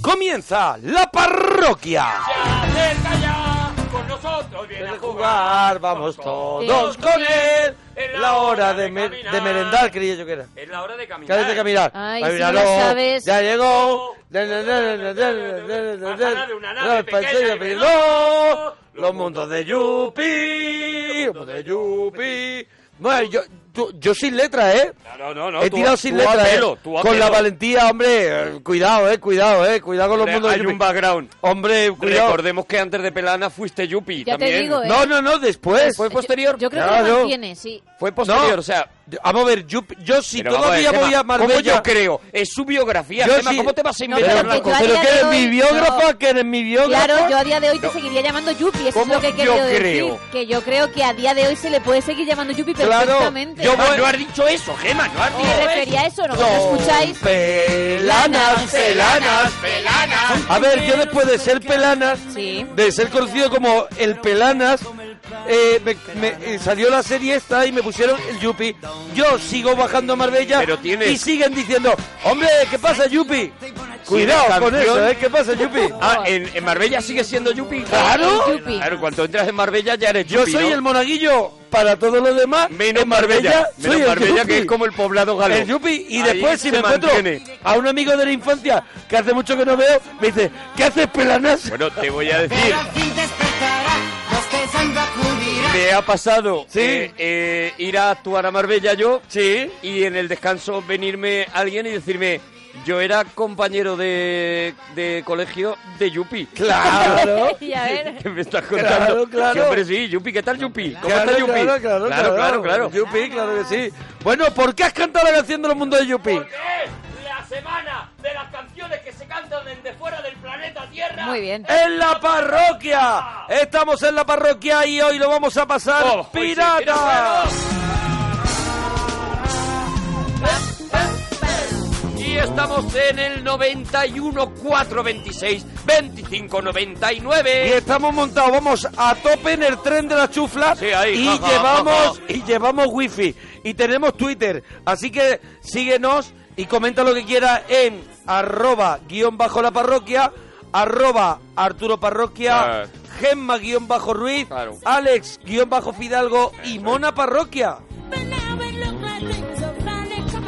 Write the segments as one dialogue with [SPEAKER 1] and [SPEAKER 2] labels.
[SPEAKER 1] Comienza la parroquia.
[SPEAKER 2] Se acerca ya, con nosotros viene a
[SPEAKER 1] De
[SPEAKER 2] jugar.
[SPEAKER 1] jugar, vamos todos con él. Es la hora de, me- de merendar, creía yo que era.
[SPEAKER 2] Es la hora de caminar.
[SPEAKER 1] Cada vez que mirar.
[SPEAKER 3] Ay,
[SPEAKER 1] Ay,
[SPEAKER 3] si no
[SPEAKER 1] míralo,
[SPEAKER 3] lo sabes.
[SPEAKER 1] Ya llegó.
[SPEAKER 2] Bajará de una nave
[SPEAKER 1] Las
[SPEAKER 2] pequeña
[SPEAKER 1] pantallas
[SPEAKER 2] y
[SPEAKER 1] peló,
[SPEAKER 2] veloz.
[SPEAKER 1] Los mundos de Yupi. Los mundos de Yupi. No, yo, tú- yo sin letra, ¿eh?
[SPEAKER 2] No, no, no.
[SPEAKER 1] He
[SPEAKER 2] tú-
[SPEAKER 1] tirado sin
[SPEAKER 2] tú a
[SPEAKER 1] letra,
[SPEAKER 2] pelo,
[SPEAKER 1] ¿eh?
[SPEAKER 2] tú a
[SPEAKER 1] Con la
[SPEAKER 2] pelo.
[SPEAKER 1] valentía, hombre. eh, Cuidado, ¿eh? Cuidado, ¿eh? Cuidado con los
[SPEAKER 2] Hombre,
[SPEAKER 1] mundos de
[SPEAKER 2] Hay
[SPEAKER 1] Yupi.
[SPEAKER 2] un background.
[SPEAKER 1] Hombre, cuidado.
[SPEAKER 2] Recordemos que antes de Pelana fuiste Yupi
[SPEAKER 3] Ya te
[SPEAKER 2] también.
[SPEAKER 3] digo, ¿eh?
[SPEAKER 1] No, no, no, después.
[SPEAKER 2] Fue posterior.
[SPEAKER 3] Yo, yo creo que
[SPEAKER 1] Claro.
[SPEAKER 3] lo mantiene, sí.
[SPEAKER 2] Fue posterior,
[SPEAKER 1] No.
[SPEAKER 2] o sea...
[SPEAKER 1] Vamos a ver, yo, yo si
[SPEAKER 2] pero vamos a ver,
[SPEAKER 1] todavía voy
[SPEAKER 2] Gemma,
[SPEAKER 1] a Marbella...
[SPEAKER 2] ¿Cómo yo creo? Es su biografía.
[SPEAKER 1] Yo
[SPEAKER 2] Gemma,
[SPEAKER 1] sí-
[SPEAKER 2] ¿Cómo te vas a
[SPEAKER 3] No,
[SPEAKER 2] inventar
[SPEAKER 3] pero
[SPEAKER 2] una
[SPEAKER 3] que yo
[SPEAKER 2] cosa?
[SPEAKER 3] a
[SPEAKER 1] ¿Pero
[SPEAKER 3] día
[SPEAKER 1] que
[SPEAKER 3] de
[SPEAKER 1] eres
[SPEAKER 3] hoy,
[SPEAKER 1] mi biógrafa?
[SPEAKER 3] no.
[SPEAKER 1] ¿Que eres mi biógrafa?
[SPEAKER 3] Claro, yo a día de hoy te seguiría llamando Yupi, eso es
[SPEAKER 2] ¿Cómo
[SPEAKER 3] lo que he
[SPEAKER 2] yo
[SPEAKER 3] querido decir.
[SPEAKER 2] creo?
[SPEAKER 3] Que yo creo que a día de hoy se le puede seguir llamando Yupi
[SPEAKER 1] Claro,
[SPEAKER 3] perfectamente.
[SPEAKER 1] yo
[SPEAKER 2] Gemma,
[SPEAKER 1] voy-
[SPEAKER 2] no has dicho eso, Gema, no has dicho
[SPEAKER 3] Me
[SPEAKER 2] eso.
[SPEAKER 3] refería a eso, ¿no? ¿Lo escucháis?
[SPEAKER 1] Pelanas, pelanas.
[SPEAKER 2] pelanas.
[SPEAKER 1] A ver, yo después de ser pelanas,
[SPEAKER 3] Sí.
[SPEAKER 1] de ser conocido como el pelanas, eh, me- me- eh, salió la serie esta y me pusieron el Yupi. Yo sigo bajando a Marbella
[SPEAKER 2] Pero tienes-
[SPEAKER 1] y siguen diciendo, hombre, ¿qué pasa, Yupi?
[SPEAKER 2] la
[SPEAKER 1] Cuidado con
[SPEAKER 2] canción-
[SPEAKER 1] eso, ¿eh? ¿Qué pasa, Yupi?
[SPEAKER 2] Ah, en, en Marbella sigue siendo Yupi.
[SPEAKER 1] Claro.
[SPEAKER 3] Yupi.
[SPEAKER 2] Claro, cuando entras en Marbella ya eres
[SPEAKER 1] Yo
[SPEAKER 2] Yupi,
[SPEAKER 1] soy
[SPEAKER 2] ¿no?
[SPEAKER 1] el monaguillo para todos los demás.
[SPEAKER 2] Menos
[SPEAKER 1] en Marbella,
[SPEAKER 2] Marbella,
[SPEAKER 1] soy
[SPEAKER 2] menos
[SPEAKER 1] el
[SPEAKER 2] Marbella
[SPEAKER 1] yupi.
[SPEAKER 2] que es como el poblado galo.
[SPEAKER 1] El yupi. Y
[SPEAKER 2] Ahí
[SPEAKER 1] después si
[SPEAKER 2] se
[SPEAKER 1] me encuentro
[SPEAKER 2] mantiene.
[SPEAKER 1] a un amigo de la infancia que hace mucho que no veo, me dice, ¿qué haces pelanas?
[SPEAKER 2] Bueno, te voy a decir,
[SPEAKER 4] Pero al fin despertará, los que sangre acudirá.
[SPEAKER 2] me ha pasado
[SPEAKER 1] Sí.
[SPEAKER 2] eh, eh, ir a actuar a Marbella yo
[SPEAKER 1] Sí.
[SPEAKER 2] y en el descanso venirme alguien y decirme, yo era compañero de, de colegio de Yupi.
[SPEAKER 1] Claro.
[SPEAKER 3] Y a ver,
[SPEAKER 2] ¿Qué me estás contando?
[SPEAKER 1] Claro, claro.
[SPEAKER 2] Sí, hombre, sí, Yupi, ¿qué tal Yupi? ¿Cómo
[SPEAKER 1] Claro,
[SPEAKER 2] está Yupi?
[SPEAKER 1] Claro, claro,
[SPEAKER 2] claro, claro, claro.
[SPEAKER 1] Yupi, claro que sí. Bueno, ¿por qué has cantado la canción de los mundos de Yupi?
[SPEAKER 5] es la semana de las canciones que se cantan desde fuera del planeta Tierra.
[SPEAKER 3] muy bien.
[SPEAKER 1] ¡En la parroquia! Estamos en la parroquia y hoy lo vamos a pasar
[SPEAKER 2] Oh, hoy sí, tiene
[SPEAKER 1] pirata.
[SPEAKER 2] huevos. Y estamos en el 91 426 25
[SPEAKER 1] Y
[SPEAKER 2] 99.
[SPEAKER 1] estamos montados, vamos a tope en el tren de la chufla
[SPEAKER 2] Sí, ahí,
[SPEAKER 1] y
[SPEAKER 2] ja, ja,
[SPEAKER 1] llevamos
[SPEAKER 2] ja,
[SPEAKER 1] y llevamos wifi y tenemos Twitter, así que síguenos y comenta lo que quieras en arroba guión bajo la parroquia, arroba Arturo Parroquia,
[SPEAKER 2] Ah.
[SPEAKER 1] Gemma guión bajo Ruiz,
[SPEAKER 2] Claro.
[SPEAKER 1] Alex guión bajo Fidalgo y Mona Parroquia.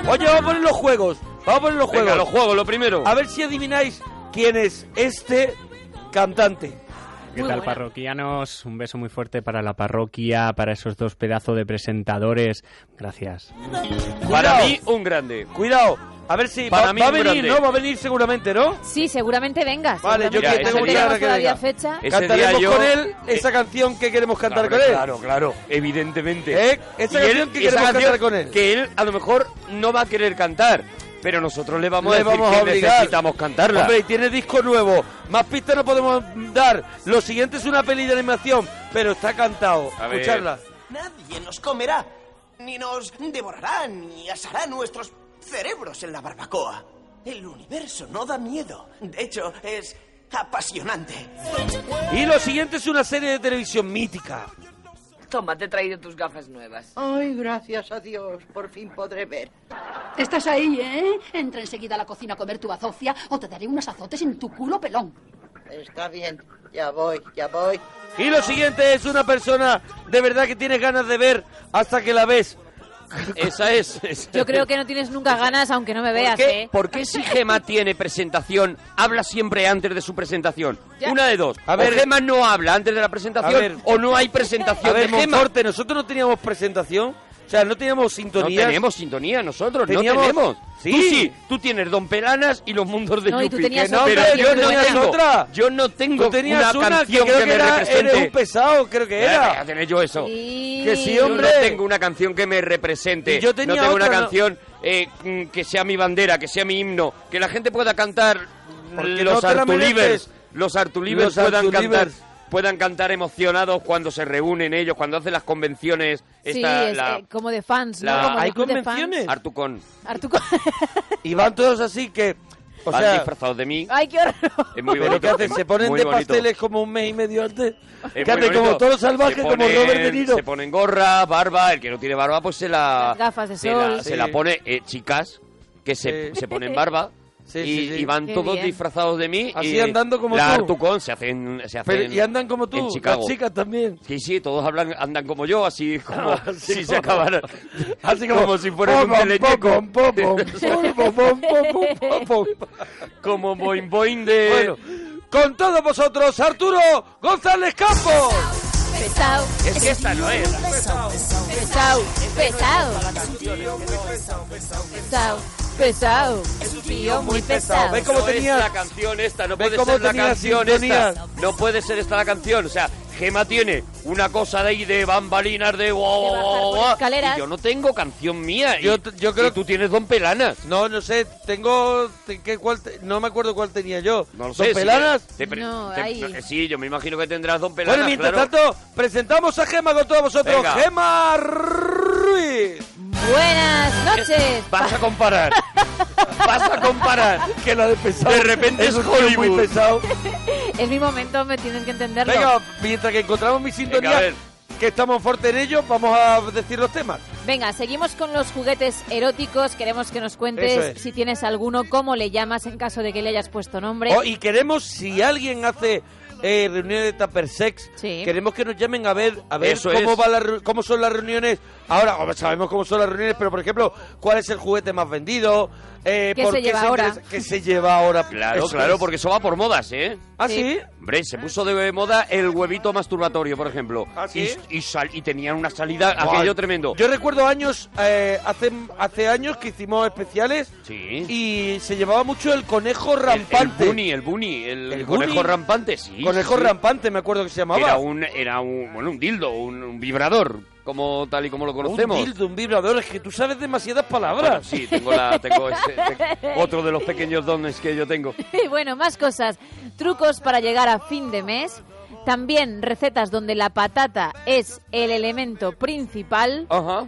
[SPEAKER 1] Oye, vamos a poner los juegos, vamos a poner los
[SPEAKER 2] Venga,
[SPEAKER 1] juegos.
[SPEAKER 2] los juegos, lo primero.
[SPEAKER 1] A ver si adivináis quién es este cantante.
[SPEAKER 6] ¿Qué
[SPEAKER 3] Muy
[SPEAKER 6] tal,
[SPEAKER 3] buena.
[SPEAKER 6] parroquianos? Un beso muy fuerte para la parroquia, para esos dos pedazos de presentadores. Gracias.
[SPEAKER 2] Para
[SPEAKER 1] Cuidado.
[SPEAKER 2] mí, un grande.
[SPEAKER 1] Cuidado, a ver si
[SPEAKER 2] Para
[SPEAKER 1] va,
[SPEAKER 2] mí
[SPEAKER 1] va a
[SPEAKER 2] un
[SPEAKER 1] venir,
[SPEAKER 2] grande.
[SPEAKER 1] ¿no? Va a venir seguramente, ¿no?
[SPEAKER 3] Sí, seguramente vengas.
[SPEAKER 1] Vale, yo
[SPEAKER 2] que tengo
[SPEAKER 3] no
[SPEAKER 2] que llegar
[SPEAKER 1] a
[SPEAKER 3] tenemos
[SPEAKER 1] que
[SPEAKER 3] todavía
[SPEAKER 1] venga.
[SPEAKER 3] fecha.
[SPEAKER 2] Ese
[SPEAKER 1] Cantaremos
[SPEAKER 2] día yo-
[SPEAKER 1] con él
[SPEAKER 2] Eh,
[SPEAKER 1] esa canción que queremos cantar
[SPEAKER 2] Hombre,
[SPEAKER 1] con él.
[SPEAKER 2] Claro, claro, evidentemente.
[SPEAKER 1] ¿Eh? Esa
[SPEAKER 2] Y él-
[SPEAKER 1] canción que
[SPEAKER 2] esa
[SPEAKER 1] queremos
[SPEAKER 2] canción
[SPEAKER 1] cantar con él.
[SPEAKER 2] Que él a lo mejor no va a querer cantar, pero nosotros le vamos
[SPEAKER 1] Le
[SPEAKER 2] a decir
[SPEAKER 1] vamos
[SPEAKER 2] que
[SPEAKER 1] a obligar.
[SPEAKER 2] necesitamos cantarla.
[SPEAKER 1] Hombre, y tiene disco nuevo. Más pistas no podemos dar. Lo siguiente es una peli de animación, pero está cantado.
[SPEAKER 2] A ver.
[SPEAKER 1] Escucharla.
[SPEAKER 4] Nadie nos comerá, ni nos devorará, ni asará nuestros cerebros en la barbacoa. El universo no da miedo. De hecho, es apasionante.
[SPEAKER 1] Y lo siguiente es una serie de televisión mítica.
[SPEAKER 7] Toma, te he traído tus gafas nuevas.
[SPEAKER 8] Ay, gracias a Dios, por fin podré ver.
[SPEAKER 9] Estás ahí, ¿eh? Entra enseguida a la cocina a comer tu bazofia o te daré unos azotes en tu culo pelón.
[SPEAKER 8] Está bien, ya voy, ya voy.
[SPEAKER 1] Y lo siguiente es una persona de verdad que tienes ganas de ver hasta que la ves.
[SPEAKER 2] Esa es. esa
[SPEAKER 3] Yo creo
[SPEAKER 2] es.
[SPEAKER 3] que no tienes nunca ganas, aunque no me
[SPEAKER 2] ¿Por
[SPEAKER 3] veas,
[SPEAKER 2] qué,
[SPEAKER 3] ¿eh?
[SPEAKER 2] por qué si Gema tiene presentación, habla siempre antes de su presentación?
[SPEAKER 3] Ya.
[SPEAKER 2] Una de dos.
[SPEAKER 1] A
[SPEAKER 2] A
[SPEAKER 1] ver.
[SPEAKER 2] ver, Gema no habla antes de la presentación
[SPEAKER 1] A ver.
[SPEAKER 2] o no hay
[SPEAKER 1] A
[SPEAKER 2] presentación
[SPEAKER 1] ver,
[SPEAKER 2] de Gema.
[SPEAKER 1] Monforte, nosotros no teníamos presentación. O sea, no teníamos
[SPEAKER 2] No
[SPEAKER 1] sintonía.
[SPEAKER 2] tenemos sintonía nosotros,
[SPEAKER 1] Teníamos-
[SPEAKER 2] no tenemos.
[SPEAKER 1] Sí.
[SPEAKER 2] Tú sí, tú tienes Don Pelanas y los mundos de
[SPEAKER 3] No, y tú
[SPEAKER 2] Yupi.
[SPEAKER 3] tenías
[SPEAKER 2] Que no,
[SPEAKER 1] otra,
[SPEAKER 2] pero
[SPEAKER 1] que
[SPEAKER 2] yo
[SPEAKER 1] tú
[SPEAKER 2] no
[SPEAKER 1] tenías
[SPEAKER 2] tengo.
[SPEAKER 1] otra.
[SPEAKER 2] Yo no tengo
[SPEAKER 1] Tú tenías
[SPEAKER 2] una, canción
[SPEAKER 1] que creo que,
[SPEAKER 2] me
[SPEAKER 1] era
[SPEAKER 2] represente.
[SPEAKER 1] Eres un pesado, creo que
[SPEAKER 2] Ya, ya
[SPEAKER 1] era.
[SPEAKER 2] tenés yo eso.
[SPEAKER 3] Sí.
[SPEAKER 1] Que sí,
[SPEAKER 2] Yo
[SPEAKER 1] hombre.
[SPEAKER 2] no tengo una canción que me represente.
[SPEAKER 1] Y yo tenía
[SPEAKER 2] no tengo una
[SPEAKER 1] otra, no.
[SPEAKER 2] canción eh, mm, que sea mi bandera, que sea mi himno, que la gente pueda cantar mm,
[SPEAKER 1] Porque no
[SPEAKER 2] los
[SPEAKER 1] te la mereces.
[SPEAKER 2] Artulivers, los Artulivers
[SPEAKER 1] Los
[SPEAKER 2] puedan cantar
[SPEAKER 1] Artulivers.
[SPEAKER 2] puedan cantar emocionados cuando se reúnen ellos, cuando hacen las convenciones
[SPEAKER 3] Sí,
[SPEAKER 2] esta
[SPEAKER 3] es,
[SPEAKER 2] la
[SPEAKER 3] eh, como de fans,
[SPEAKER 2] la-
[SPEAKER 3] ¿no? Como de
[SPEAKER 1] ¿Hay
[SPEAKER 3] club de
[SPEAKER 1] convenciones?
[SPEAKER 3] fans.
[SPEAKER 2] Artucon.
[SPEAKER 3] Artuco-
[SPEAKER 1] Y van todos así que. O
[SPEAKER 2] Van
[SPEAKER 1] sea,
[SPEAKER 2] disfrazados de mí.
[SPEAKER 3] Ay, qué horror.
[SPEAKER 2] Es muy
[SPEAKER 1] ¿pero
[SPEAKER 2] bonito.
[SPEAKER 1] qué hacen?
[SPEAKER 2] es
[SPEAKER 1] Se ponen
[SPEAKER 2] muy
[SPEAKER 1] de
[SPEAKER 2] bonito.
[SPEAKER 1] pasteles como un mes y medio antes.
[SPEAKER 2] Es
[SPEAKER 1] Que
[SPEAKER 2] muy
[SPEAKER 1] hacen como
[SPEAKER 2] bonito.
[SPEAKER 1] todos salvajes,
[SPEAKER 2] Se
[SPEAKER 1] como
[SPEAKER 2] ponen-
[SPEAKER 1] Robert De Niro.
[SPEAKER 2] Se ponen gorra, barba. El que no tiene barba, pues se la.
[SPEAKER 3] Las gafas de
[SPEAKER 2] se la-
[SPEAKER 3] sol.
[SPEAKER 2] se
[SPEAKER 1] Sí.
[SPEAKER 2] la pone. eh, chicas, que se,
[SPEAKER 1] Sí.
[SPEAKER 2] se ponen barba.
[SPEAKER 1] Sí,
[SPEAKER 2] y,
[SPEAKER 1] sí, sí.
[SPEAKER 2] y van
[SPEAKER 3] Qué
[SPEAKER 2] todos
[SPEAKER 3] bien.
[SPEAKER 2] disfrazados de mí.
[SPEAKER 1] Así
[SPEAKER 2] y
[SPEAKER 1] andando como
[SPEAKER 2] la
[SPEAKER 1] tú.
[SPEAKER 2] Artucón se hacen, se
[SPEAKER 1] Pero-
[SPEAKER 2] hacen
[SPEAKER 1] y andan como
[SPEAKER 2] en
[SPEAKER 1] tú,
[SPEAKER 2] Chicago.
[SPEAKER 1] las chicas también.
[SPEAKER 2] Sí, sí, todos hablan, andan como yo, así como
[SPEAKER 1] Así
[SPEAKER 2] si
[SPEAKER 1] Ah, como-
[SPEAKER 2] se acabaran.
[SPEAKER 1] Así
[SPEAKER 2] como, si fueran un teleñeco.
[SPEAKER 1] Pom, pom, pom, pom, pom, pom, pom, pom, pom, pom.
[SPEAKER 2] Como boing boing de...
[SPEAKER 1] Bueno, con todos vosotros, Arturo González Campos.
[SPEAKER 3] Pesado,
[SPEAKER 2] es que esta no es.
[SPEAKER 3] pesado, pesado. Pesado, pesado. Es un tío muy pesado.
[SPEAKER 1] ¿Ves cómo
[SPEAKER 2] no
[SPEAKER 1] tenía-
[SPEAKER 2] es la canción esta, no
[SPEAKER 1] ¿Ves
[SPEAKER 2] puede
[SPEAKER 1] cómo
[SPEAKER 2] ser la
[SPEAKER 1] tenía
[SPEAKER 2] canción
[SPEAKER 1] sintonía?
[SPEAKER 2] esta. No puede ser esta la canción. O sea, Gema tiene una cosa de ahí de bambalinas, de guau,
[SPEAKER 3] De bajar
[SPEAKER 2] guau,
[SPEAKER 3] por
[SPEAKER 2] guau,
[SPEAKER 3] escaleras.
[SPEAKER 2] Oh, y yo no tengo canción mía. y-
[SPEAKER 1] Yo t- yo creo-
[SPEAKER 2] y tú tienes Don Pelanas.
[SPEAKER 1] No, no sé, tengo... te- ¿qué, cuál te- no me acuerdo cuál tenía yo.
[SPEAKER 2] No
[SPEAKER 1] ¿Don
[SPEAKER 2] lo sé. si
[SPEAKER 1] Pelanas?
[SPEAKER 2] te- te-
[SPEAKER 3] No,
[SPEAKER 2] te- eh,
[SPEAKER 3] ahí.
[SPEAKER 2] Sí, yo me imagino que tendrás Don Pelanas.
[SPEAKER 1] Bueno, mientras
[SPEAKER 2] claro.
[SPEAKER 1] tanto, presentamos a Gema con todos vosotros.
[SPEAKER 2] Venga.
[SPEAKER 1] Gema Ruiz.
[SPEAKER 3] Buenas noches.
[SPEAKER 2] Vas a comparar. Vas a comparar.
[SPEAKER 1] Que lo de pesado.
[SPEAKER 2] De repente es
[SPEAKER 1] un tío
[SPEAKER 2] Hollywood.
[SPEAKER 1] Muy pesado.
[SPEAKER 3] Es mi momento, me tienen que entenderlo.
[SPEAKER 1] Venga, mientras que encontramos mi
[SPEAKER 2] Venga, a
[SPEAKER 1] sintonía,
[SPEAKER 2] ver.
[SPEAKER 1] que estamos fuertes en ello, vamos a decir los temas.
[SPEAKER 3] Venga, seguimos con los juguetes eróticos. Queremos que nos
[SPEAKER 1] Eso
[SPEAKER 3] cuentes
[SPEAKER 1] es.
[SPEAKER 3] si tienes alguno, cómo le llamas en caso de que le hayas puesto nombre.
[SPEAKER 1] Oh, y queremos, si alguien hace eh, reuniones de Tupper Sex,
[SPEAKER 3] Sí.
[SPEAKER 1] queremos que nos llamen a ver, a ver
[SPEAKER 2] Eso
[SPEAKER 1] cómo,
[SPEAKER 2] es.
[SPEAKER 1] va la reu- cómo son las reuniones. Ahora, hombre, sabemos cómo son las reuniones, pero por ejemplo, cuál es el juguete más vendido. Eh,
[SPEAKER 3] ¿Qué
[SPEAKER 1] por
[SPEAKER 3] se lleva ahora?
[SPEAKER 1] interesa- ¿Qué se lleva ahora?
[SPEAKER 2] Claro,
[SPEAKER 1] Eso
[SPEAKER 2] claro,
[SPEAKER 1] es.
[SPEAKER 2] porque eso va por modas, ¿eh?
[SPEAKER 1] ¿Ah, sí?
[SPEAKER 2] Hombre, se puso de moda el huevito masturbatorio, por ejemplo.
[SPEAKER 1] ¿Ah, sí?
[SPEAKER 2] y, y, sal- y tenían una salida
[SPEAKER 1] Guau.
[SPEAKER 2] aquello tremendo.
[SPEAKER 1] Yo recuerdo años, eh, hace, hace años que hicimos especiales
[SPEAKER 2] Sí.
[SPEAKER 1] y se llevaba mucho el conejo
[SPEAKER 2] El-
[SPEAKER 1] rampante.
[SPEAKER 2] El bunny, el bunny, Este. el,
[SPEAKER 1] El
[SPEAKER 2] conejo
[SPEAKER 1] bunny.
[SPEAKER 2] rampante, sí.
[SPEAKER 1] conejo
[SPEAKER 2] sí.
[SPEAKER 1] rampante, me acuerdo que se llamaba.
[SPEAKER 2] Era un, era un, bueno, un dildo, un, un vibrador, como tal y como lo conocemos.
[SPEAKER 1] Un dildo, un vibrador, es que tú sabes demasiadas palabras.
[SPEAKER 2] Bueno, sí, tengo, la, tengo ese- te- otro de los pequeños dones que yo tengo.
[SPEAKER 3] Y bueno, más cosas. Trucos para llegar a fin de mes. También recetas donde la patata es el elemento principal.
[SPEAKER 2] Ajá.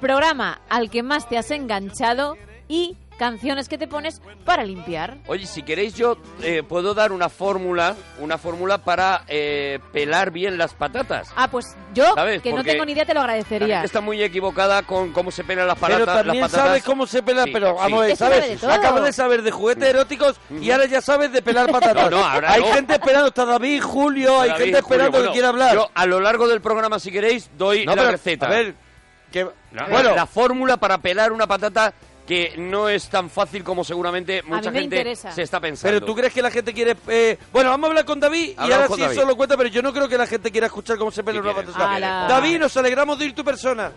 [SPEAKER 3] Programa al que más te has enganchado. Y canciones que te pones para limpiar.
[SPEAKER 2] Oye, si queréis yo eh, puedo dar una fórmula, una fórmula para eh, pelar bien las patatas.
[SPEAKER 3] Ah, pues yo,
[SPEAKER 2] ¿Sabes?
[SPEAKER 3] que no
[SPEAKER 2] Porque
[SPEAKER 3] tengo ni idea, te lo
[SPEAKER 2] La
[SPEAKER 3] agradecería.
[SPEAKER 2] gente está muy equivocada con cómo se pelan las patatas.
[SPEAKER 1] Pero
[SPEAKER 2] las
[SPEAKER 1] también
[SPEAKER 2] patatas.
[SPEAKER 1] sabes cómo se pela,
[SPEAKER 2] Sí,
[SPEAKER 1] pero
[SPEAKER 2] sí.
[SPEAKER 1] vamos, a ver,
[SPEAKER 3] Es que sabe
[SPEAKER 1] ¿sabes?
[SPEAKER 3] de todo.
[SPEAKER 1] Acabas de saber de juguetes eróticos y ahora ya sabes de pelar patatas.
[SPEAKER 2] No, no, ahora
[SPEAKER 1] hay
[SPEAKER 2] no.
[SPEAKER 1] gente esperando, está David, Julio, hay
[SPEAKER 2] David,
[SPEAKER 1] gente esperando
[SPEAKER 2] Julio, bueno,
[SPEAKER 1] que quiera hablar.
[SPEAKER 2] Yo a lo largo del programa, si queréis, doy
[SPEAKER 1] no,
[SPEAKER 2] la
[SPEAKER 1] pero,
[SPEAKER 2] receta.
[SPEAKER 1] A ver, que,
[SPEAKER 2] La-
[SPEAKER 1] bueno,
[SPEAKER 2] la fórmula para pelar una patata que no es tan fácil como seguramente mucha
[SPEAKER 3] me
[SPEAKER 2] gente
[SPEAKER 3] interesa.
[SPEAKER 2] se está pensando.
[SPEAKER 1] pero tú crees que la gente quiere. eh, bueno, vamos a hablar con David y
[SPEAKER 2] Hablamos
[SPEAKER 1] ahora
[SPEAKER 2] con
[SPEAKER 1] sí
[SPEAKER 2] David.
[SPEAKER 1] eso lo cuenta, pero yo no creo que la gente quiera escuchar cómo se pela
[SPEAKER 2] Si
[SPEAKER 1] una
[SPEAKER 2] quieres,
[SPEAKER 1] patata.
[SPEAKER 3] si quieres. Ala.
[SPEAKER 1] David, nos alegramos de ir tu persona.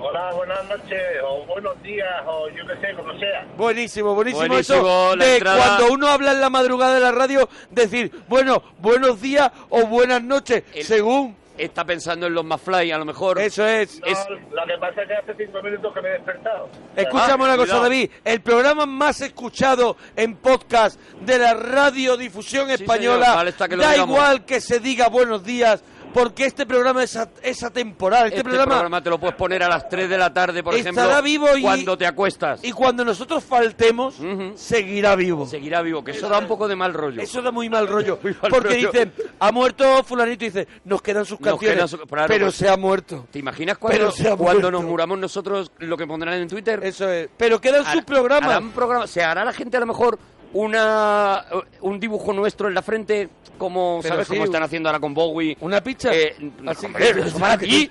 [SPEAKER 10] Hola, buenas noches, o buenos días, o yo qué sé, como sea.
[SPEAKER 1] Buenísimo, buenísimo,
[SPEAKER 2] Buenísimo,
[SPEAKER 1] eso
[SPEAKER 2] la
[SPEAKER 1] de
[SPEAKER 2] entrada.
[SPEAKER 1] cuando uno habla en la madrugada de la radio decir, bueno, buenos días o buenas noches,
[SPEAKER 2] El-
[SPEAKER 1] según
[SPEAKER 2] Está pensando en los McFly, a lo mejor.
[SPEAKER 1] eso es.
[SPEAKER 10] No,
[SPEAKER 2] Es-
[SPEAKER 10] lo que pasa es que hace cinco minutos que me he despertado.
[SPEAKER 1] Escúchame una cosa,
[SPEAKER 2] Ah, cuidado.
[SPEAKER 1] David, el programa más escuchado en podcast de la radiodifusión española,
[SPEAKER 2] señor, vale está que lo
[SPEAKER 1] da
[SPEAKER 2] digamos.
[SPEAKER 1] igual que se diga buenos días, porque este programa es, a- es atemporal, este,
[SPEAKER 2] Este programa... te lo puedes poner a las 3 de la tarde, por
[SPEAKER 1] Estará
[SPEAKER 2] ejemplo,
[SPEAKER 1] vivo y-
[SPEAKER 2] cuando te acuestas.
[SPEAKER 1] y cuando nosotros faltemos,
[SPEAKER 2] Ujú.
[SPEAKER 1] seguirá vivo.
[SPEAKER 2] Seguirá vivo, que eso da un poco de mal rollo.
[SPEAKER 1] Eso da muy mal rollo.
[SPEAKER 2] Muy mal
[SPEAKER 1] porque
[SPEAKER 2] rollo.
[SPEAKER 1] dicen, ha muerto fulanito y dice, nos quedan sus
[SPEAKER 2] Nos
[SPEAKER 1] canciones.
[SPEAKER 2] quedan su- claro,
[SPEAKER 1] pero
[SPEAKER 2] pues-
[SPEAKER 1] se ha muerto.
[SPEAKER 2] ¿Te imaginas
[SPEAKER 1] Pero
[SPEAKER 2] cuando,
[SPEAKER 1] se ha
[SPEAKER 2] cuando
[SPEAKER 1] muerto.
[SPEAKER 2] nos muramos nosotros lo que pondrán en Twitter?
[SPEAKER 1] Eso es. Pero quedan
[SPEAKER 2] Hará-
[SPEAKER 1] sus programas.
[SPEAKER 2] harán programa- se hará la gente a lo mejor una un dibujo nuestro en la frente, como
[SPEAKER 1] Pero
[SPEAKER 2] sabes
[SPEAKER 1] sí,
[SPEAKER 2] cómo están haciendo ahora con Bowie.
[SPEAKER 1] Una Ah, picha.
[SPEAKER 2] Eh,
[SPEAKER 1] Así
[SPEAKER 2] hombre,
[SPEAKER 1] que-
[SPEAKER 2] eso para ti,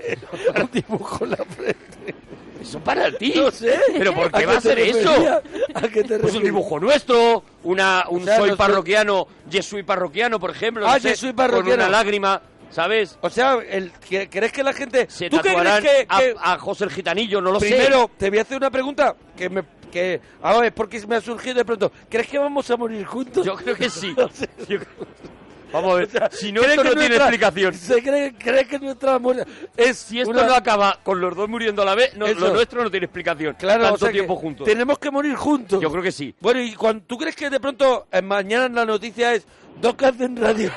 [SPEAKER 1] Un dibujo en la frente.
[SPEAKER 2] eso para ti.
[SPEAKER 1] No sé.
[SPEAKER 2] Pero ¿por
[SPEAKER 1] ¿A
[SPEAKER 2] qué va a
[SPEAKER 1] te
[SPEAKER 2] hacer eso?
[SPEAKER 1] referías? ¿A qué te
[SPEAKER 2] Pues un
[SPEAKER 1] refieres?
[SPEAKER 2] dibujo nuestro, una un
[SPEAKER 1] O sea,
[SPEAKER 2] soy
[SPEAKER 1] nos-
[SPEAKER 2] parroquiano, Jesús parroquiano, por ejemplo, no
[SPEAKER 1] Ah,
[SPEAKER 2] sé,
[SPEAKER 1] yo soy parroquiano.
[SPEAKER 2] con una lágrima, ¿sabes?
[SPEAKER 1] O sea, el, ¿que- ¿crees que la gente...
[SPEAKER 2] Se
[SPEAKER 1] ¿Tú qué crees
[SPEAKER 2] tatuarán
[SPEAKER 1] que...?
[SPEAKER 2] a-
[SPEAKER 1] que-
[SPEAKER 2] a, José el Gitanillo, no lo sé.
[SPEAKER 1] Primero, te voy a hacer una pregunta que me... Que, a ver, porque me ha surgido de pronto. ¿Crees que vamos a morir juntos?
[SPEAKER 2] Yo creo que sí.
[SPEAKER 1] No sé.
[SPEAKER 2] Yo creo- Vamos a ver,
[SPEAKER 1] O sea,
[SPEAKER 2] si no,
[SPEAKER 1] ¿cree
[SPEAKER 2] esto
[SPEAKER 1] que
[SPEAKER 2] no tiene
[SPEAKER 1] nuestra-
[SPEAKER 2] explicación.
[SPEAKER 1] ¿se cree, cree que nuestra muerte es
[SPEAKER 2] Si esto
[SPEAKER 1] una-
[SPEAKER 2] no acaba con los dos muriendo a la vez, no,
[SPEAKER 1] Eso.
[SPEAKER 2] lo nuestro no tiene explicación.
[SPEAKER 1] Claro,
[SPEAKER 2] Tanto
[SPEAKER 1] o sea que
[SPEAKER 2] tiempo juntos.
[SPEAKER 1] Tenemos que morir juntos.
[SPEAKER 2] Yo creo que sí.
[SPEAKER 1] Bueno, y cuando, tú crees que de pronto eh, mañana la noticia es dos cánceres radiales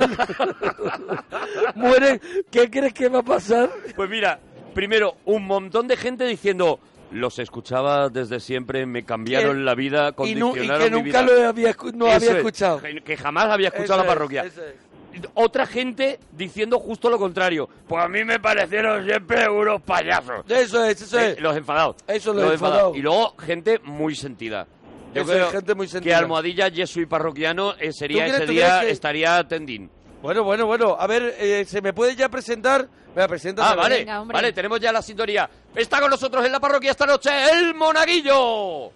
[SPEAKER 1] mueren, ¿qué crees que va a pasar?
[SPEAKER 2] Pues mira, primero, un montón de gente diciendo... Los escuchaba desde siempre, me cambiaron
[SPEAKER 1] Que-
[SPEAKER 2] la vida,
[SPEAKER 1] Y, nu- y
[SPEAKER 2] condicionaron
[SPEAKER 1] que
[SPEAKER 2] mi vida.
[SPEAKER 1] nunca lo había, escu- no
[SPEAKER 2] Eso
[SPEAKER 1] había
[SPEAKER 2] es,
[SPEAKER 1] escuchado.
[SPEAKER 2] que- Que jamás había escuchado
[SPEAKER 1] Eso
[SPEAKER 2] la
[SPEAKER 1] es,
[SPEAKER 2] parroquia.
[SPEAKER 1] eso es.
[SPEAKER 2] Otra gente diciendo justo lo contrario. Pues a mí me parecieron siempre unos payasos.
[SPEAKER 1] Eso es, eso
[SPEAKER 2] Eh,
[SPEAKER 1] es.
[SPEAKER 2] los enfadados.
[SPEAKER 1] Eso, los enfadados.
[SPEAKER 2] Y luego gente muy sentida. Yo
[SPEAKER 1] Esa
[SPEAKER 2] creo
[SPEAKER 1] es gente muy
[SPEAKER 2] que
[SPEAKER 1] sentida.
[SPEAKER 2] Almohadilla, Yesu y Parroquiano eh, sería
[SPEAKER 1] crees-
[SPEAKER 2] ese
[SPEAKER 1] tú crees
[SPEAKER 2] día,
[SPEAKER 1] que-
[SPEAKER 2] estaría Tendín.
[SPEAKER 1] Bueno, bueno, bueno. A ver, eh, ¿se me puede ya presentar? Venga, preséntate.
[SPEAKER 2] Ah, vale,
[SPEAKER 3] Venga, hombre.
[SPEAKER 2] vale, tenemos ya la sintonía. Está con nosotros en la parroquia esta noche el Monaguillo.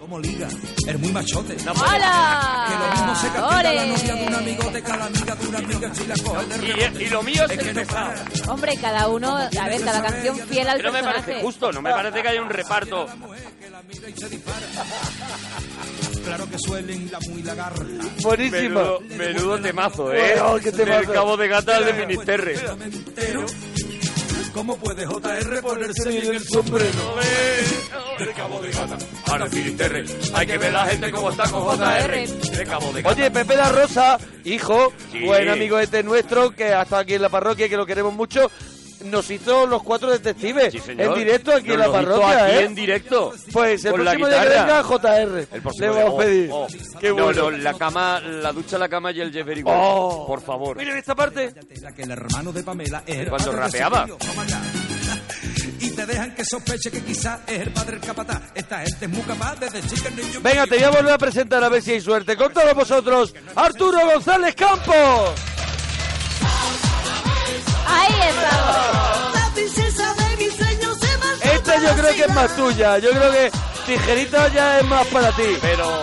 [SPEAKER 11] Como liga, es muy machote.
[SPEAKER 3] ¡Hala!
[SPEAKER 11] Que lo mismo se castiga
[SPEAKER 3] ¡Ole!
[SPEAKER 11] la novia de un amigote que a la amiga de un amigo si la coge de
[SPEAKER 2] Y, y lo mío es, el pesado.
[SPEAKER 3] Hombre, cada uno, a ver, cada canción fiel al
[SPEAKER 2] Que no me
[SPEAKER 3] personaje.
[SPEAKER 2] parece justo, no me parece que haya un reparto.
[SPEAKER 11] Claro que suelen la muy lagar.
[SPEAKER 2] Menudo, menudo temazo, ¿eh?
[SPEAKER 11] Bueno, qué temazo.
[SPEAKER 2] Del cabo de gata al de Finisterre.
[SPEAKER 11] ¿Cómo puede JR ponerse bien el sombrero?
[SPEAKER 2] De cabo de gata al de Finisterre. Hay que ver la gente cómo está con JR. De cabo de gata.
[SPEAKER 1] Oye, Pepe la Rosa, hijo,
[SPEAKER 2] Sí.
[SPEAKER 1] buen amigo este nuestro, que ha estado aquí en la parroquia, que lo queremos mucho, nos hizo los cuatro detectives
[SPEAKER 2] Sí, señor.
[SPEAKER 1] en directo aquí
[SPEAKER 2] Nos
[SPEAKER 1] en la
[SPEAKER 2] lo hizo
[SPEAKER 1] parroquia.
[SPEAKER 2] aquí
[SPEAKER 1] ¿eh?
[SPEAKER 2] en directo.
[SPEAKER 1] Pues el
[SPEAKER 2] Con la
[SPEAKER 1] próximo día que venga,
[SPEAKER 2] guitarra.
[SPEAKER 1] JR.
[SPEAKER 2] El próximo
[SPEAKER 1] le
[SPEAKER 2] día.
[SPEAKER 1] vamos a
[SPEAKER 2] Oh,
[SPEAKER 1] pedir.
[SPEAKER 2] oh.
[SPEAKER 1] Qué
[SPEAKER 2] No,
[SPEAKER 1] bueno.
[SPEAKER 2] no, la cama, la ducha, la cama y el Jeffrey.
[SPEAKER 1] Oh.
[SPEAKER 2] Por favor.
[SPEAKER 1] Miren esta parte.
[SPEAKER 11] Era que el hermano de Pamela es el
[SPEAKER 2] Cuando
[SPEAKER 11] padre de su
[SPEAKER 2] rapeaba.
[SPEAKER 11] tío, Pamela. Y te dejan que sospeche que quizás es el padre del capataz. Esta gente es muy capaz desde chica en niño.
[SPEAKER 1] Venga, te voy a volver a presentar a ver si hay suerte. Con todos vosotros, Arturo González Campos.
[SPEAKER 3] Ahí estamos.
[SPEAKER 1] Esta Este yo creo que es más tuya. Yo creo que tijerita ya es más para ti.
[SPEAKER 2] Pero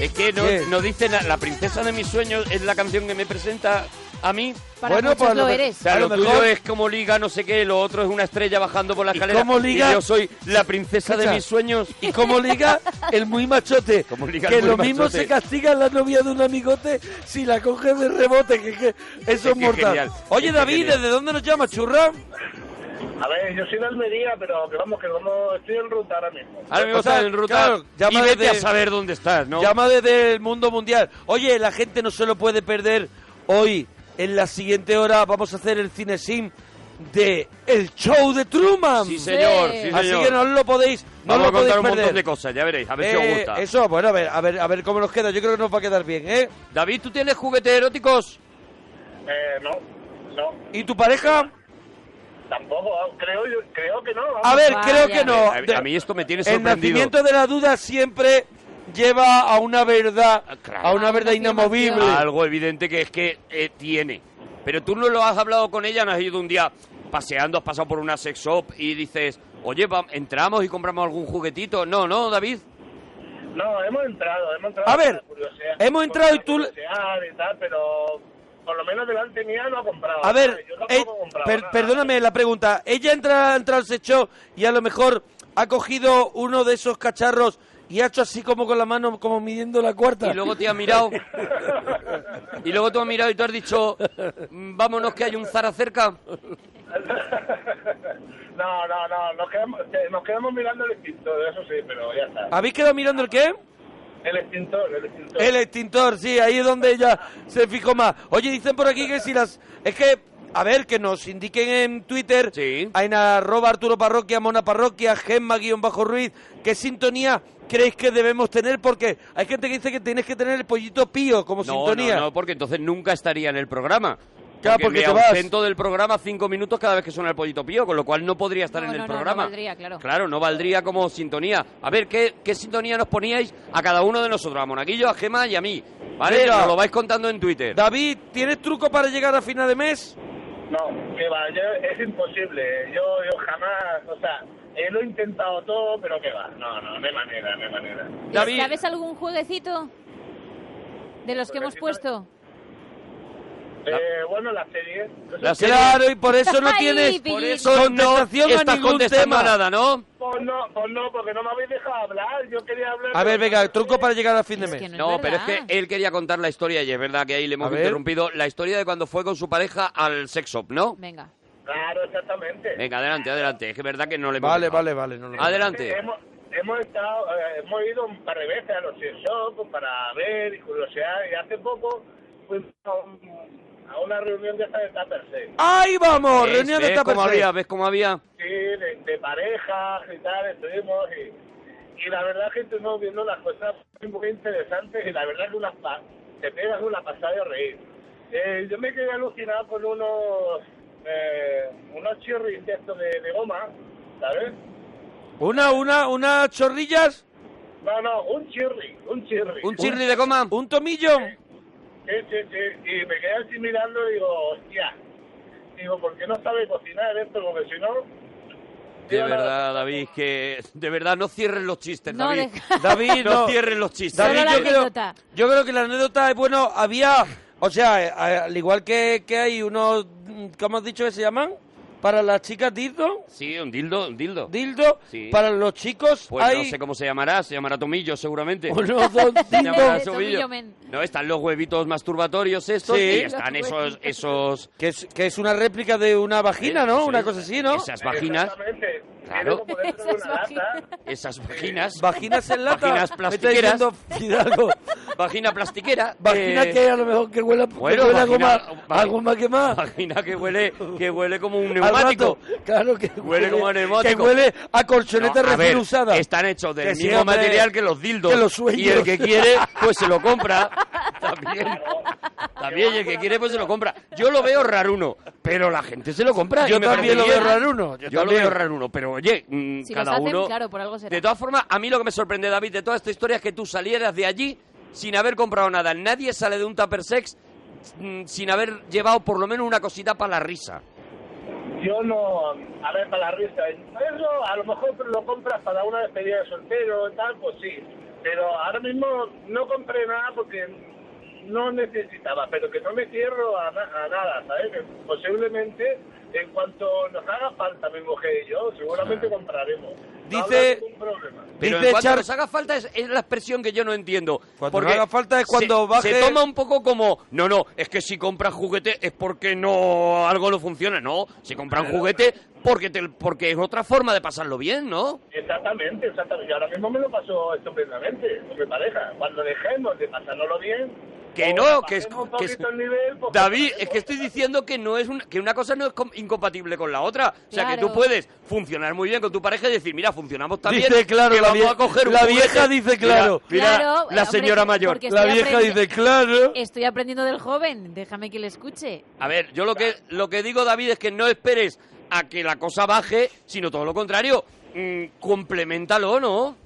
[SPEAKER 2] es que no,
[SPEAKER 1] ¿Qué?
[SPEAKER 2] no dice nada. La princesa de mis sueños es la canción que me presenta a mí.
[SPEAKER 3] Para
[SPEAKER 1] Bueno,
[SPEAKER 3] muchos
[SPEAKER 1] pues
[SPEAKER 3] lo
[SPEAKER 1] lo-
[SPEAKER 3] eres.
[SPEAKER 2] O sea,
[SPEAKER 1] A
[SPEAKER 2] lo
[SPEAKER 1] lo
[SPEAKER 2] tuyo
[SPEAKER 1] mejor-
[SPEAKER 2] es como liga, no sé qué, lo otro es una estrella bajando por la
[SPEAKER 1] ¿Y
[SPEAKER 2] escalera.
[SPEAKER 1] cómo liga?
[SPEAKER 2] Y yo soy la princesa de
[SPEAKER 1] Escucha.
[SPEAKER 2] mis sueños.
[SPEAKER 1] Y como liga, el muy machote.
[SPEAKER 2] Como liga el
[SPEAKER 1] que
[SPEAKER 2] muy
[SPEAKER 1] lo mismo
[SPEAKER 2] machote.
[SPEAKER 1] se castiga a la novia de un amigote si la coge de rebote, que, que eso es,
[SPEAKER 2] que
[SPEAKER 1] mortal.
[SPEAKER 2] genial,
[SPEAKER 1] Oye,
[SPEAKER 2] es que
[SPEAKER 1] David,
[SPEAKER 2] genial.
[SPEAKER 1] ¿desde dónde nos llama, churra?
[SPEAKER 10] A ver, yo soy de Almería, pero que vamos, que vamos, estoy en ruta ahora mismo.
[SPEAKER 2] Ahora mismo
[SPEAKER 1] O sea,
[SPEAKER 2] estás en ruta
[SPEAKER 1] claro,
[SPEAKER 2] y
[SPEAKER 1] llama
[SPEAKER 2] vete
[SPEAKER 1] desde-
[SPEAKER 2] a saber dónde estás, ¿no?
[SPEAKER 1] Llama desde el mundo mundial. Oye, la gente no se lo puede perder hoy. En la siguiente hora vamos a hacer el cine sim de El Show de Truman.
[SPEAKER 2] Sí, señor,
[SPEAKER 3] Sí.
[SPEAKER 2] sí,
[SPEAKER 1] Así
[SPEAKER 2] señor.
[SPEAKER 1] que no lo podéis, no
[SPEAKER 2] Vamos
[SPEAKER 1] lo
[SPEAKER 2] a
[SPEAKER 1] podéis
[SPEAKER 2] contar un
[SPEAKER 1] perder.
[SPEAKER 2] montón de cosas, ya veréis, a ver si os
[SPEAKER 1] Eh,
[SPEAKER 2] gusta.
[SPEAKER 1] Eso, bueno, a ver, a ver, a ver cómo nos queda. Yo creo que nos va a quedar bien, ¿eh?
[SPEAKER 2] David, ¿tú tienes juguetes eróticos?
[SPEAKER 10] Eh, no, no,
[SPEAKER 1] ¿Y tu pareja?
[SPEAKER 10] tampoco, ah, creo, yo- creo que no. ah. vamos.
[SPEAKER 1] A ver,
[SPEAKER 3] Vaya.
[SPEAKER 1] creo que no.
[SPEAKER 2] A, a mí esto me tiene
[SPEAKER 1] el
[SPEAKER 2] sorprendido.
[SPEAKER 1] nacimiento de la duda siempre lleva a una verdad,
[SPEAKER 2] Ah, claro.
[SPEAKER 1] a
[SPEAKER 3] A una
[SPEAKER 1] una verdad inamovible.
[SPEAKER 3] afirmación.
[SPEAKER 2] Algo evidente que es que eh, tiene. Pero tú no lo has hablado con ella, no has ido un día paseando, has pasado por una sex shop y dices, oye, va- entramos y compramos algún juguetito. No, no, David.
[SPEAKER 10] No, hemos entrado, hemos entrado.
[SPEAKER 1] A
[SPEAKER 10] por
[SPEAKER 1] ver,
[SPEAKER 10] la curiosidad-
[SPEAKER 1] hemos
[SPEAKER 10] por
[SPEAKER 1] entrado y
[SPEAKER 10] la
[SPEAKER 1] tú-
[SPEAKER 10] curiosidad y tal, pero por lo menos delante mía no ha comprado.
[SPEAKER 1] A ver,
[SPEAKER 10] ¿sabes? Yo tampoco he
[SPEAKER 1] eh,
[SPEAKER 10] comprado
[SPEAKER 1] per-
[SPEAKER 10] nada.
[SPEAKER 1] perdóname la pregunta. Ella entra, entra al secho y a lo mejor ha cogido uno de esos cacharros y ha hecho así como con la mano, como midiendo la cuarta.
[SPEAKER 2] Y luego te has mirado. y luego tú has mirado y tú has dicho, "Mm, vámonos que hay un Zara cerca.
[SPEAKER 10] No, no, no, nos quedamos, eh, nos quedamos mirando el extintor, eso sí, pero ya está.
[SPEAKER 1] ¿Habéis quedado mirando el qué?
[SPEAKER 10] El extintor, el extintor.
[SPEAKER 1] El extintor, sí, ahí es donde ella se fijó más. Oye, dicen por aquí que si las... Es que, a ver, que nos indiquen en Twitter,
[SPEAKER 2] Sí.
[SPEAKER 1] en arroba Arturo Parroquia, Mona Parroquia, Gemma-Ruiz, qué sintonía creéis que debemos tener, porque hay gente que dice que tienes que tener el pollito pío como
[SPEAKER 2] No,
[SPEAKER 1] sintonía.
[SPEAKER 2] no, no, porque entonces nunca estaría en el programa.
[SPEAKER 1] Claro, porque
[SPEAKER 2] me
[SPEAKER 1] te vas.
[SPEAKER 2] ausento del programa cinco minutos cada vez que suena el pollito pío, con lo cual no podría estar
[SPEAKER 3] No,
[SPEAKER 2] en el
[SPEAKER 3] no, no,
[SPEAKER 2] programa.
[SPEAKER 3] no valdría, claro.
[SPEAKER 2] no valdría como sintonía. A ver, ¿qué, qué sintonía nos poníais a cada uno de nosotros? A Monaguillo, a Gema y a mí. ¿Vale?
[SPEAKER 1] Venga.
[SPEAKER 2] Nos lo vais contando en Twitter.
[SPEAKER 1] David, ¿tienes truco para llegar a final de mes?
[SPEAKER 10] No, que va, yo- es imposible. Yo, yo jamás, o sea, eh, lo he intentado todo, pero que va. No, no, no hay manera, no hay manera.
[SPEAKER 3] ¿Y
[SPEAKER 2] David.
[SPEAKER 3] ¿Sabes algún jueguecito de los que hemos puesto?
[SPEAKER 10] Eh, bueno, la serie. no sé
[SPEAKER 2] La
[SPEAKER 10] si-
[SPEAKER 2] serie.
[SPEAKER 1] Claro, y por eso no
[SPEAKER 3] Ay,
[SPEAKER 1] tienes
[SPEAKER 3] Pillín.
[SPEAKER 1] por eso
[SPEAKER 2] no
[SPEAKER 1] contestación a
[SPEAKER 2] estás
[SPEAKER 1] ningún
[SPEAKER 2] contestando
[SPEAKER 1] tema.
[SPEAKER 2] a nada, ¿no?
[SPEAKER 10] Pues no, pues no, porque no me habéis dejado hablar. Yo quería hablar.
[SPEAKER 1] A ver, venga, truco para llegar a fin de
[SPEAKER 3] Es que
[SPEAKER 1] mes.
[SPEAKER 3] no es
[SPEAKER 2] No, pero es
[SPEAKER 3] verdad.
[SPEAKER 2] que él quería contar la historia y es verdad que ahí
[SPEAKER 1] A
[SPEAKER 2] le hemos
[SPEAKER 1] ver.
[SPEAKER 2] interrumpido la historia de cuando fue con su pareja al sex shop, ¿no?
[SPEAKER 3] Venga.
[SPEAKER 10] Claro, exactamente.
[SPEAKER 2] Venga, adelante, adelante. Es que es verdad que no le hemos
[SPEAKER 1] Vale,
[SPEAKER 2] dejado.
[SPEAKER 1] vale, vale. no lo-
[SPEAKER 2] Adelante.
[SPEAKER 10] Hemos, hemos estado, eh, hemos ido un par de veces a los sex shops para ver y curiosear. Y hace poco fuimos a, un- a una reunión de esta de Tupper Sale.
[SPEAKER 1] Ahí vamos,
[SPEAKER 2] ¿Ves?
[SPEAKER 1] reunión de
[SPEAKER 2] ¿Ves
[SPEAKER 1] Tupper
[SPEAKER 2] cómo
[SPEAKER 1] Sale.
[SPEAKER 2] había? ¿Ves cómo había?
[SPEAKER 10] Sí, de, de parejas y tal, estuvimos y, y la verdad que estuvimos viendo las cosas muy, muy interesantes y la verdad que unas pa- te pegas una pasada de reír. Eh, yo me quedé alucinado con unos eh, unos chirris de estos de, de goma, ¿sabes?
[SPEAKER 1] Una, una, unas chorrillas.
[SPEAKER 10] No, no, un chirri, un chirri.
[SPEAKER 1] ¿Un chirri de goma? ¿Un tomillo?
[SPEAKER 10] Sí, sí, sí. Y me quedé así mirando y digo, hostia. Digo, ¿por qué no sabe cocinar esto? Porque si no,
[SPEAKER 2] De verdad, David, que de verdad no cierren los chistes,
[SPEAKER 1] No,
[SPEAKER 2] David.
[SPEAKER 1] deja-
[SPEAKER 2] David, no
[SPEAKER 1] No.
[SPEAKER 2] cierren los chistes.
[SPEAKER 1] David, yo, creo, yo creo que la anécdota es bueno. Había, o sea, eh, al igual que, que hay unos, mm, ¿cómo has dicho que se llaman? Para las chicas dildo.
[SPEAKER 2] Sí, un dildo, un dildo.
[SPEAKER 1] Dildo.
[SPEAKER 2] Sí.
[SPEAKER 1] Para los chicos
[SPEAKER 2] Pues
[SPEAKER 1] hay.
[SPEAKER 2] no sé cómo se llamará, se llamará Tomillo seguramente.
[SPEAKER 1] Uno, dos,
[SPEAKER 2] Se
[SPEAKER 1] dildo.
[SPEAKER 2] llamará
[SPEAKER 1] Tomillo
[SPEAKER 2] Tomillo.
[SPEAKER 1] men.
[SPEAKER 2] No, están los huevitos masturbatorios estos
[SPEAKER 1] Sí.
[SPEAKER 2] y están
[SPEAKER 1] Los
[SPEAKER 2] esos... esos
[SPEAKER 1] que, es, que es una réplica de una vagina, ¿no? Una cosa así, ¿no?
[SPEAKER 2] Eh, Esas vaginas.
[SPEAKER 10] Exactamente.
[SPEAKER 2] Claro.
[SPEAKER 10] Tiene como dentro de una lata.
[SPEAKER 2] Esas vaginas.
[SPEAKER 1] Vaginas en lata.
[SPEAKER 2] Vaginas
[SPEAKER 1] Me está diciendo
[SPEAKER 2] plastiqueras.
[SPEAKER 1] Fidalgo.
[SPEAKER 2] Vagina plastiquera.
[SPEAKER 1] Vagina
[SPEAKER 2] eh,
[SPEAKER 1] que a lo mejor que huela, que
[SPEAKER 2] bueno,
[SPEAKER 1] huela a
[SPEAKER 2] vagina-
[SPEAKER 1] goma-
[SPEAKER 2] vagi-
[SPEAKER 1] a goma quemada.
[SPEAKER 2] Vagina que huele, que huele como un
[SPEAKER 1] Al
[SPEAKER 2] neumático.
[SPEAKER 1] rato, claro que huele,
[SPEAKER 2] como a neumático.
[SPEAKER 1] Que huele a colchoneta
[SPEAKER 2] No, a
[SPEAKER 1] recién
[SPEAKER 2] ver,
[SPEAKER 1] usada.
[SPEAKER 2] Están hechos del
[SPEAKER 1] Que sí,
[SPEAKER 2] mismo
[SPEAKER 1] hombre,
[SPEAKER 2] material que los dildos.
[SPEAKER 1] que los sueños.
[SPEAKER 2] Y el que quiere, pues se lo compra. También. También, y el que quiere, pues se lo compra. Yo lo veo raruno, pero la gente se lo compra. y
[SPEAKER 1] Yo
[SPEAKER 2] me
[SPEAKER 1] también
[SPEAKER 2] parece
[SPEAKER 1] lo
[SPEAKER 2] bien.
[SPEAKER 1] veo raruno, yo
[SPEAKER 2] Yo, lo
[SPEAKER 1] también.
[SPEAKER 2] veo raruno, pero oye, mm,
[SPEAKER 3] Si los
[SPEAKER 2] cada
[SPEAKER 3] hacen,
[SPEAKER 2] uno.
[SPEAKER 3] claro, por algo será.
[SPEAKER 2] De todas formas, a mí lo que me sorprende, David, de toda esta historia es que tú salieras de allí sin haber comprado nada. Nadie sale de un tupper sex mm, sin haber llevado por lo menos una cosita para la risa.
[SPEAKER 10] Yo no, a ver, para la risa. Eso a lo mejor lo compras para una despedida de soltero y tal, pues sí. Pero ahora mismo no compré nada porque no necesitaba, pero que no me cierro a, na- a nada, ¿sabes? Que posiblemente en cuanto nos haga falta mi mujer y yo, seguramente compraremos. No habrá
[SPEAKER 1] Dice-
[SPEAKER 10] ningún problema.
[SPEAKER 2] Pero
[SPEAKER 1] Dice
[SPEAKER 2] en cuanto
[SPEAKER 1] Char-
[SPEAKER 2] nos haga falta es, es la expresión que yo no entiendo.
[SPEAKER 1] Cuando nos haga falta es cuando
[SPEAKER 2] se,
[SPEAKER 1] baje-
[SPEAKER 2] Se toma un poco como, no, no, es que si compras juguete es porque no algo no funciona. No, si compras un juguete porque, te- porque es otra forma de pasarlo bien, ¿no?
[SPEAKER 10] Exactamente, exactamente. Y ahora mismo me lo pasó estupendamente con mi pareja. Cuando dejemos de pasárnoslo bien...
[SPEAKER 2] Que
[SPEAKER 10] o
[SPEAKER 2] no, que es-
[SPEAKER 10] Oh, bajemos un
[SPEAKER 2] que es-
[SPEAKER 10] poquito el nivel, pues,
[SPEAKER 2] David, es que estoy diciendo que no es una, que una cosa no es com- incompatible con la otra. O sea, que
[SPEAKER 1] Claro.
[SPEAKER 2] tú puedes funcionar muy bien con tu pareja y decir, mira, funcionamos también.
[SPEAKER 1] Dice claro,
[SPEAKER 2] que
[SPEAKER 1] la
[SPEAKER 2] vamos
[SPEAKER 1] vie-
[SPEAKER 2] a coger un
[SPEAKER 1] la
[SPEAKER 2] juguete".
[SPEAKER 1] vieja dice
[SPEAKER 2] Mira,
[SPEAKER 1] claro.
[SPEAKER 2] mira,
[SPEAKER 3] Claro,
[SPEAKER 2] la
[SPEAKER 3] hombre,
[SPEAKER 2] señora mayor.
[SPEAKER 3] porque La estoy vieja aprende- dice,
[SPEAKER 1] claro.
[SPEAKER 3] Estoy aprendiendo del joven, déjame que le escuche.
[SPEAKER 2] A ver, yo lo que, lo que digo, David, es que no esperes a que la cosa baje, sino todo lo contrario. Mm, complementalo, ¿no?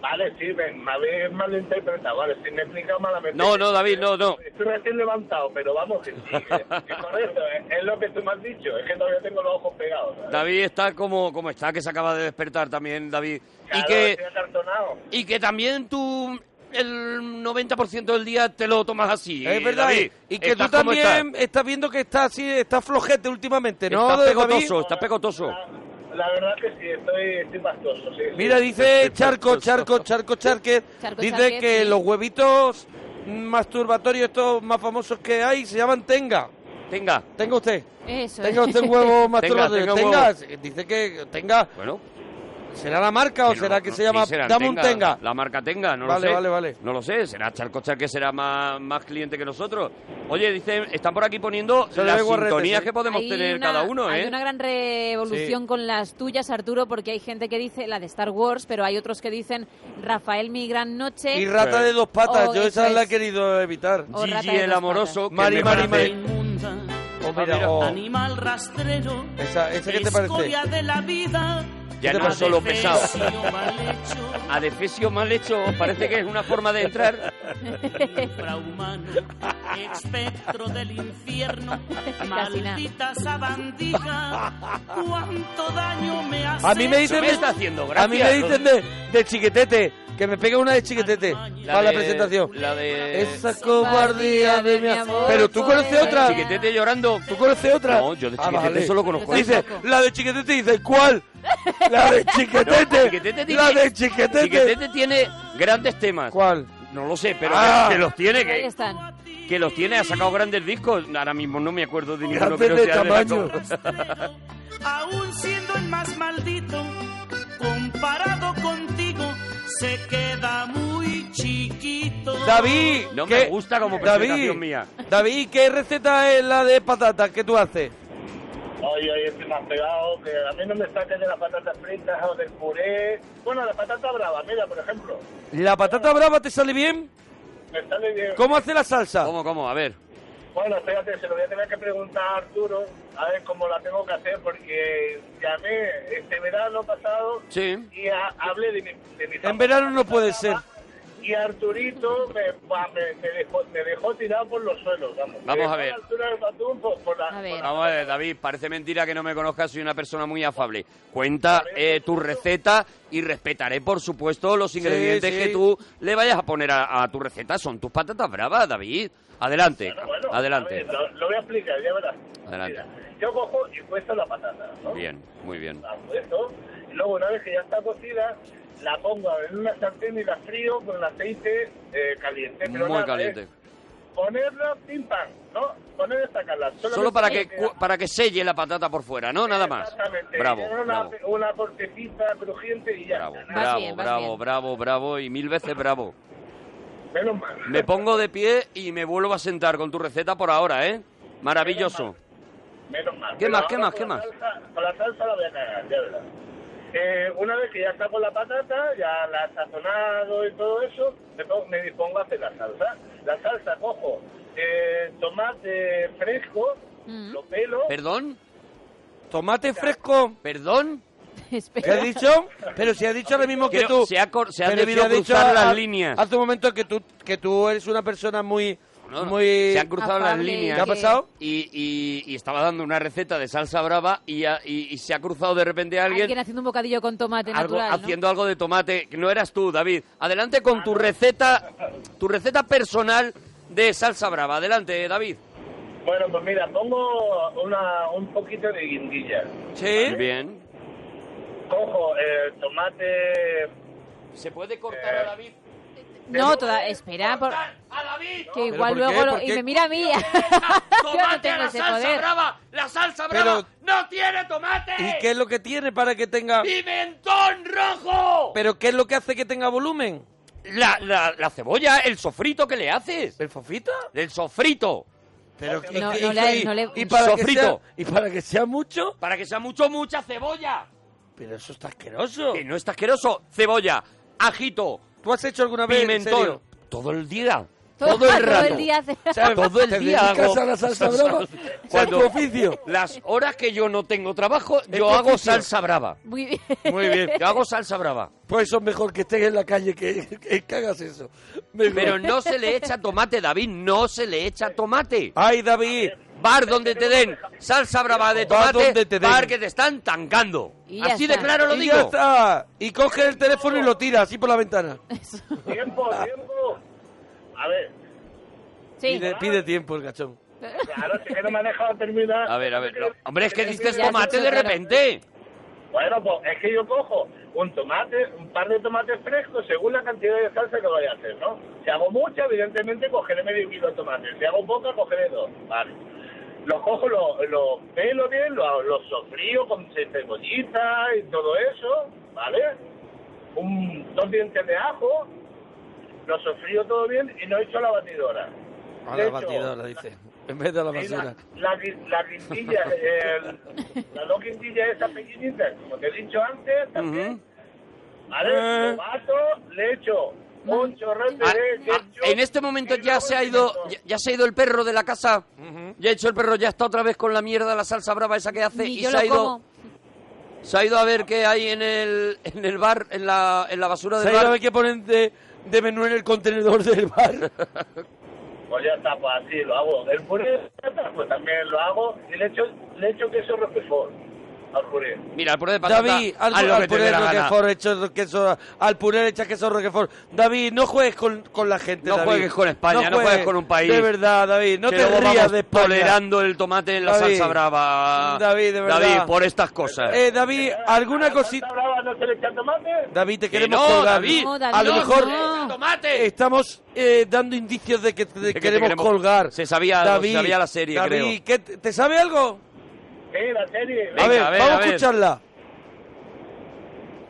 [SPEAKER 10] Vale, sí, me, me habéis malinterpretado, vale, si me he explicado malamente.
[SPEAKER 2] No, no, David, no, no.
[SPEAKER 10] Estoy recién levantado, pero vamos, que sí, que- que correcto, es, es lo que tú me has dicho, es que todavía tengo los ojos pegados. ¿sabes?
[SPEAKER 2] David está como, como está, que se acaba de despertar también, David. Y
[SPEAKER 10] Claro,
[SPEAKER 2] que,
[SPEAKER 10] estoy acartonado.
[SPEAKER 2] y que también tú el 90% del día te lo tomas así.
[SPEAKER 1] Es verdad.
[SPEAKER 2] David.
[SPEAKER 1] y que tú
[SPEAKER 2] ¿eh? ¿Estás como estás?
[SPEAKER 1] también estás? viendo que está así, está flojete últimamente, ¿no?
[SPEAKER 2] Estás
[SPEAKER 1] David?
[SPEAKER 2] pegotoso, estás pegotoso.
[SPEAKER 10] La verdad que sí, estoy, estoy pastoso, sí. sí.
[SPEAKER 1] Mira, dice Charco, Charco, Charco, Charque.
[SPEAKER 10] Charco,
[SPEAKER 1] dice
[SPEAKER 10] Charque,
[SPEAKER 1] que
[SPEAKER 10] sí.
[SPEAKER 1] los huevitos masturbatorios estos más famosos que hay se llaman tenga.
[SPEAKER 2] Tenga.
[SPEAKER 1] Tenga usted.
[SPEAKER 3] Eso
[SPEAKER 1] Tenga
[SPEAKER 3] es.
[SPEAKER 1] usted un huevo
[SPEAKER 2] Tenga,
[SPEAKER 1] masturbatorio.
[SPEAKER 2] tenga
[SPEAKER 1] Tenga,
[SPEAKER 2] un
[SPEAKER 1] dice que tenga.
[SPEAKER 2] Bueno.
[SPEAKER 1] ¿Será la marca o
[SPEAKER 2] no,
[SPEAKER 1] será que
[SPEAKER 2] no,
[SPEAKER 1] se llama
[SPEAKER 2] sí, será
[SPEAKER 1] Dame un tenga?
[SPEAKER 2] La marca tenga, no
[SPEAKER 1] Vale,
[SPEAKER 2] lo sé.
[SPEAKER 1] vale, vale.
[SPEAKER 2] No lo sé, será Charco Char que será más, más cliente que nosotros. Oye, dicen, están por aquí poniendo
[SPEAKER 1] Se le
[SPEAKER 2] las
[SPEAKER 1] ve guarrete,
[SPEAKER 2] sintonías
[SPEAKER 1] sí.
[SPEAKER 2] que podemos
[SPEAKER 3] Hay
[SPEAKER 2] tener
[SPEAKER 3] una-
[SPEAKER 2] cada uno, ¿eh?
[SPEAKER 3] Hay una gran revolución
[SPEAKER 2] Sí.
[SPEAKER 3] con las tuyas, Arturo, porque hay gente que dice la de Star Wars, pero hay otros que dicen Rafael, mi gran noche.
[SPEAKER 1] Y rata de dos patas,
[SPEAKER 3] O
[SPEAKER 1] yo
[SPEAKER 3] Oh, eso
[SPEAKER 1] esa la he
[SPEAKER 3] es.
[SPEAKER 1] querido evitar.
[SPEAKER 3] O Gigi rata de el dos
[SPEAKER 2] patas.
[SPEAKER 3] amoroso,
[SPEAKER 2] que
[SPEAKER 1] Mari,
[SPEAKER 2] me
[SPEAKER 1] Mari,
[SPEAKER 2] parece-
[SPEAKER 1] Mari.
[SPEAKER 12] Oh,
[SPEAKER 1] mira, oh.
[SPEAKER 12] Animal rastrero.
[SPEAKER 1] Esa, esa que te parece.
[SPEAKER 12] Escoria de la vida.
[SPEAKER 2] Ya no es solo pesado.
[SPEAKER 12] adefesio mal hecho,
[SPEAKER 2] A defesio mal hecho, parece que es una forma de entrar.
[SPEAKER 12] infrahumano, espectro del infierno, maldita sabandija, cuánto daño me hace.
[SPEAKER 1] A mí me dicen de, a mí me dicen de, de chiquetete, que me pegue una de chiquetete para la
[SPEAKER 2] de-
[SPEAKER 1] presentación.
[SPEAKER 2] La de...
[SPEAKER 1] Esa cobardía de mi amor. Pero tú
[SPEAKER 5] Pues,
[SPEAKER 1] conoces otra.
[SPEAKER 2] Chiquetete llorando.
[SPEAKER 1] ¿Tú conoces otra? Ah,
[SPEAKER 2] No, yo de Chiquetete solo conozco
[SPEAKER 1] Dice,
[SPEAKER 2] esa.
[SPEAKER 1] la de chiquetete, dice, ¿cuál? La de chiquetete.
[SPEAKER 2] No, Chiquetete tiene-
[SPEAKER 1] la de chiquetete.
[SPEAKER 2] Chiquetete tiene grandes temas.
[SPEAKER 1] ¿Cuál?
[SPEAKER 2] No lo sé, pero
[SPEAKER 1] Ah.
[SPEAKER 2] que, que los tiene,
[SPEAKER 3] Ahí
[SPEAKER 2] que,
[SPEAKER 3] están.
[SPEAKER 2] que los tiene, ha sacado grandes discos. Ahora mismo no me acuerdo de ninguno
[SPEAKER 1] Grandes
[SPEAKER 2] que no
[SPEAKER 1] de
[SPEAKER 2] sea
[SPEAKER 1] tamaño.
[SPEAKER 2] Jacob.
[SPEAKER 12] aún siendo el más maldito, comparado contigo, se queda muy chiquito.
[SPEAKER 1] David,
[SPEAKER 2] No
[SPEAKER 1] ¿qué-
[SPEAKER 2] me gusta como presentación
[SPEAKER 1] David,
[SPEAKER 2] mía.
[SPEAKER 1] David, ¿qué receta es la de patatas que tú haces?
[SPEAKER 10] Oye, oye, estoy más pegado, que a mí no me saquen de las patatas fritas o del puré. Bueno, la patata brava, mira, por ejemplo,
[SPEAKER 1] ¿La patata brava te sale bien?
[SPEAKER 10] me sale bien.
[SPEAKER 1] ¿Cómo hace la salsa?
[SPEAKER 2] ¿Cómo, cómo? A ver.
[SPEAKER 10] Bueno, espérate, se lo voy a tener que preguntar a Arturo, a ver cómo la tengo que hacer, porque llamé este verano pasado
[SPEAKER 1] Sí.
[SPEAKER 10] y ha- hablé de mi, de mi
[SPEAKER 1] En verano no puede ser.
[SPEAKER 10] y Arturito me, va- me- me dejó, me dejó tirado por los suelos, vamos.
[SPEAKER 2] Vamos
[SPEAKER 10] Me dejó
[SPEAKER 2] a ver.
[SPEAKER 10] la altura del batún por- por la- por la-
[SPEAKER 2] Vamos a ver, David, parece mentira que no me conozcas, soy una persona muy afable. Cuenta eh, tu receta y respetaré, por supuesto, los ingredientes
[SPEAKER 1] sí.
[SPEAKER 2] que tú le vayas a poner a, a tu receta. Son tus patatas bravas, David. Adelante,
[SPEAKER 10] Bueno,
[SPEAKER 2] adelante,
[SPEAKER 10] a ver, lo, lo voy a explicar, ya verás.
[SPEAKER 2] adelante.
[SPEAKER 10] Yo cojo y cuesto la patata, ¿no?
[SPEAKER 2] Bien, muy bien.
[SPEAKER 10] La cuesto, y luego una vez que ya está cocida, la pongo en una sartén y la frío con aceite eh, caliente. pero
[SPEAKER 2] Muy
[SPEAKER 10] nada, ¿eh?
[SPEAKER 2] caliente.
[SPEAKER 10] es Ponerla, pim pam, ¿no? Poner destacarla.
[SPEAKER 2] Solo para que, cu- para que selle la patata por fuera, ¿no? Nada más.
[SPEAKER 10] Exactamente.
[SPEAKER 2] Bravo,
[SPEAKER 10] Una,
[SPEAKER 2] bravo,
[SPEAKER 10] una cortecita crujiente y ya. está, nada.
[SPEAKER 2] bravo, bravo, bravo, bravo y mil veces bravo.
[SPEAKER 10] Menos mal.
[SPEAKER 2] Me pongo de pie y me vuelvo a sentar con tu receta por ahora, ¿eh? Maravilloso.
[SPEAKER 10] Menos mal.
[SPEAKER 2] ¿Qué
[SPEAKER 10] Pero
[SPEAKER 2] más, qué
[SPEAKER 10] ahora
[SPEAKER 2] más,
[SPEAKER 10] con
[SPEAKER 2] qué
[SPEAKER 10] la
[SPEAKER 2] más?
[SPEAKER 10] salsa- Con la salsa la voy a cagar, ya verás. Eh, una vez que ya está con la patata, ya la he sazonado y todo eso, me, pongo- me dispongo a hacer la salsa. La salsa cojo eh, tomate fresco, lo pelo.
[SPEAKER 2] ¿Perdón?
[SPEAKER 1] ¿Tomate fresco?
[SPEAKER 2] ¿Perdón?
[SPEAKER 1] ¿Qué has dicho? Pero si has dicho ahora mismo que
[SPEAKER 2] Creo-
[SPEAKER 1] tú...
[SPEAKER 2] se ha cor- se han
[SPEAKER 1] Pero
[SPEAKER 2] debido
[SPEAKER 1] has dicho
[SPEAKER 2] cruzar las
[SPEAKER 1] ha-
[SPEAKER 2] líneas.
[SPEAKER 1] Hace un momento que tú, que tú eres una persona muy...
[SPEAKER 2] No, no,
[SPEAKER 1] muy...
[SPEAKER 2] se han cruzado las líneas.
[SPEAKER 1] ¿Qué ha pasado?
[SPEAKER 2] Y, y- y estaba dando una receta de salsa brava y, ha- y- y se ha cruzado de repente alguien,
[SPEAKER 3] Alguien haciendo un bocadillo con tomate
[SPEAKER 2] algo-
[SPEAKER 3] natural, ¿no?
[SPEAKER 2] haciendo algo de tomate. que No eras tú, David. Adelante con tu receta, tu receta personal de salsa brava. Adelante, David.
[SPEAKER 10] Bueno, pues mira, pongo una, un poquito de guindilla.
[SPEAKER 1] Sí.
[SPEAKER 2] Bien.
[SPEAKER 10] Cojo eh, tomate...
[SPEAKER 2] ¿Se puede cortar a David?
[SPEAKER 3] No, toda, espera, por- que
[SPEAKER 1] ¿Pero
[SPEAKER 3] igual
[SPEAKER 1] por qué?
[SPEAKER 3] luego lo-
[SPEAKER 1] ¿Por
[SPEAKER 3] y
[SPEAKER 1] qué?
[SPEAKER 3] me mira a mí. Yo no
[SPEAKER 5] ¡Tomate a
[SPEAKER 3] tengo
[SPEAKER 5] la
[SPEAKER 3] ese
[SPEAKER 5] salsa
[SPEAKER 3] poder.
[SPEAKER 5] brava! ¡La salsa
[SPEAKER 1] Pero-
[SPEAKER 5] brava no tiene tomate!
[SPEAKER 1] ¿Y qué es lo que tiene para que tenga...?
[SPEAKER 5] ¡Pimentón rojo!
[SPEAKER 1] ¿Pero qué es lo que hace que tenga volumen?
[SPEAKER 2] La, la- la cebolla, el sofrito que le haces.
[SPEAKER 1] ¿El sofrito?
[SPEAKER 2] El sofrito.
[SPEAKER 1] Pero
[SPEAKER 3] No, no le- no le-
[SPEAKER 1] y para que
[SPEAKER 2] Sofrito.
[SPEAKER 1] sea, y para que sea mucho,
[SPEAKER 2] Para que sea mucho, mucha cebolla.
[SPEAKER 1] pero eso está asqueroso.
[SPEAKER 2] Que no está asqueroso. Cebolla, ajito,
[SPEAKER 1] ¿Tú has hecho alguna vez en
[SPEAKER 2] pimentón.
[SPEAKER 1] serio?
[SPEAKER 2] Todo el día.
[SPEAKER 3] Todo-
[SPEAKER 2] Todo, el
[SPEAKER 3] todo
[SPEAKER 2] rato.
[SPEAKER 3] el día hace-
[SPEAKER 2] O sea, todo el
[SPEAKER 1] ¿Te
[SPEAKER 2] día
[SPEAKER 1] dedicas
[SPEAKER 2] hago
[SPEAKER 1] a la salsa brava? ¿Es
[SPEAKER 2] Cuando
[SPEAKER 1] tu oficio?
[SPEAKER 2] Las horas que yo no tengo trabajo, yo
[SPEAKER 1] tu
[SPEAKER 2] hago
[SPEAKER 1] oficio?
[SPEAKER 2] salsa brava.
[SPEAKER 3] Muy bien.
[SPEAKER 1] Muy bien.
[SPEAKER 2] Yo hago salsa brava.
[SPEAKER 1] Pues eso es mejor que estés en la calle que, que, que hagas eso. Mejor.
[SPEAKER 2] Pero no se le echa tomate, David. No se le echa tomate.
[SPEAKER 1] Ay, David.
[SPEAKER 2] Bar donde te den salsa brava de
[SPEAKER 1] Bar
[SPEAKER 2] tomate,
[SPEAKER 1] donde te den.
[SPEAKER 2] bar que te están tangando.
[SPEAKER 3] Y ya
[SPEAKER 2] Así de
[SPEAKER 3] está.
[SPEAKER 2] claro lo
[SPEAKER 1] y ya
[SPEAKER 2] digo.
[SPEAKER 1] está. Y coge el teléfono y lo tira así por la ventana.
[SPEAKER 10] Tiempo, tiempo. A ver,
[SPEAKER 3] Sí.
[SPEAKER 1] Pide, pide tiempo el gachón.
[SPEAKER 10] claro, es que no me ha dejado terminar.
[SPEAKER 2] A ver, a ver. lo- hombre, es que dices
[SPEAKER 3] Ya has
[SPEAKER 2] tomate
[SPEAKER 3] dicho,
[SPEAKER 2] de
[SPEAKER 3] claro.
[SPEAKER 2] repente.
[SPEAKER 10] Bueno, pues es que yo cojo un tomate, un par de tomates frescos según la cantidad de salsa que vaya a hacer, ¿no? Si hago mucha, evidentemente cogeré medio kilo de tomate. Si hago poca, cogeré dos. Vale. Los cojo, los lo pelo bien, los lo sofrío con cebollita y todo eso, ¿vale? Un, dos dientes de ajo, lo sofrío todo bien y lo echo a la batidora.
[SPEAKER 1] A
[SPEAKER 10] De
[SPEAKER 1] la
[SPEAKER 10] hecho,
[SPEAKER 1] batidora, dice. En vez de la
[SPEAKER 10] Sí,
[SPEAKER 1] basura.
[SPEAKER 10] La, la, gui- la guindilla, eh, la no guindilla esa pequeñita, como te he dicho antes, también. Vale,
[SPEAKER 1] Eh.
[SPEAKER 10] lo bato, le echo un chorrete
[SPEAKER 2] Ah,
[SPEAKER 10] de
[SPEAKER 2] ah,
[SPEAKER 10] ketchup.
[SPEAKER 2] en este momento
[SPEAKER 10] y
[SPEAKER 2] ya
[SPEAKER 10] luego
[SPEAKER 2] se ha
[SPEAKER 10] el
[SPEAKER 2] ido
[SPEAKER 10] pimentón.
[SPEAKER 2] ya, ya se ha ido el perro de la casa.
[SPEAKER 1] Ujú.
[SPEAKER 2] Ya ha hecho el perro, ya está otra vez con la mierda, la salsa brava esa que hace
[SPEAKER 3] Ni
[SPEAKER 2] y
[SPEAKER 3] yo
[SPEAKER 2] se ha
[SPEAKER 3] lo
[SPEAKER 2] ido
[SPEAKER 3] como.
[SPEAKER 2] se ha ido a ver qué hay en el en el bar, en la en la basura del
[SPEAKER 1] ¿Sabéis lo
[SPEAKER 2] bar.
[SPEAKER 1] que ponen de, de menú en el contenedor del bar?
[SPEAKER 10] Pues ya está, pues así lo hago. El puré de patata, pues también lo hago y le echo, le echo queso roquefort al puré.
[SPEAKER 2] Mira, el puré de patata.
[SPEAKER 1] David, al,
[SPEAKER 2] haz lo
[SPEAKER 1] al
[SPEAKER 2] que te
[SPEAKER 1] puré
[SPEAKER 2] dé la gana.
[SPEAKER 1] Roquefort, hecho queso, al puré le echas queso Roquefort. David, no juegues con, con la gente,
[SPEAKER 2] No
[SPEAKER 1] David.
[SPEAKER 2] juegues con España, no juegues con un país.
[SPEAKER 1] De verdad, David, no
[SPEAKER 2] Que
[SPEAKER 1] te
[SPEAKER 2] luego
[SPEAKER 1] rías
[SPEAKER 2] vamos
[SPEAKER 1] de España.
[SPEAKER 2] tolerando el tomate en la
[SPEAKER 1] David,
[SPEAKER 2] salsa brava.
[SPEAKER 1] David, de verdad.
[SPEAKER 2] David, por estas cosas.
[SPEAKER 1] Eh, David,
[SPEAKER 2] ah,
[SPEAKER 1] alguna
[SPEAKER 10] ¿Está
[SPEAKER 1] cosita...
[SPEAKER 10] brava no se le echa tomate?
[SPEAKER 1] David, te
[SPEAKER 2] Que
[SPEAKER 1] queremos
[SPEAKER 2] no,
[SPEAKER 1] colgar.
[SPEAKER 2] David,
[SPEAKER 3] No,
[SPEAKER 1] a
[SPEAKER 3] David,
[SPEAKER 1] lo mejor
[SPEAKER 3] no.
[SPEAKER 2] tomate.
[SPEAKER 1] estamos eh, dando indicios de que te,
[SPEAKER 2] que te
[SPEAKER 1] queremos,
[SPEAKER 2] queremos-
[SPEAKER 1] colgar.
[SPEAKER 2] Se sabía algo, se sabía la serie,
[SPEAKER 1] David, ¿qué te, te sabe algo?
[SPEAKER 10] Sí, la serie.
[SPEAKER 2] Venga,
[SPEAKER 1] a ver,
[SPEAKER 2] a ver,
[SPEAKER 1] vamos
[SPEAKER 2] a ver.
[SPEAKER 1] escucharla.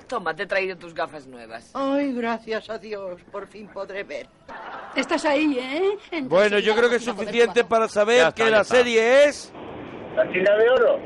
[SPEAKER 7] Toma, te he traído tus gafas nuevas.
[SPEAKER 8] Ay, gracias a Dios, por fin podré ver.
[SPEAKER 9] Estás ahí, ¿eh? Entra
[SPEAKER 1] Bueno,
[SPEAKER 9] enseguida
[SPEAKER 1] yo
[SPEAKER 9] a
[SPEAKER 1] creo
[SPEAKER 9] la
[SPEAKER 1] que es
[SPEAKER 9] cocina a comer
[SPEAKER 1] suficiente
[SPEAKER 9] tu
[SPEAKER 1] para saber
[SPEAKER 2] Ya está,
[SPEAKER 1] que
[SPEAKER 2] ya
[SPEAKER 1] la
[SPEAKER 2] está.
[SPEAKER 1] serie es...
[SPEAKER 10] La chica de oro.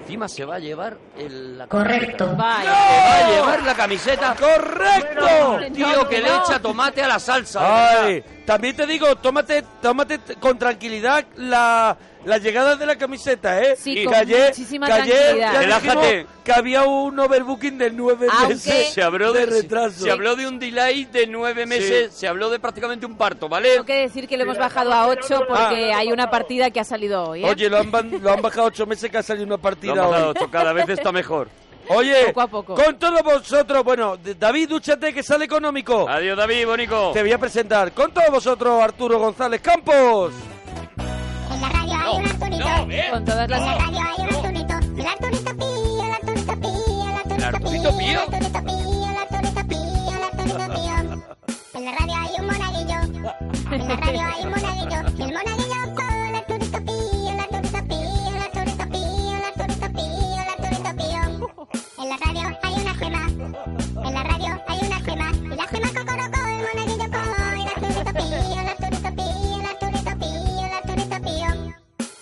[SPEAKER 2] Encima se va a llevar el, la
[SPEAKER 13] Correcto.
[SPEAKER 2] camiseta.
[SPEAKER 13] Vaya.
[SPEAKER 2] Se va a llevar la camiseta.
[SPEAKER 1] ¡Correcto!
[SPEAKER 2] Tío, que le echa tomate a la salsa.
[SPEAKER 1] Ay, también te digo, tómate, tómate t- con tranquilidad la, la llegada de la camiseta, ¿eh?
[SPEAKER 3] Sí,
[SPEAKER 1] Que
[SPEAKER 3] con
[SPEAKER 1] ayer-
[SPEAKER 3] muchísima
[SPEAKER 1] que ayer
[SPEAKER 3] tranquilidad.
[SPEAKER 1] ya
[SPEAKER 2] Relájate.
[SPEAKER 1] dijimos Que había un overbooking de nueve
[SPEAKER 3] Aunque-
[SPEAKER 1] meses.
[SPEAKER 2] Se habló de,
[SPEAKER 1] retraso.
[SPEAKER 2] Se habló de un delay de nueve meses. Se habló de prácticamente un parto, ¿vale?
[SPEAKER 3] Tengo que decir que le hemos bajado a 8 porque hay una partida que ha salido hoy. ¿eh?
[SPEAKER 1] Oye, lo han, ban- lo han bajado ocho meses que ha salido una partida.
[SPEAKER 2] Lo han bajado
[SPEAKER 1] hoy.
[SPEAKER 2] ocho, cada vez está mejor.
[SPEAKER 1] Oye,
[SPEAKER 3] Poco a poco.
[SPEAKER 1] con todos vosotros, bueno, D- David, dúchate que sale económico.
[SPEAKER 2] Adiós, David, bonito.
[SPEAKER 1] Te voy a presentar con todos vosotros Arturo González Campos.
[SPEAKER 13] En la radio hay un Arturito.
[SPEAKER 3] Con todas las.
[SPEAKER 13] En la radio hay un Arturito. El Arturito pío, el Arturito pío, el Arturito, pío. El Arturito pío, el Arturito pío, el Arturito pío. En la radio hay un monaguillo. En la radio hay un monaguillo. El monaguillo con el Arturito pío, el Arturito pío, el Arturito pío, el Arturito pío, el Arturito pío. En la radio hay una gema. En la radio hay una gema. Y la gema cocorocó, el monaguillo con el Arturito pío, el Arturito pío, el Arturito pío, el Arturito pío.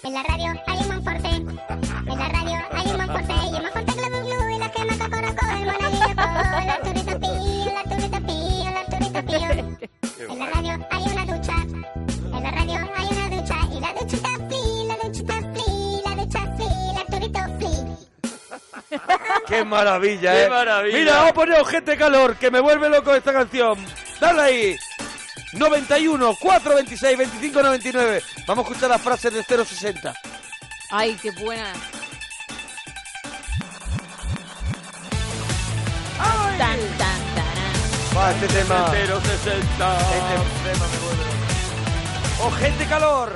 [SPEAKER 13] En la radio hay un Monforte. En la radio hay un Monforte. Y un Monforte glu glu glu. Y la gema cocorocó. El monaguillo co. El Arturito pío. El Arturito pío. El Arturito pío. En la radio hay una ducha. En la radio hay una ducha. Y la duchita pli. La duchita pli. La ducha pli. El Arturito pli.
[SPEAKER 1] ¡Qué maravilla,
[SPEAKER 2] ¡Qué
[SPEAKER 1] eh!
[SPEAKER 2] maravilla!
[SPEAKER 1] Mira, vamos a poner Gente Calor, que me vuelve loco esta canción. ¡Dale ahí! 91, 4, 26, 25, 99. Vamos a escuchar las frases de 060.
[SPEAKER 3] Ay, qué buena. Tan, tan, tan.
[SPEAKER 1] Va, este tema.
[SPEAKER 2] 060.
[SPEAKER 1] Este tema me vuelve loco. ¡Oh, Gente Calor!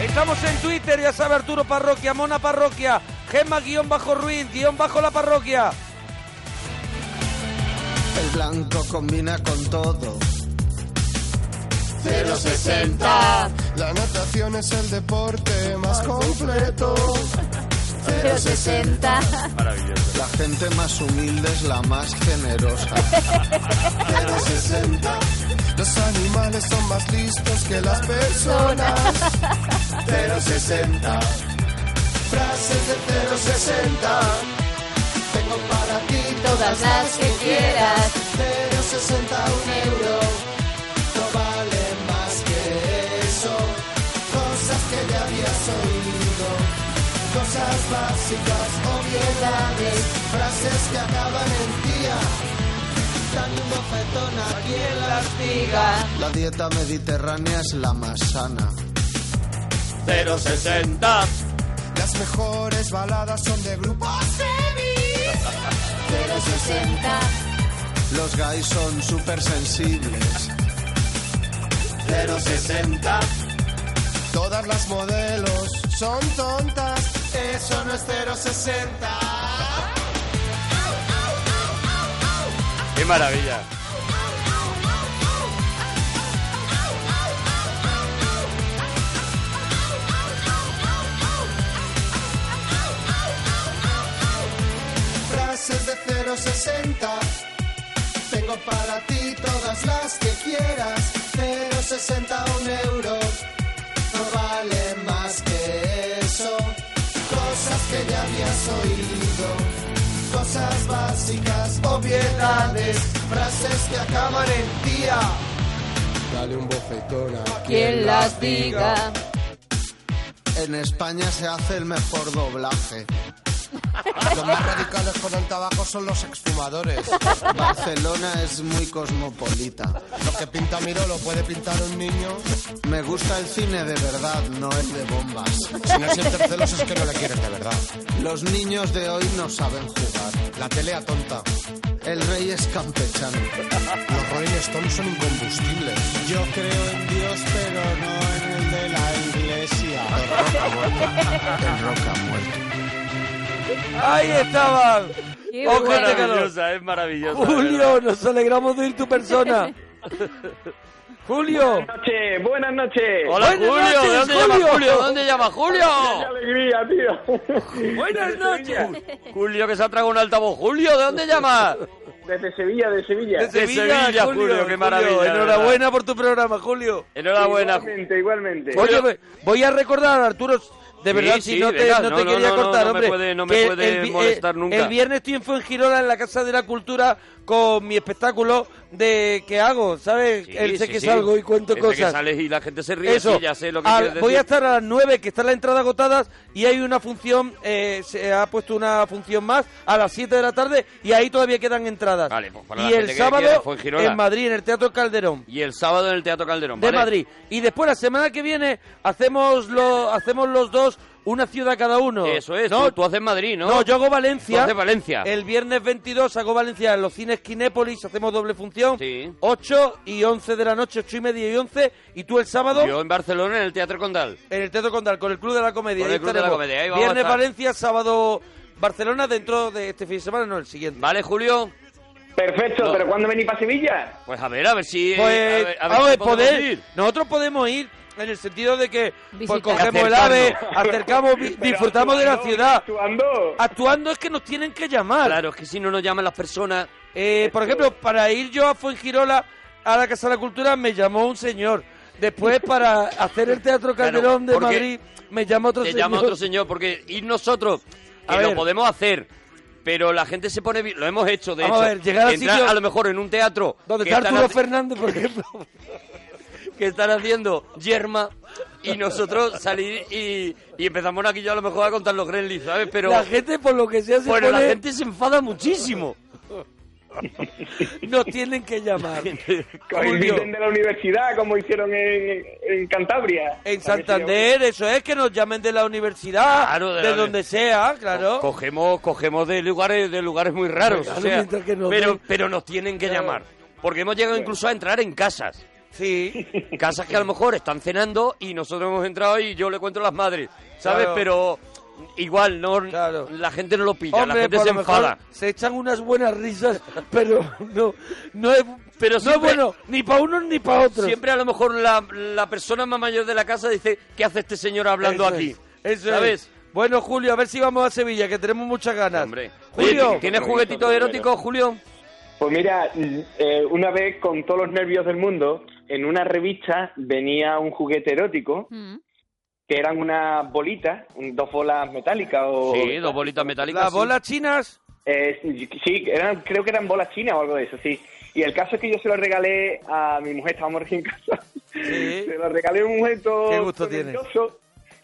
[SPEAKER 1] Estamos en Twitter, ya sabe Arturo Parroquia, Mona Parroquia, Gemma guión bajo Ruiz, guión bajo la parroquia.
[SPEAKER 14] El blanco combina con todo.
[SPEAKER 15] 060.
[SPEAKER 14] La natación es el deporte más completo.
[SPEAKER 15] 060.
[SPEAKER 14] Maravilloso. La gente más humilde es la más generosa. 060. Los animales son más listos que las personas. 060. Frases de 060. Tengo para ti
[SPEAKER 15] Todas las que quieras.
[SPEAKER 14] 060 un euro. No vale más que eso. Cosas que ya habías oído. Cosas básicas, obviedades. Frases que acaban en día. Dando un bofetón a quien las diga. La dieta mediterránea es la más sana.
[SPEAKER 2] 060.
[SPEAKER 14] Las mejores baladas son de grupos heavy. 060. Los gays son súper sensibles. 060. Todas las modelos son tontas. Eso no es 060.
[SPEAKER 2] Qué maravilla.
[SPEAKER 14] Frases de 060. Tengo para ti todas las que quieras. 060 un euro. No vale más que eso. Cosas que ya habías oído. Cosas básicas, obviedades. Frases que acaban en día. Dale un bofetón a
[SPEAKER 15] quien las diga.
[SPEAKER 14] En España se hace el mejor doblaje. Los más radicales con el tabaco son los exfumadores. Barcelona es muy cosmopolita. Lo que pinta Miro lo puede pintar un niño. Me gusta el cine de verdad, no es de bombas.
[SPEAKER 15] Si no sientes celos es que no
[SPEAKER 14] le quieres de verdad. Los niños de hoy no saben jugar. La tele tonta. El rey es campechano. Los Rolling Stones son incombustibles. Yo creo en Dios, pero no en el de la iglesia. El rock ha muerto.
[SPEAKER 1] Ahí estaban.
[SPEAKER 2] Qué
[SPEAKER 1] Oh, Gente Calor.
[SPEAKER 2] maravillosa, es maravillosa.
[SPEAKER 1] Julio, nos alegramos de ir tu persona. Julio.
[SPEAKER 16] Buenas noches, buenas noches.
[SPEAKER 2] Hola, Julio, ¿de dónde llama Julio? ¿Dónde llama Julio?
[SPEAKER 16] ¡Qué alegría, tío!
[SPEAKER 2] Buenas noches. Julio, que se ha tragado un altavoz. Julio, ¿de dónde llamas?
[SPEAKER 16] Desde Sevilla, de Sevilla.
[SPEAKER 1] De Sevilla, Julio, Julio, enhorabuena por tu programa, Julio.
[SPEAKER 2] Enhorabuena.
[SPEAKER 16] Igualmente, igualmente.
[SPEAKER 1] Oye, ve- voy a recordar, Arturo, de
[SPEAKER 2] Sí,
[SPEAKER 1] verdad,
[SPEAKER 2] sí,
[SPEAKER 1] si no te,
[SPEAKER 2] venga,
[SPEAKER 1] no
[SPEAKER 2] no,
[SPEAKER 1] te
[SPEAKER 2] no,
[SPEAKER 1] quería
[SPEAKER 2] no, no,
[SPEAKER 1] cortar,
[SPEAKER 2] no me
[SPEAKER 1] hombre.
[SPEAKER 2] puede- no me
[SPEAKER 1] que
[SPEAKER 2] puede
[SPEAKER 1] vi-
[SPEAKER 2] molestar nunca.
[SPEAKER 1] El viernes estoy en Fuengirola, en la Casa de la Cultura, con mi espectáculo de qué hago, ¿sabes? el sé
[SPEAKER 2] sí,
[SPEAKER 1] que
[SPEAKER 2] sí.
[SPEAKER 1] salgo y cuento
[SPEAKER 2] El sé que
[SPEAKER 1] cosas.
[SPEAKER 2] sales y la gente se ríe,
[SPEAKER 1] Eso.
[SPEAKER 2] sí, ya sé lo que
[SPEAKER 1] Al-
[SPEAKER 2] quieres decir.
[SPEAKER 1] Voy a estar a las 9, que están las entradas agotadas, y hay una función, eh, se ha puesto una función más, a las 7 de la tarde, y ahí todavía quedan entradas.
[SPEAKER 2] pues para la
[SPEAKER 1] y el
[SPEAKER 2] gente que quiera,
[SPEAKER 1] sábado,
[SPEAKER 2] Fuengirola.
[SPEAKER 1] en Madrid, en el Teatro Calderón.
[SPEAKER 2] Y el sábado en el Teatro Calderón,
[SPEAKER 1] de
[SPEAKER 2] ¿vale?
[SPEAKER 1] Madrid. Y después la semana que viene hacemos lo, hacemos los dos una ciudad cada uno.
[SPEAKER 2] Eso es,
[SPEAKER 1] No,
[SPEAKER 2] tú, tú haces Madrid, ¿no?
[SPEAKER 1] no, yo hago Valencia.
[SPEAKER 2] Tú haces Valencia.
[SPEAKER 1] El viernes 22 hago Valencia en los cines Kinépolis, hacemos doble función. 8 y 11 de la noche, 8 y media y 11. Y tú el sábado.
[SPEAKER 2] Yo en Barcelona en el Teatro Condal.
[SPEAKER 1] En el Teatro Condal, con el Club de la Comedia.
[SPEAKER 2] Con el
[SPEAKER 1] ahí
[SPEAKER 2] Club de la
[SPEAKER 1] estaremos.
[SPEAKER 2] Comedia, ahí vamos a
[SPEAKER 1] Viernes
[SPEAKER 2] estar.
[SPEAKER 1] Valencia, sábado Barcelona, dentro de este fin de semana, no el siguiente.
[SPEAKER 2] Vale, Julio.
[SPEAKER 16] Perfecto,
[SPEAKER 1] No.
[SPEAKER 16] pero ¿cuándo venís para Sevilla?
[SPEAKER 2] Pues a ver, a ver si... eh,
[SPEAKER 1] Pues,
[SPEAKER 2] a ver, a ver
[SPEAKER 1] vamos
[SPEAKER 2] si
[SPEAKER 1] a
[SPEAKER 2] podemos
[SPEAKER 1] poder,
[SPEAKER 2] ir.
[SPEAKER 1] nosotros podemos ir en el sentido de que pues,
[SPEAKER 2] Visitar.
[SPEAKER 1] cogemos el ave,
[SPEAKER 2] Acercarnos.
[SPEAKER 1] acercamos, vi-
[SPEAKER 2] Pero
[SPEAKER 1] disfrutamos de la
[SPEAKER 2] actuando,
[SPEAKER 1] ciudad.
[SPEAKER 16] Actuando.
[SPEAKER 1] Actuando es que nos tienen que llamar.
[SPEAKER 2] Claro, es que si no nos llaman las personas...
[SPEAKER 1] Eh, por ejemplo, para ir yo a Fuengirola, a la Casa de la Cultura, me llamó un señor. Después, para hacer el Teatro
[SPEAKER 2] Claro,
[SPEAKER 1] Calderón de
[SPEAKER 2] porque
[SPEAKER 1] Madrid, me llama otro
[SPEAKER 2] Te
[SPEAKER 1] señor.
[SPEAKER 2] llama otro señor, porque ir nosotros,
[SPEAKER 1] A
[SPEAKER 2] que lo
[SPEAKER 1] ver.
[SPEAKER 2] podemos hacer, pero la gente se pone... vi- Lo hemos hecho, de
[SPEAKER 1] Vamos
[SPEAKER 2] hecho.
[SPEAKER 1] a ver, llegar a
[SPEAKER 2] Entrar
[SPEAKER 1] sitios-
[SPEAKER 2] a lo mejor en un teatro...
[SPEAKER 1] Donde
[SPEAKER 2] que
[SPEAKER 1] está
[SPEAKER 2] están
[SPEAKER 1] Arturo
[SPEAKER 2] haci-
[SPEAKER 1] Fernández, por ejemplo.
[SPEAKER 2] que están haciendo yerma y nosotros salir y, y empezamos aquí yo a lo mejor a contar los Gremlins, ¿sabes? Pero
[SPEAKER 1] la gente, por lo que sea, se
[SPEAKER 2] bueno, la
[SPEAKER 1] pone-
[SPEAKER 2] gente se enfada muchísimo.
[SPEAKER 1] Nos tienen que llamar. Julio.
[SPEAKER 16] Coinciden de la universidad, como hicieron en, en Cantabria.
[SPEAKER 1] En Santander, eso es, que nos llamen de la universidad,
[SPEAKER 2] Claro, de
[SPEAKER 1] de,
[SPEAKER 2] la uni-
[SPEAKER 1] donde sea, claro.
[SPEAKER 2] Cogemos, cogemos de lugares, de lugares muy raros,
[SPEAKER 1] Claro,
[SPEAKER 2] o sea,
[SPEAKER 1] mientras que nos
[SPEAKER 2] pero,
[SPEAKER 1] den.
[SPEAKER 2] pero nos tienen que llamar. Porque hemos llegado incluso a entrar en casas.
[SPEAKER 1] Sí.
[SPEAKER 2] Casas que a lo mejor están cenando y nosotros hemos entrado y yo le cuento a las madres, ¿sabes?
[SPEAKER 1] Claro.
[SPEAKER 2] Pero igual, no, la gente no pues lo pilla,
[SPEAKER 1] Hombre,
[SPEAKER 2] la gente
[SPEAKER 1] por
[SPEAKER 2] se
[SPEAKER 1] lo mejor
[SPEAKER 2] enfada.
[SPEAKER 1] se echan unas buenas risas, pero no, no es, pero no es bueno ni para unos ni para otros.
[SPEAKER 2] Siempre a lo mejor la, la persona más mayor de la casa dice, ¿qué hace este señor hablando
[SPEAKER 1] Eso
[SPEAKER 2] aquí?
[SPEAKER 1] es, eso
[SPEAKER 2] ¿Sabes?
[SPEAKER 1] es. Bueno, Julio, a ver si vamos a Sevilla, que tenemos muchas ganas.
[SPEAKER 2] Oye,
[SPEAKER 1] Julio,
[SPEAKER 2] ¿Tienes juguetitos eróticos, Julio?
[SPEAKER 16] Pues mira, mm, eh, una vez con todos los nervios del mundo, en una revista venía un juguete erótico
[SPEAKER 3] ¿Mm?
[SPEAKER 16] que eran unas bolitas, un- dos bolas metálicas o...
[SPEAKER 2] Sí, dos bolitas metálicas, ¿Las sí. bolas
[SPEAKER 1] chinas?
[SPEAKER 16] Eh, sí, eran, creo que eran bolas chinas o algo de eso, sí. Y el caso es que yo se lo regalé a mi mujer, estábamos recién casados. Se lo regalé a un mujer todo,
[SPEAKER 1] Qué gusto
[SPEAKER 16] todo
[SPEAKER 1] tienes.
[SPEAKER 16] nervioso,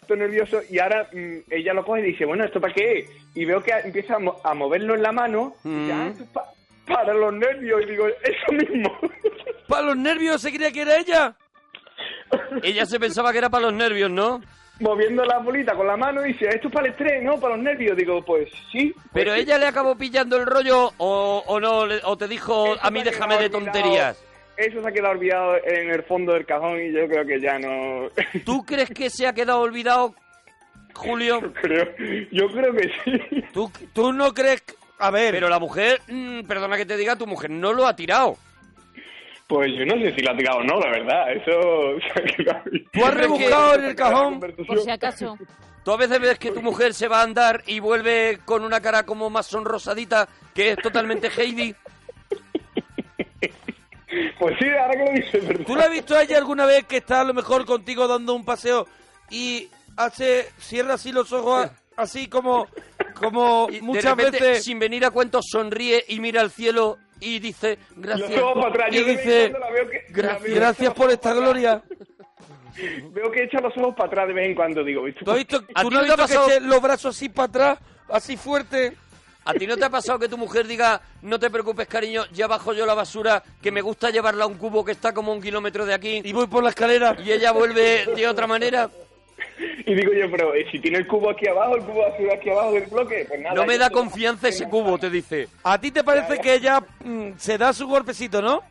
[SPEAKER 16] todo nervioso, y ahora mm, ella lo coge y dice, bueno, ¿esto para qué? es?". Y veo que empieza a, mo- a moverlo en la mano, y
[SPEAKER 2] Mm.
[SPEAKER 16] ya, esto es pa- para los nervios, y digo, eso mismo.
[SPEAKER 1] ¿Para los nervios se creía que era ella?
[SPEAKER 2] Ella se pensaba que era para los nervios, ¿no?
[SPEAKER 16] Moviendo la bolita con la mano y dice, esto es para el estrés, ¿no? Para los nervios. Digo, pues sí.
[SPEAKER 2] Pero ella le acabó pillando el rollo o, o no, le- o te dijo, a mí déjame de tonterías.
[SPEAKER 16] Eso se ha quedado olvidado en el fondo del cajón y yo creo que ya no...
[SPEAKER 2] ¿Tú crees que se ha quedado olvidado, Julio? Yo
[SPEAKER 16] creo, que sí.
[SPEAKER 1] ¿Tú, tú no crees... que- A ver...
[SPEAKER 2] Pero la mujer, mm, perdona que te diga, tu mujer no lo ha tirado.
[SPEAKER 16] Pues yo no sé si la ha tirado o no, la verdad. Eso se ha quedado ahí.
[SPEAKER 2] ¿Tú has rebuscado en el cajón?
[SPEAKER 3] Por si acaso.
[SPEAKER 2] Tú a veces ves que tu mujer se va a andar y vuelve con una cara como más sonrosadita, que es totalmente Heidi.
[SPEAKER 16] Pues sí, ahora que lo dices, ¿verdad?
[SPEAKER 1] ¿Tú la has visto a ella alguna vez que está a lo mejor contigo dando un paseo y hace cierra así los ojos a- así como como
[SPEAKER 2] Y de
[SPEAKER 1] muchas
[SPEAKER 2] repente,
[SPEAKER 1] veces
[SPEAKER 2] sin venir a cuentos, sonríe y mira al cielo y dice, gracias.
[SPEAKER 16] Los ojos para atrás.
[SPEAKER 2] Y
[SPEAKER 16] Yo de vez en
[SPEAKER 2] dice,
[SPEAKER 16] cuando la veo que- la
[SPEAKER 2] "Gracias".
[SPEAKER 16] veo
[SPEAKER 1] gracias por esta gloria?
[SPEAKER 16] Veo que echa los ojos para atrás de vez en cuando, digo. ¿viste?
[SPEAKER 1] ¿Tú, has visto-
[SPEAKER 2] ¿A
[SPEAKER 1] tú
[SPEAKER 2] ti
[SPEAKER 1] no has
[SPEAKER 2] no te ha
[SPEAKER 1] visto que
[SPEAKER 2] pasado-
[SPEAKER 1] eche los brazos así para atrás, así fuerte?
[SPEAKER 2] ¿A ti no te ha pasado que tu mujer diga, no te preocupes, cariño, ya bajo yo la basura, que me gusta llevarla a un cubo que está como a un kilómetro de aquí?
[SPEAKER 1] Y voy por la escalera.
[SPEAKER 2] Y ella vuelve de otra manera.
[SPEAKER 16] Y digo yo, pero eh, si tiene el cubo aquí abajo, el cubo azul aquí abajo del bloque, pues nada.
[SPEAKER 2] No me
[SPEAKER 16] yo
[SPEAKER 2] da
[SPEAKER 16] estoy-
[SPEAKER 2] confianza ese cubo, te dice.
[SPEAKER 1] ¿A ti te parece que ella mm, se da su golpecito, no?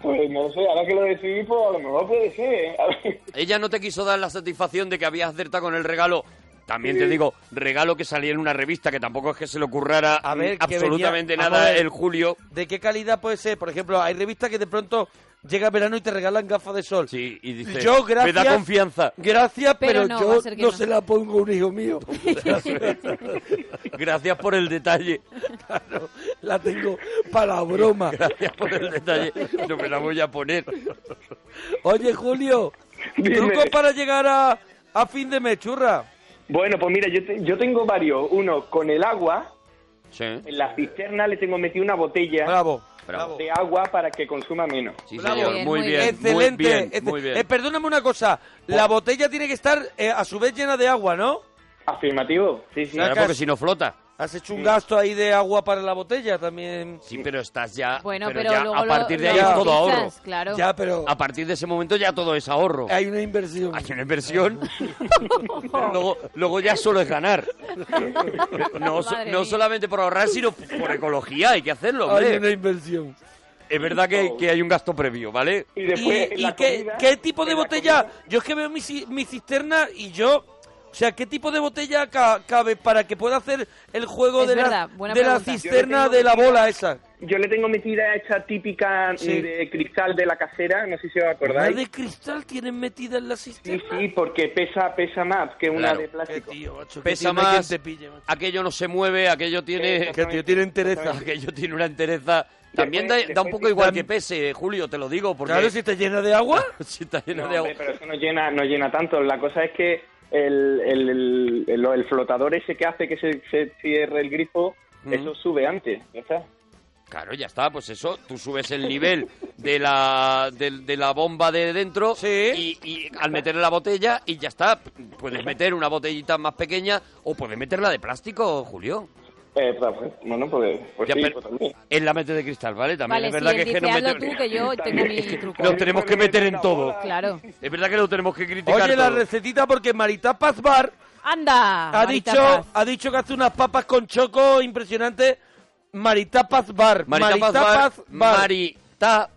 [SPEAKER 16] Pues no sé, ahora que lo decidí, pues a lo mejor puede ser. ¿eh? A ver.
[SPEAKER 2] Ella no te quiso dar la satisfacción de que habías acertado con el regalo. También te digo, regalo que salía en una revista, que tampoco es que se le ocurrara
[SPEAKER 1] A ver,
[SPEAKER 2] mm,
[SPEAKER 1] que venía-
[SPEAKER 2] absolutamente
[SPEAKER 1] vamos
[SPEAKER 2] nada
[SPEAKER 1] a ver.
[SPEAKER 2] el Julio.
[SPEAKER 1] ¿De qué calidad puede ser? Por ejemplo, hay revistas que de pronto llega verano y te regalan gafas de sol.
[SPEAKER 2] Sí, y dice,
[SPEAKER 1] yo
[SPEAKER 2] "Me da
[SPEAKER 1] gracias,
[SPEAKER 2] confianza".
[SPEAKER 1] Gracias,
[SPEAKER 2] Pero
[SPEAKER 1] pero,
[SPEAKER 2] no, va a
[SPEAKER 1] yo
[SPEAKER 2] ser que
[SPEAKER 1] no,
[SPEAKER 2] no.
[SPEAKER 1] se la pongo a un hijo mío.
[SPEAKER 2] Gracias por el detalle.
[SPEAKER 1] Claro, la tengo para la broma.
[SPEAKER 2] Gracias por el detalle. No me la voy a poner.
[SPEAKER 1] Oye, Julio,
[SPEAKER 16] Dime.
[SPEAKER 1] truco para llegar a, a fin de mes, churra.
[SPEAKER 16] Bueno, pues mira, yo, te- yo tengo varios. Uno, con el agua. En la cisterna le tengo metido una botella
[SPEAKER 1] Bravo.
[SPEAKER 16] de agua para que consuma menos.
[SPEAKER 1] Bravo.
[SPEAKER 16] muy
[SPEAKER 1] Excelente.
[SPEAKER 16] bien,
[SPEAKER 1] Excel-
[SPEAKER 16] muy bien.
[SPEAKER 1] Eh, perdóname una cosa. La botella tiene que estar eh, a su vez llena de agua, ¿no?
[SPEAKER 16] Afirmativo, sí, sí.
[SPEAKER 1] Claro, porque si
[SPEAKER 2] no flota.
[SPEAKER 1] Has hecho un gasto ahí de agua para la botella también.
[SPEAKER 2] Sí, pero estás ya.
[SPEAKER 3] Bueno, pero pero ya luego
[SPEAKER 2] a partir de ahí
[SPEAKER 1] Ya.
[SPEAKER 2] es todo ahorro.
[SPEAKER 3] claro.
[SPEAKER 1] Ya, pero-
[SPEAKER 2] A partir de ese momento ya todo es ahorro.
[SPEAKER 1] Hay una inversión.
[SPEAKER 2] Hay una inversión. luego, luego ya solo es ganar. No, so-
[SPEAKER 1] Madre
[SPEAKER 2] no
[SPEAKER 1] mía.
[SPEAKER 2] solamente por ahorrar, sino por ecología. Hay que hacerlo,
[SPEAKER 1] Hay
[SPEAKER 2] hombre.
[SPEAKER 1] una inversión.
[SPEAKER 2] Es verdad que, que hay un gasto previo, ¿vale?
[SPEAKER 1] ¿Y, y qué, qué tipo de botella? Yo es que veo mi, ci- mi cisterna y yo... O sea, ¿qué tipo de botella ca- cabe para que pueda hacer el juego
[SPEAKER 16] Es
[SPEAKER 1] de,
[SPEAKER 16] verdad,
[SPEAKER 1] la,
[SPEAKER 16] buena
[SPEAKER 1] de la
[SPEAKER 16] pregunta.
[SPEAKER 1] cisterna de la bola esa?
[SPEAKER 16] Yo le tengo metida esta típica
[SPEAKER 1] Sí.
[SPEAKER 16] mm, de cristal de la casera, no sé si os acordáis.
[SPEAKER 1] ¿Una de cristal tienen metida en la cisterna?
[SPEAKER 16] Sí, sí, porque pesa, pesa más que una
[SPEAKER 2] Claro.
[SPEAKER 16] de plástico.
[SPEAKER 2] Pesa más. aquello no se mueve, aquello tiene.
[SPEAKER 1] Que tío tiene entereza.
[SPEAKER 2] Aquello tiene una entereza. También da,
[SPEAKER 16] Después-
[SPEAKER 2] da un
[SPEAKER 16] después
[SPEAKER 2] poco igual
[SPEAKER 16] quitan-
[SPEAKER 2] que pese, eh, Julio, te lo digo. Porque
[SPEAKER 1] Claro, si está llena de agua.
[SPEAKER 2] si está lleno
[SPEAKER 16] No,
[SPEAKER 2] de agua.
[SPEAKER 16] hombre, pero eso no llena, no llena tanto. La cosa es que el, el, el, el- el flotador ese que hace que se, se cierre el grifo,
[SPEAKER 1] Mm.
[SPEAKER 16] eso sube antes. Ya está.
[SPEAKER 2] Claro, ya está, pues eso, tú subes el nivel de la, de, de la bomba de dentro y, y al meter la botella y ya está, puedes meter una botellita más pequeña o puedes meterla de plástico, Julio.
[SPEAKER 16] Eh, pues, bueno, pues, pues
[SPEAKER 2] Ya,
[SPEAKER 16] sí,
[SPEAKER 2] pero
[SPEAKER 16] pues también.
[SPEAKER 2] Es la mete de cristal, ¿vale? También
[SPEAKER 3] Vale,
[SPEAKER 2] es verdad
[SPEAKER 3] sí, él
[SPEAKER 2] que es que
[SPEAKER 3] dice,
[SPEAKER 2] nos
[SPEAKER 3] "Hazlo
[SPEAKER 2] metemos-
[SPEAKER 3] tú, que yo tengo mi
[SPEAKER 2] Es que
[SPEAKER 3] truco".
[SPEAKER 2] Nos tenemos que meter en todo.
[SPEAKER 3] Claro.
[SPEAKER 2] Es verdad que lo tenemos que criticar
[SPEAKER 1] Oye, la
[SPEAKER 2] todo.
[SPEAKER 1] recetita porque Marita Paz Bar
[SPEAKER 3] Anda.
[SPEAKER 1] ha
[SPEAKER 3] Marita
[SPEAKER 1] dicho,
[SPEAKER 3] Paz.
[SPEAKER 1] ha dicho que hace unas papas con choco impresionantes. Marita Paz Bar.
[SPEAKER 2] Marita, Paz, Bar, Marita,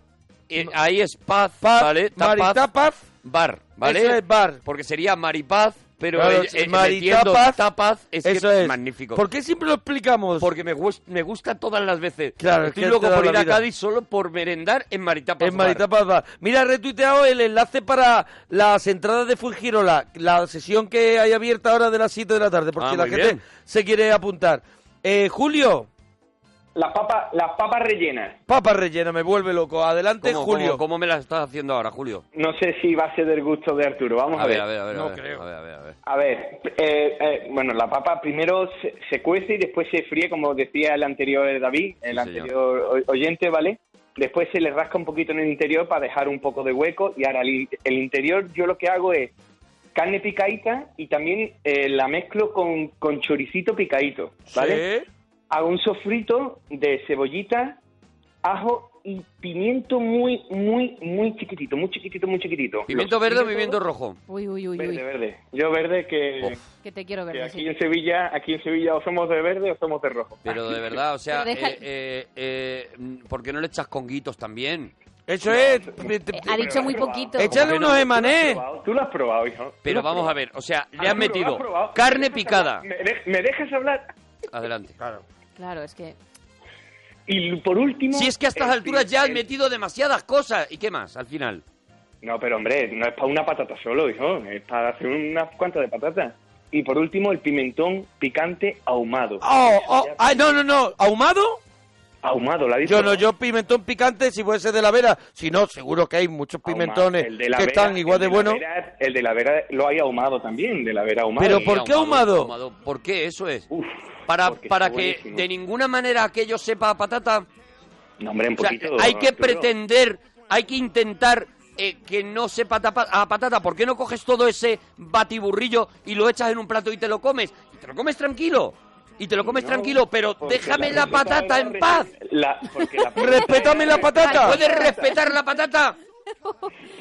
[SPEAKER 2] eh, ahí es Paz, ¿vale? Ta
[SPEAKER 1] Marita Paz
[SPEAKER 2] Bar, ¿vale?
[SPEAKER 1] Eso es bar.
[SPEAKER 2] Porque sería Maripaz, pero
[SPEAKER 1] Claro,
[SPEAKER 2] ella- eh,
[SPEAKER 1] Marita
[SPEAKER 2] metiendo
[SPEAKER 1] Paz,
[SPEAKER 2] tapaz es que
[SPEAKER 1] eso es.
[SPEAKER 2] magnífico.
[SPEAKER 1] ¿Por qué siempre lo explicamos?
[SPEAKER 2] Porque me, gusta me gusta todas las veces.
[SPEAKER 1] Claro, es
[SPEAKER 2] Estoy
[SPEAKER 1] que
[SPEAKER 2] loco
[SPEAKER 1] te da
[SPEAKER 2] por
[SPEAKER 1] la
[SPEAKER 2] ir a
[SPEAKER 1] vida.
[SPEAKER 2] Cádiz solo por merendar en Marita Paz
[SPEAKER 1] Es Marita Paz Bar. Mira, ha retuiteado el enlace para las entradas de Fuengirola, la sesión que hay abierta ahora de las 7 de la tarde, porque
[SPEAKER 2] Ah,
[SPEAKER 1] la
[SPEAKER 2] muy
[SPEAKER 1] gente
[SPEAKER 2] bien.
[SPEAKER 1] se quiere apuntar. Eh, Julio,
[SPEAKER 16] Las papas las papas rellenas.
[SPEAKER 1] papas rellena, me vuelve loco. Adelante,
[SPEAKER 2] ¿Cómo,
[SPEAKER 1] Julio.
[SPEAKER 2] cómo- cómo me la estás haciendo ahora, Julio?
[SPEAKER 16] No sé si va a ser del gusto de Arturo. Vamos a,
[SPEAKER 2] A ver, a ver, a ver. a ver,
[SPEAKER 1] creo.
[SPEAKER 2] A ver, a ver, a ver.
[SPEAKER 16] A ver, eh, eh, bueno, la papa primero se, se cuece y después se fríe, como decía el anterior David, el
[SPEAKER 2] señor.
[SPEAKER 16] anterior o- oyente, ¿vale? Después se le rasca un poquito en el interior para dejar un poco de hueco y ahora el, el interior yo lo que hago es carne picadita y también eh, la mezclo con, con choricito picadito, ¿vale? Hago un sofrito de cebollita, ajo y pimiento muy, muy, muy chiquitito, muy chiquitito, muy chiquitito.
[SPEAKER 2] ¿Pimiento
[SPEAKER 16] Lo
[SPEAKER 2] verde o
[SPEAKER 16] sofrito
[SPEAKER 2] pimiento
[SPEAKER 16] todo.
[SPEAKER 2] rojo?
[SPEAKER 3] Uy, uy, uy,
[SPEAKER 16] Verde,
[SPEAKER 3] uy.
[SPEAKER 16] verde. Yo verde que...
[SPEAKER 3] Que te quiero
[SPEAKER 16] Que
[SPEAKER 3] ver.
[SPEAKER 16] aquí en Sevilla, aquí en Sevilla o somos de verde o somos de rojo.
[SPEAKER 2] Pero de verdad, o sea,
[SPEAKER 3] Pero deja-
[SPEAKER 2] eh, eh, eh, mm, ¿por qué no le echas conguitos también?
[SPEAKER 1] Eso es.
[SPEAKER 3] Ha dicho muy poquito.
[SPEAKER 1] Échale unos emané.
[SPEAKER 16] Tú lo has probado, hijo.
[SPEAKER 2] Pero vamos a ver, o sea, le
[SPEAKER 16] has
[SPEAKER 2] has metido
[SPEAKER 16] probado.
[SPEAKER 2] carne picada.
[SPEAKER 16] ¿Me, de- me dejas hablar?
[SPEAKER 2] Adelante. Claro.
[SPEAKER 3] Claro, es que...
[SPEAKER 16] Y por último...
[SPEAKER 2] Si es que a estas
[SPEAKER 16] el-
[SPEAKER 2] alturas ya han
[SPEAKER 16] el-
[SPEAKER 2] metido demasiadas cosas. ¿Y qué más al final?
[SPEAKER 16] No, pero hombre, no es para una patata solo, hijo. Es para hacer unas cuantas de patatas. Y por último, el pimentón picante ahumado.
[SPEAKER 1] Oh, oh, ay, no, no, no. ¿Ahumado?
[SPEAKER 16] Ahumado, la dicho.
[SPEAKER 1] Yo no, yo pimentón picante si puede ser de la vera. Si no, seguro que hay muchos
[SPEAKER 16] Ahumado.
[SPEAKER 1] pimentones
[SPEAKER 16] El de la
[SPEAKER 1] que
[SPEAKER 16] Vera-
[SPEAKER 1] están igual
[SPEAKER 16] el
[SPEAKER 1] de
[SPEAKER 16] la
[SPEAKER 1] buenos.
[SPEAKER 16] Vera- el de la vera lo hay ahumado también, de la vera ahumado.
[SPEAKER 1] Pero ¿por qué ahumado?
[SPEAKER 2] ¿Por qué eso es? para
[SPEAKER 16] porque
[SPEAKER 2] para
[SPEAKER 16] está
[SPEAKER 2] que
[SPEAKER 16] buenísimo.
[SPEAKER 2] de ninguna manera aquello sepa a patata.
[SPEAKER 16] No, hombre, un
[SPEAKER 2] O sea,
[SPEAKER 16] poquito.
[SPEAKER 2] hay que
[SPEAKER 16] Arturo.
[SPEAKER 2] pretender, hay que intentar eh, que no sepa tapa- a patata. ¿Por qué no coges todo ese batiburrillo y lo echas en un plato y te lo comes? Y te lo comes tranquilo. Y te lo comes
[SPEAKER 16] No,
[SPEAKER 2] tranquilo, pero
[SPEAKER 16] porque
[SPEAKER 2] déjame
[SPEAKER 16] la
[SPEAKER 2] la,
[SPEAKER 16] receta era
[SPEAKER 2] patata en
[SPEAKER 16] re-
[SPEAKER 2] paz.
[SPEAKER 16] La, porque la
[SPEAKER 1] ¡Respétame la patata!
[SPEAKER 2] ¿Puedes respetar la patata?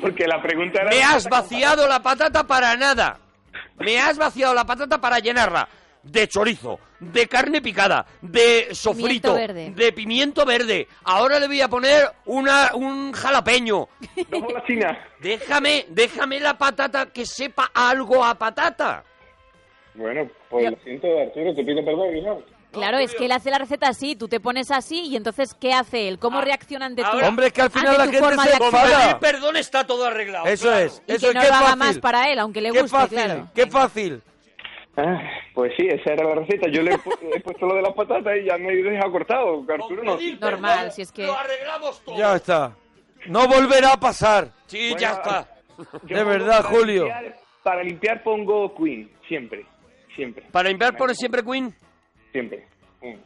[SPEAKER 16] Porque la pregunta era...
[SPEAKER 2] Me has vaciado la patata para nada. Me has vaciado la patata para llenarla de chorizo, de carne picada, de sofrito,
[SPEAKER 3] Pimiento verde.
[SPEAKER 2] de pimiento verde. Ahora le voy a poner una, un jalapeño.
[SPEAKER 16] Dos bolas chinas.
[SPEAKER 2] Déjame, déjame la patata que sepa algo a patata.
[SPEAKER 16] Bueno, pues lo siento, Arturo, te pido perdón, hijo.
[SPEAKER 3] Claro, es que él hace la receta así, tú te pones así y entonces ¿qué hace él?
[SPEAKER 2] Ah,
[SPEAKER 3] ¿Cómo reacciona ante tu
[SPEAKER 1] Ahora- Hombre, es que al final
[SPEAKER 3] ante
[SPEAKER 1] la
[SPEAKER 3] tu
[SPEAKER 1] gente
[SPEAKER 3] forma
[SPEAKER 1] se
[SPEAKER 3] de actuar?
[SPEAKER 1] enfada.
[SPEAKER 2] Pedir perdón está todo arreglado.
[SPEAKER 1] Eso
[SPEAKER 2] claro.
[SPEAKER 1] es,
[SPEAKER 3] Ah, Y
[SPEAKER 1] eso
[SPEAKER 3] que
[SPEAKER 1] es
[SPEAKER 3] no
[SPEAKER 1] qué
[SPEAKER 3] lo haga
[SPEAKER 1] fácil.
[SPEAKER 3] más para él, aunque le
[SPEAKER 1] Qué
[SPEAKER 3] guste,
[SPEAKER 1] fácil,
[SPEAKER 3] claro.
[SPEAKER 1] qué fácil.
[SPEAKER 16] Ah, pues sí, esa era la receta. Yo le he, pu- he puesto lo de las patatas y ya me he dejado cortado, Arturo. No.
[SPEAKER 3] Normal, si es que...
[SPEAKER 1] Ya está. No volverá a pasar.
[SPEAKER 2] Sí, ya está.
[SPEAKER 1] De verdad,
[SPEAKER 16] para
[SPEAKER 1] Julio.
[SPEAKER 16] limpiar- para limpiar pongo Queen, siempre, siempre.
[SPEAKER 2] Para limpiar pones siempre Queen.
[SPEAKER 16] Siempre.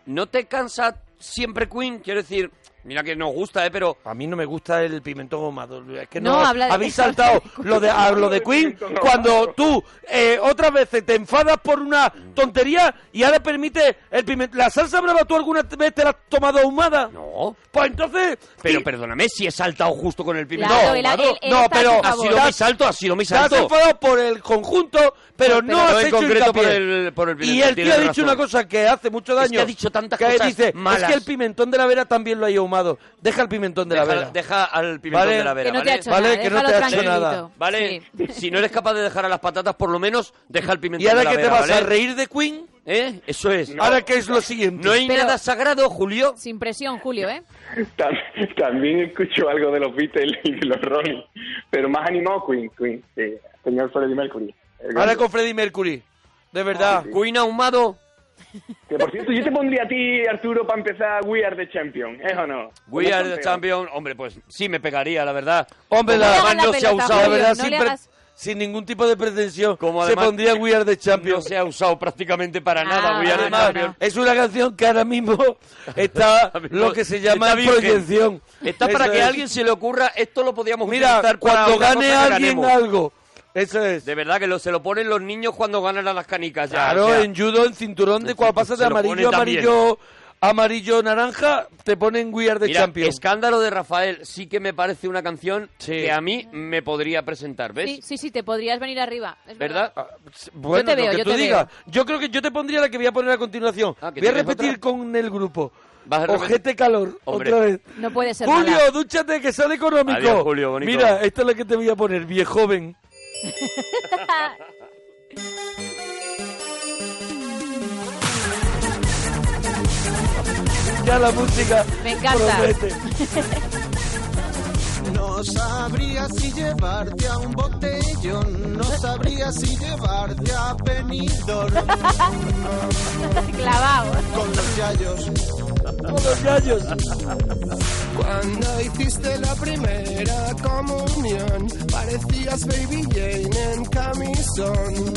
[SPEAKER 2] ¿No te cansa siempre Queen? Quiero decir, mira que nos gusta, ¿eh? Pero...
[SPEAKER 1] A mí no me gusta el pimentón ahumado. Es que
[SPEAKER 2] No,
[SPEAKER 1] no,
[SPEAKER 2] habla de-
[SPEAKER 1] habéis saltado lo de, a lo de Queen cuando tú eh, otras veces te enfadas por una tontería y ahora permite el pimentón. ¿La salsa brava tú alguna vez te la has tomado ahumada?
[SPEAKER 2] No.
[SPEAKER 1] Pues entonces...
[SPEAKER 2] Pero perdóname si he saltado justo con el pimentón.
[SPEAKER 1] Claro, él-
[SPEAKER 2] ahumado.
[SPEAKER 1] él- él No, está a pero- tu
[SPEAKER 2] Ha
[SPEAKER 1] favor.
[SPEAKER 2] sido mi salto, ha sido mi
[SPEAKER 1] Te has
[SPEAKER 2] salto.
[SPEAKER 1] enfadado por el conjunto, pero,
[SPEAKER 2] Pero
[SPEAKER 1] no has
[SPEAKER 2] en
[SPEAKER 1] hecho
[SPEAKER 2] concreto
[SPEAKER 1] hincapié.
[SPEAKER 2] por el- por el
[SPEAKER 1] y
[SPEAKER 2] pimentón,
[SPEAKER 1] el tío ha
[SPEAKER 2] tienes
[SPEAKER 1] dicho
[SPEAKER 2] razón.
[SPEAKER 1] una cosa que hace mucho
[SPEAKER 2] Es que
[SPEAKER 1] daño.
[SPEAKER 2] ha dicho tantas
[SPEAKER 1] que
[SPEAKER 2] cosas
[SPEAKER 1] dice,
[SPEAKER 2] malas.
[SPEAKER 1] Es que el pimentón de la vera también lo hay ahumado. Deja el pimentón de la
[SPEAKER 2] Deja,
[SPEAKER 1] vera.
[SPEAKER 2] deja al pimentón
[SPEAKER 1] Vale.
[SPEAKER 2] de la vera,
[SPEAKER 1] Que no te
[SPEAKER 2] ¿vale?
[SPEAKER 1] ha hecho Vale, nada, que no te ha déjalo hecho nada. tranquilito,
[SPEAKER 2] Vale, si no eres capaz de dejar a las patatas, por lo menos deja el pimentón
[SPEAKER 1] ¿Y ahora
[SPEAKER 2] de la
[SPEAKER 1] qué te
[SPEAKER 2] vera,
[SPEAKER 1] vas a
[SPEAKER 2] ¿vale?
[SPEAKER 1] reír de Queen?
[SPEAKER 2] ¿Eh? Eso es.
[SPEAKER 1] Ahora qué es lo siguiente.
[SPEAKER 2] No hay
[SPEAKER 3] Pero-
[SPEAKER 2] nada sagrado, Julio.
[SPEAKER 3] Sin presión, Julio, ¿eh?
[SPEAKER 16] Tam- También escucho algo de los Beatles y de los Rolling, pero más animado Queen, Queen, sí. Señor Freddie Mercury. El
[SPEAKER 1] Ahora
[SPEAKER 16] grande.
[SPEAKER 1] con Freddie Mercury. De verdad.
[SPEAKER 2] Queen ahumado.
[SPEAKER 16] Ah, Que por cierto, yo te pondría a ti, Arturo, para empezar We Are the Champion, ¿eh o no?
[SPEAKER 2] We are the champion. Hombre, pues sí me pegaría, la verdad.
[SPEAKER 1] Hombre,
[SPEAKER 2] Como
[SPEAKER 1] la-
[SPEAKER 2] además no se ha usado,
[SPEAKER 1] la verdad,
[SPEAKER 2] siempre
[SPEAKER 1] sin, pre- sin ningún tipo de pretensión,
[SPEAKER 2] Como
[SPEAKER 1] se
[SPEAKER 2] además-
[SPEAKER 1] pondría We Are the Champions. Ah,
[SPEAKER 2] se ha usado prácticamente para nada. We are the
[SPEAKER 1] Además,
[SPEAKER 2] champion.
[SPEAKER 1] Es una canción que ahora mismo está lo que se llama
[SPEAKER 2] Está
[SPEAKER 1] en
[SPEAKER 2] virgen.
[SPEAKER 1] proyección.
[SPEAKER 2] Está para
[SPEAKER 1] Eso
[SPEAKER 2] que
[SPEAKER 1] es.
[SPEAKER 2] a alguien se le ocurra, esto lo podíamos
[SPEAKER 1] Mira,
[SPEAKER 2] utilizar para
[SPEAKER 1] cuando
[SPEAKER 2] una
[SPEAKER 1] gane
[SPEAKER 2] cosa que
[SPEAKER 1] alguien
[SPEAKER 2] ganemos.
[SPEAKER 1] algo. Eso es.
[SPEAKER 2] De verdad que lo, se lo ponen los niños cuando ganan a las canicas. Ah, Ya,
[SPEAKER 1] Claro,
[SPEAKER 2] o sea,
[SPEAKER 1] en judo, en cinturón, de cuando pasas de
[SPEAKER 2] se lo pone
[SPEAKER 1] amarillo,
[SPEAKER 2] también.
[SPEAKER 1] amarillo, amarillo, naranja, te ponen We Are the
[SPEAKER 2] Mira,
[SPEAKER 1] Champions.
[SPEAKER 2] Escándalo de Rafael sí que me parece una canción que a mí me podría presentar, ¿ves?
[SPEAKER 3] Sí, sí, sí, te podrías venir arriba. es
[SPEAKER 2] ¿Verdad?
[SPEAKER 1] Ah, Bueno,
[SPEAKER 3] te veo,
[SPEAKER 1] lo que
[SPEAKER 3] yo
[SPEAKER 1] tú
[SPEAKER 3] te
[SPEAKER 1] digas. Yo creo que yo te pondría la que voy a poner a continuación.
[SPEAKER 2] Ah, que
[SPEAKER 1] voy a
[SPEAKER 2] tienes
[SPEAKER 1] repetir con el grupo.
[SPEAKER 2] a repetir?
[SPEAKER 1] Ojete calor,
[SPEAKER 2] Hombre.
[SPEAKER 1] otra vez.
[SPEAKER 3] No puede ser
[SPEAKER 1] Julio,
[SPEAKER 3] mala.
[SPEAKER 1] dúchate que sale económico.
[SPEAKER 2] Adiós, Julio, bonito.
[SPEAKER 1] Mira, esta es la que te voy a poner, viejo joven. Ya la música.
[SPEAKER 3] Me encanta.
[SPEAKER 1] promete.
[SPEAKER 14] No sabría si llevarte a un botellón, no sabría si llevarte a Benidorm.
[SPEAKER 3] Clavado.
[SPEAKER 14] Con los yayos.
[SPEAKER 1] Con los gallos.
[SPEAKER 14] Cuando hiciste la primera comunión, parecías Baby Jane en camisón.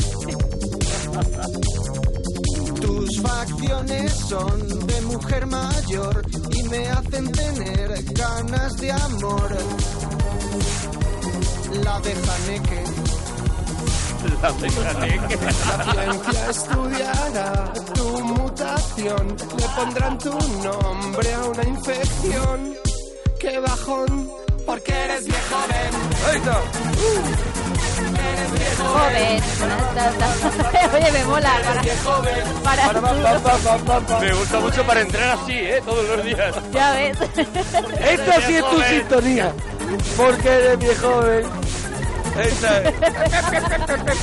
[SPEAKER 14] Tus facciones son de mujer mayor y me hacen tener ganas de amor. La de Haneke.
[SPEAKER 2] La de Caneque.
[SPEAKER 14] Ciencia estudiará tu mutación, le pondrán tu nombre a una infección. ¡Qué bajón! Porque eres viejo Uh. joven.
[SPEAKER 1] Ahí está.
[SPEAKER 3] Joven. Ta, ta, ta. Oye, me mola. Para, para
[SPEAKER 2] Me gusta mucho para entrar así, ¿eh? Todos los días.
[SPEAKER 3] Ya ves.
[SPEAKER 1] Esta sí es tu sintonía. Porque eres viejo joven. Esta es.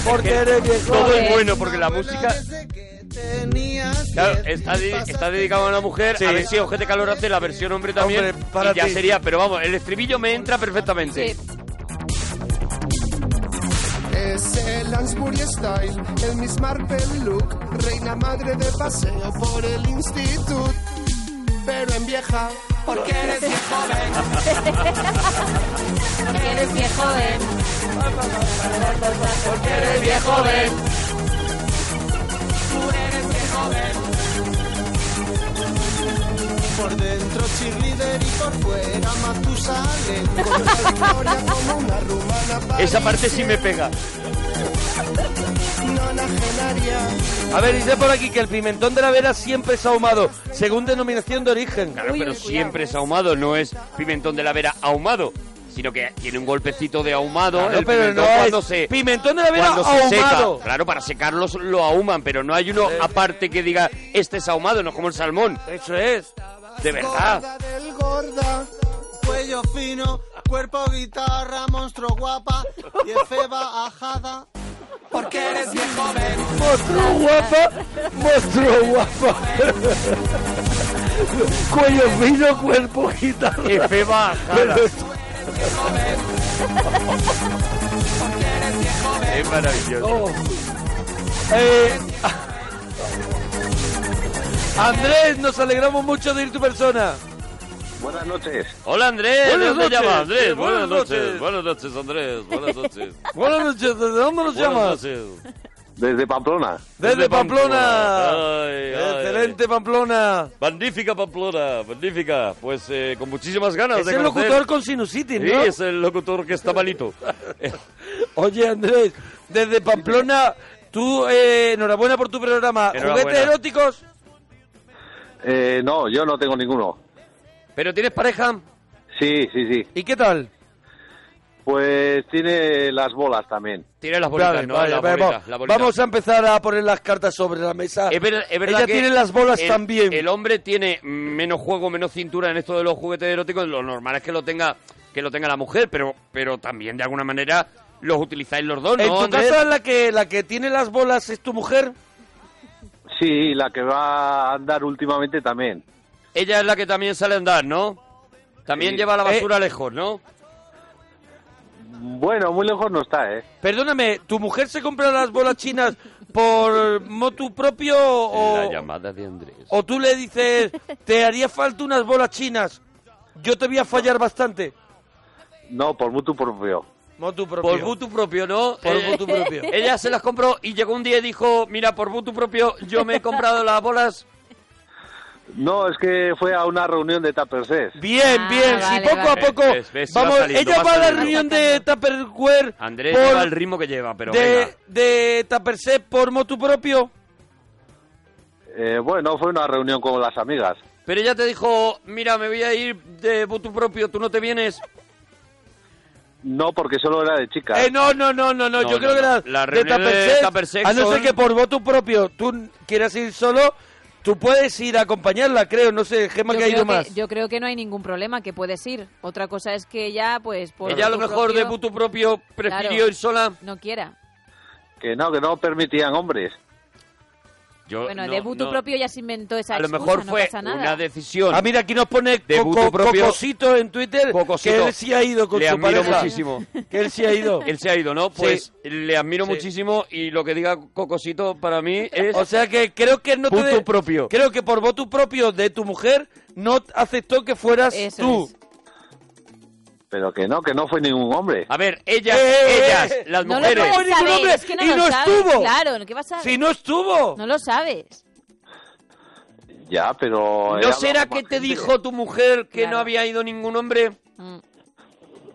[SPEAKER 1] Porque eres viejo
[SPEAKER 2] Todo
[SPEAKER 1] joven.
[SPEAKER 2] es bueno porque la música
[SPEAKER 14] Tenías
[SPEAKER 2] claro, está, di- está dedicada a una mujer.
[SPEAKER 1] Sí.
[SPEAKER 2] A ver si Ojete Calor hace la versión hombre también.
[SPEAKER 1] Hombre, para
[SPEAKER 2] y ya
[SPEAKER 1] ti.
[SPEAKER 2] sería, pero vamos, el estribillo me entra perfectamente.
[SPEAKER 14] Es el Lansbury Style, el Miss Marple look, reina madre de paseo por el instituto. Pero en vieja, porque eres viejo joven.
[SPEAKER 3] Porque eres viejo joven.
[SPEAKER 14] Porque eres viejo joven. Por dentro cheerleader y por fuera Matusalén. Con la victoria como una rumana
[SPEAKER 2] Esa parte sí me pega.
[SPEAKER 14] nonagenaria.
[SPEAKER 1] A ver, dice por aquí que el pimentón de la vera siempre es ahumado, según denominación de origen.
[SPEAKER 2] Claro, pero siempre es ahumado, no es pimentón de la vera ahumado, sino que tiene un golpecito de ahumado.
[SPEAKER 1] Claro,
[SPEAKER 2] el
[SPEAKER 1] pero
[SPEAKER 2] pimentón
[SPEAKER 1] no
[SPEAKER 2] cuando
[SPEAKER 1] es
[SPEAKER 2] se,
[SPEAKER 1] pimentón de la vera
[SPEAKER 2] cuando se seca.
[SPEAKER 1] ahumado.
[SPEAKER 2] Claro, para secarlos lo ahuman, pero no hay uno aparte que diga este es ahumado, no es como el salmón.
[SPEAKER 1] Eso es.
[SPEAKER 2] De verdad.
[SPEAKER 14] Gorda del gorda, cuello fino, cuerpo guitarra, monstruo guapa y efeba ajada.
[SPEAKER 15] porque eres bien joven.
[SPEAKER 1] Monstruo guapa, monstruo guapa. Cuello fino, cuerpo gitano.
[SPEAKER 15] F
[SPEAKER 1] baja.
[SPEAKER 2] Es maravilloso.
[SPEAKER 1] Oh. Eh, Andrés, nos alegramos mucho de ir tu persona.
[SPEAKER 17] Buenas noches.
[SPEAKER 2] Hola Andrés, ¿de
[SPEAKER 1] Buenas
[SPEAKER 2] dónde
[SPEAKER 1] noches.
[SPEAKER 2] llamas Andrés?
[SPEAKER 1] Sí,
[SPEAKER 2] buenas,
[SPEAKER 1] buenas
[SPEAKER 2] noches.
[SPEAKER 1] noches.
[SPEAKER 2] buenas noches Andrés, buenas noches.
[SPEAKER 1] Buenas noches, ¿desde dónde nos
[SPEAKER 2] Buenas
[SPEAKER 1] llamas?
[SPEAKER 2] noches.
[SPEAKER 17] Desde Pamplona.
[SPEAKER 1] Desde Pamplona.
[SPEAKER 2] Ay, ay.
[SPEAKER 1] Excelente Pamplona.
[SPEAKER 2] Magnífica Pamplona, magnífica. Pues eh, con muchísimas ganas
[SPEAKER 1] Es
[SPEAKER 2] de
[SPEAKER 1] el
[SPEAKER 2] conocer.
[SPEAKER 1] locutor con sinusitis, ¿no?
[SPEAKER 2] Sí, es el locutor que está malito.
[SPEAKER 1] Oye, Andrés, desde Pamplona, tú, eh, enhorabuena por tu programa.
[SPEAKER 17] Enhorabuena.
[SPEAKER 1] ¿Juguetes eróticos?
[SPEAKER 17] Eh, no, yo no tengo ninguno.
[SPEAKER 1] ¿Pero tienes pareja?
[SPEAKER 17] Sí, sí, sí.
[SPEAKER 1] ¿Y qué tal?
[SPEAKER 17] Pues tiene las bolas también.
[SPEAKER 2] Tiene las bolitas,
[SPEAKER 1] Vale,
[SPEAKER 2] ¿no?
[SPEAKER 1] vale,
[SPEAKER 2] las
[SPEAKER 1] vamos,
[SPEAKER 2] bolitas, las bolitas.
[SPEAKER 1] vamos a empezar a poner las cartas sobre la mesa.
[SPEAKER 2] Es ver- es verdad
[SPEAKER 1] Ella
[SPEAKER 2] que
[SPEAKER 1] tiene las bolas
[SPEAKER 2] el-
[SPEAKER 1] también.
[SPEAKER 2] El hombre tiene menos juego, menos cintura en esto de los juguetes eróticos. Lo normal es que lo tenga, que lo tenga la mujer, pero, pero también de alguna manera los utilizáis los dos, ¿no?
[SPEAKER 1] ¿En tu
[SPEAKER 2] Andrés?
[SPEAKER 1] casa la que, la que tiene las bolas es tu mujer?
[SPEAKER 17] Sí, la que va a andar últimamente también.
[SPEAKER 2] Ella es la que también sale a andar, ¿no? También
[SPEAKER 17] Sí.
[SPEAKER 2] lleva la
[SPEAKER 17] Eh.
[SPEAKER 2] basura lejos, ¿no?
[SPEAKER 17] Bueno, muy lejos no está, ¿eh?
[SPEAKER 1] Perdóname, ¿tu mujer se compra las bolas chinas por motu propio o,
[SPEAKER 2] La llamada de Andrés.
[SPEAKER 1] o tú le dices, te haría falta unas bolas chinas? Yo te voy a fallar bastante.
[SPEAKER 17] No, por mutuo propio.
[SPEAKER 1] Motu propio.
[SPEAKER 2] Por mutu propio, ¿no?
[SPEAKER 1] Por
[SPEAKER 2] Eh,
[SPEAKER 1] mutu propio.
[SPEAKER 2] Ella se las compró y llegó un día y dijo, mira, por mutu propio yo me he comprado las bolas.
[SPEAKER 17] No, es que fue a una reunión de Tapersés.
[SPEAKER 1] Bien, bien, si poco a poco.
[SPEAKER 2] Ves, ves, va
[SPEAKER 1] vamos,
[SPEAKER 2] saliendo,
[SPEAKER 1] ella
[SPEAKER 2] va
[SPEAKER 1] va a la
[SPEAKER 2] saliendo.
[SPEAKER 1] reunión de Tupperware.
[SPEAKER 2] Andrés
[SPEAKER 1] por-
[SPEAKER 2] lleva el ritmo que lleva, pero venga.
[SPEAKER 1] de, de Tupperset por motu propio.
[SPEAKER 17] Eh, bueno, fue una reunión con las amigas.
[SPEAKER 2] Pero ella te dijo, mira, me voy a ir de mutu propio, tú no te vienes.
[SPEAKER 17] No, porque solo era de chicas.
[SPEAKER 1] Eh, no, no, no, no, no,
[SPEAKER 17] No,
[SPEAKER 1] yo
[SPEAKER 17] no,
[SPEAKER 1] creo que
[SPEAKER 17] no.
[SPEAKER 1] la,
[SPEAKER 17] La reunión de
[SPEAKER 1] Tupperset,
[SPEAKER 17] Tupperset
[SPEAKER 1] A no ser
[SPEAKER 17] son-
[SPEAKER 1] que por voto propio tú quieras ir solo, tú puedes ir a acompañarla, creo. No sé, Gemma, que ha
[SPEAKER 3] creo
[SPEAKER 1] ido
[SPEAKER 3] que-
[SPEAKER 1] más.
[SPEAKER 3] yo creo que no hay ningún problema, que puedes ir. Otra cosa es que ella, pues... Por
[SPEAKER 2] ella a lo
[SPEAKER 3] motu
[SPEAKER 2] mejor de
[SPEAKER 3] propio,
[SPEAKER 2] mutu propio prefirió
[SPEAKER 3] claro,
[SPEAKER 2] ir sola.
[SPEAKER 3] No quiera.
[SPEAKER 17] Que no, que no permitían hombres.
[SPEAKER 2] Yo,
[SPEAKER 3] Bueno,
[SPEAKER 2] no,
[SPEAKER 3] de mutu
[SPEAKER 2] no.
[SPEAKER 3] propio ya se inventó esa
[SPEAKER 2] A lo
[SPEAKER 3] excusa,
[SPEAKER 2] mejor
[SPEAKER 3] no
[SPEAKER 2] fue
[SPEAKER 3] pasa nada.
[SPEAKER 2] una decisión.
[SPEAKER 1] Ah, mira, aquí nos pone
[SPEAKER 2] De
[SPEAKER 1] Coco-
[SPEAKER 2] mutu propio.
[SPEAKER 1] Cocosito en Twitter
[SPEAKER 2] Cocosito.
[SPEAKER 1] que él sí ha ido con
[SPEAKER 2] le
[SPEAKER 1] su
[SPEAKER 2] admiro
[SPEAKER 1] pareja.
[SPEAKER 2] muchísimo.
[SPEAKER 1] Que él sí ha ido.
[SPEAKER 2] Él se ha ido, ¿no?
[SPEAKER 1] Sí.
[SPEAKER 2] Pues le admiro
[SPEAKER 1] Sí. Eh,
[SPEAKER 2] muchísimo y lo que diga Cocosito para mí es...
[SPEAKER 1] O sea que creo que no te
[SPEAKER 2] Voto
[SPEAKER 1] de-
[SPEAKER 2] propio.
[SPEAKER 1] Creo que por voto propio de tu mujer no aceptó que fueras
[SPEAKER 3] Eso
[SPEAKER 1] tú.
[SPEAKER 17] Pero que no, que no fue ningún hombre.
[SPEAKER 2] A ver, ellas,
[SPEAKER 1] eh,
[SPEAKER 2] ellas,
[SPEAKER 1] eh.
[SPEAKER 2] las
[SPEAKER 3] No lo
[SPEAKER 2] mujeres...
[SPEAKER 3] puedes saber,
[SPEAKER 1] hombre,
[SPEAKER 3] es que no
[SPEAKER 1] y
[SPEAKER 3] lo
[SPEAKER 1] no
[SPEAKER 3] sabes,
[SPEAKER 1] estuvo.
[SPEAKER 3] Claro, ¿qué pasa?
[SPEAKER 1] Si no estuvo.
[SPEAKER 3] No lo sabes.
[SPEAKER 17] Ya, pero... he
[SPEAKER 2] ¿No
[SPEAKER 17] hablado
[SPEAKER 2] será
[SPEAKER 17] con
[SPEAKER 2] que
[SPEAKER 17] más
[SPEAKER 2] te
[SPEAKER 17] gente.
[SPEAKER 2] dijo tu mujer que
[SPEAKER 3] Claro.
[SPEAKER 2] no había ido ningún hombre?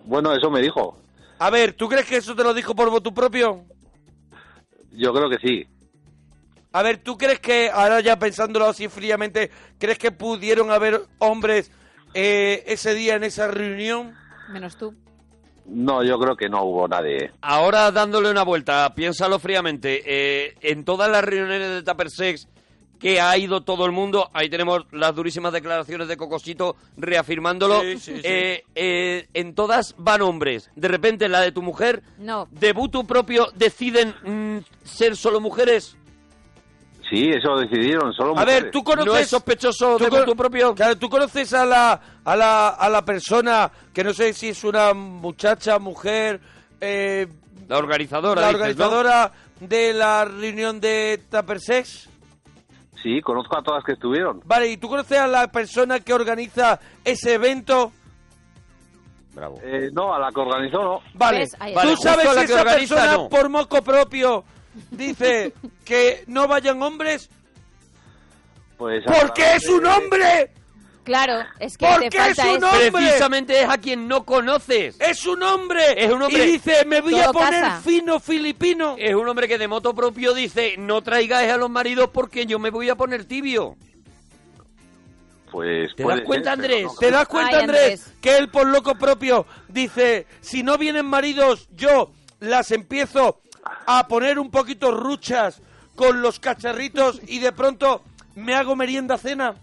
[SPEAKER 17] Bueno, eso me dijo.
[SPEAKER 1] A ver, ¿tú crees que eso te lo dijo por voto propio?
[SPEAKER 17] Yo creo que sí.
[SPEAKER 1] A ver, ¿tú crees que, ahora ya pensándolo así fríamente, ¿crees que pudieron haber hombres eh, ese día en esa reunión?
[SPEAKER 3] Menos tú.
[SPEAKER 17] No, yo creo que no hubo nadie.
[SPEAKER 2] Ahora dándole una vuelta, piénsalo fríamente. eh, en todas las reuniones de Tupper Sex que ha ido todo el mundo, ahí tenemos las durísimas declaraciones de Cocosito reafirmándolo.
[SPEAKER 1] Sí, sí, sí.
[SPEAKER 2] eh, eh, en todas van hombres. De repente, en la de tu mujer,
[SPEAKER 3] No.
[SPEAKER 2] de butu propio, deciden mm, ser solo mujeres.
[SPEAKER 17] Sí, eso decidieron, solo
[SPEAKER 1] A
[SPEAKER 17] mujeres.
[SPEAKER 1] ver, ¿tú conoces...
[SPEAKER 2] No es sospechoso de
[SPEAKER 1] con-
[SPEAKER 2] tu propio?
[SPEAKER 1] Claro, ¿tú conoces a la, a, la, a la persona, que no sé si es una muchacha, mujer, eh,
[SPEAKER 2] La organizadora.
[SPEAKER 1] la
[SPEAKER 2] dices, ¿no?
[SPEAKER 1] organizadora de la reunión de Tupper Sex?
[SPEAKER 17] Sí, conozco a todas que estuvieron.
[SPEAKER 1] Vale, ¿y tú conoces a la persona que organiza ese evento?
[SPEAKER 2] Bravo.
[SPEAKER 17] Eh, no, a la que organizó no.
[SPEAKER 1] Vale,
[SPEAKER 3] ¿Ves? Ahí
[SPEAKER 1] tú
[SPEAKER 2] está.
[SPEAKER 1] sabes
[SPEAKER 2] Justo
[SPEAKER 1] si
[SPEAKER 2] la que
[SPEAKER 1] esa
[SPEAKER 2] organiza,
[SPEAKER 1] persona
[SPEAKER 2] no.
[SPEAKER 1] por moco propio dice que no vayan hombres
[SPEAKER 17] Pues
[SPEAKER 1] porque es un hombre.
[SPEAKER 3] Claro, es que
[SPEAKER 1] ¿Por
[SPEAKER 3] te
[SPEAKER 1] qué
[SPEAKER 3] falta
[SPEAKER 1] es un
[SPEAKER 3] eso.
[SPEAKER 1] hombre?
[SPEAKER 2] Precisamente es a quien no conoces.
[SPEAKER 1] Es un hombre.
[SPEAKER 2] Es un hombre.
[SPEAKER 1] Y dice, me voy a
[SPEAKER 3] Todo
[SPEAKER 1] poner
[SPEAKER 3] casa.
[SPEAKER 1] fino filipino.
[SPEAKER 2] Es un hombre que de moto propio dice, no traigáis a los maridos porque yo me voy a poner tibio.
[SPEAKER 17] Pues
[SPEAKER 2] ¿Te
[SPEAKER 17] puede
[SPEAKER 2] das cuenta,
[SPEAKER 17] ser, pero
[SPEAKER 2] Andrés?
[SPEAKER 17] no.
[SPEAKER 1] ¿Te das cuenta,
[SPEAKER 3] Ay,
[SPEAKER 1] Andrés,
[SPEAKER 3] Andrés.
[SPEAKER 1] que él por loco propio dice, si no vienen maridos, yo las empiezo a poner un poquito ruchas con los cacharritos y de pronto me hago merienda cena?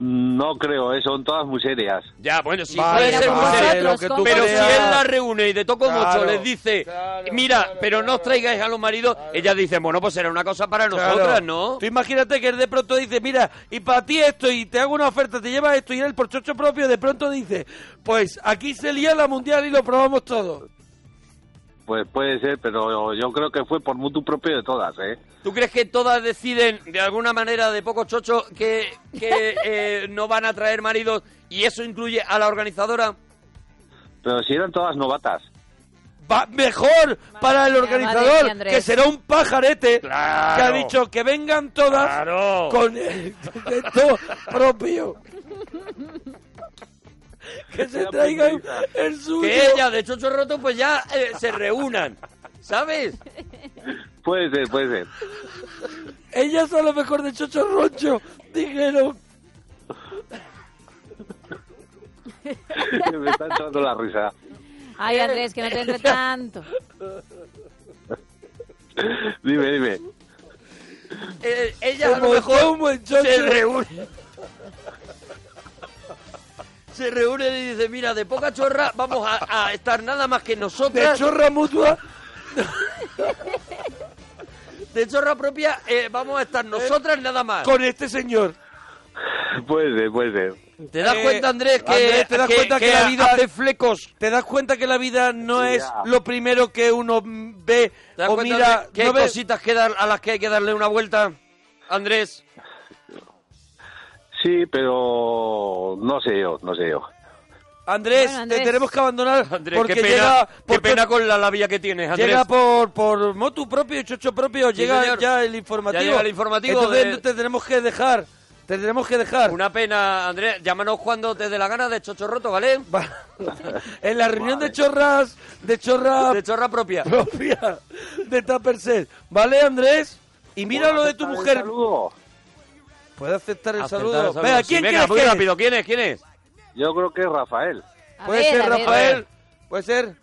[SPEAKER 17] No creo, eh, son todas muy serias.
[SPEAKER 2] Ya, bueno, sí,
[SPEAKER 17] Vale,
[SPEAKER 2] puede ser
[SPEAKER 17] vale,
[SPEAKER 2] mujer,
[SPEAKER 17] lo que tú
[SPEAKER 2] pero
[SPEAKER 17] creas.
[SPEAKER 2] si él la reúne y de toco
[SPEAKER 17] Claro,
[SPEAKER 2] mucho les dice, mira, pero no os traigáis a los maridos, ella dice, bueno, pues será una cosa para nosotras,
[SPEAKER 1] Claro.
[SPEAKER 2] ¿no?
[SPEAKER 1] Tú imagínate que él de pronto dice, mira, y para ti esto, y te hago una oferta, te llevas esto, y él por chocho propio de pronto dice, pues aquí se lía la mundial y lo probamos todo.
[SPEAKER 17] Pues puede ser, pero yo creo que fue por mutuo propio de todas, ¿eh?
[SPEAKER 2] ¿Tú crees que todas deciden de alguna manera de poco chocho que, que eh, no van a traer maridos y eso incluye a la organizadora?
[SPEAKER 17] Pero si eran todas novatas.
[SPEAKER 1] Va mejor para el
[SPEAKER 2] madre
[SPEAKER 1] organizador,
[SPEAKER 2] mía, Andrés.
[SPEAKER 1] que será un pajarete que ha dicho que vengan todas
[SPEAKER 2] Claro.
[SPEAKER 1] con el esto propio. que se traigan el suyo.
[SPEAKER 2] Que ellas de chocho roto pues ya eh, se reúnan, ¿sabes?
[SPEAKER 17] Puede ser, puede ser.
[SPEAKER 1] Ellas a lo mejor de chocho rocho dijeron,
[SPEAKER 17] Me está entrando la risa.
[SPEAKER 3] Ay, Andrés, que no te entre tanto.
[SPEAKER 17] Dime, dime.
[SPEAKER 2] Eh, ellas a lo
[SPEAKER 1] Como
[SPEAKER 2] mejor
[SPEAKER 1] fue un buen chocho.
[SPEAKER 2] se reúnen. Se reúnen y dicen, mira, de poca chorra vamos a, a estar nada más que
[SPEAKER 1] de
[SPEAKER 2] nosotras.
[SPEAKER 1] chorra mutua,
[SPEAKER 2] De chorra propia eh, vamos a estar nosotras nada más.
[SPEAKER 1] con este señor.
[SPEAKER 17] Puede ser, puede ser.
[SPEAKER 2] ¿Te das
[SPEAKER 1] Eh,
[SPEAKER 2] cuenta, Andrés, que,
[SPEAKER 1] Andrés, te das
[SPEAKER 2] que-
[SPEAKER 1] cuenta que,
[SPEAKER 2] que
[SPEAKER 1] la vida
[SPEAKER 2] hace flecos?
[SPEAKER 1] ¿Te das cuenta que la vida no
[SPEAKER 2] Ya.
[SPEAKER 1] es lo primero que uno mm, ve
[SPEAKER 2] ¿Te das
[SPEAKER 1] o
[SPEAKER 2] cuenta
[SPEAKER 1] mira?
[SPEAKER 2] de que hay
[SPEAKER 1] ¿no ves?
[SPEAKER 2] cositas que dar- a las que hay que darle una vuelta, Andrés?
[SPEAKER 17] Sí, pero no sé yo, no sé yo.
[SPEAKER 1] Andrés, te tenemos que abandonar
[SPEAKER 2] Andrés,
[SPEAKER 1] porque
[SPEAKER 2] qué pena,
[SPEAKER 1] llega,
[SPEAKER 2] qué
[SPEAKER 1] por-
[SPEAKER 2] pena con la labia que tienes, Andrés.
[SPEAKER 1] llega por por motu propio y chocho propio,
[SPEAKER 2] Sí,
[SPEAKER 1] llega
[SPEAKER 2] señor.
[SPEAKER 1] ya el informativo.
[SPEAKER 2] Ya llega el informativo
[SPEAKER 1] Entonces
[SPEAKER 2] de-
[SPEAKER 1] te tenemos que dejar, te tenemos que dejar.
[SPEAKER 2] Una pena, Andrés. Llámanos cuando te dé la gana de chocho roto, ¿vale?
[SPEAKER 1] En la reunión de chorras, de chorra
[SPEAKER 2] De chorra propia.
[SPEAKER 1] propia de Tupper Set. ¿Vale, Andrés? Y mira
[SPEAKER 2] ¿Puedo
[SPEAKER 1] lo de tu
[SPEAKER 2] aceptar el
[SPEAKER 1] mujer.
[SPEAKER 17] saludo?
[SPEAKER 1] Puede aceptar el
[SPEAKER 2] Aceptar el
[SPEAKER 1] saludo.
[SPEAKER 2] saludo.
[SPEAKER 1] Venga,
[SPEAKER 2] Sí,
[SPEAKER 1] ¿quién
[SPEAKER 2] venga,
[SPEAKER 1] crees
[SPEAKER 2] muy
[SPEAKER 1] que es?
[SPEAKER 2] rápido, ¿quién es? ¿Quién es?
[SPEAKER 17] Yo creo que es Rafael.
[SPEAKER 1] Puede
[SPEAKER 15] ver,
[SPEAKER 1] ser
[SPEAKER 15] a ver.
[SPEAKER 1] Rafael, puede ser.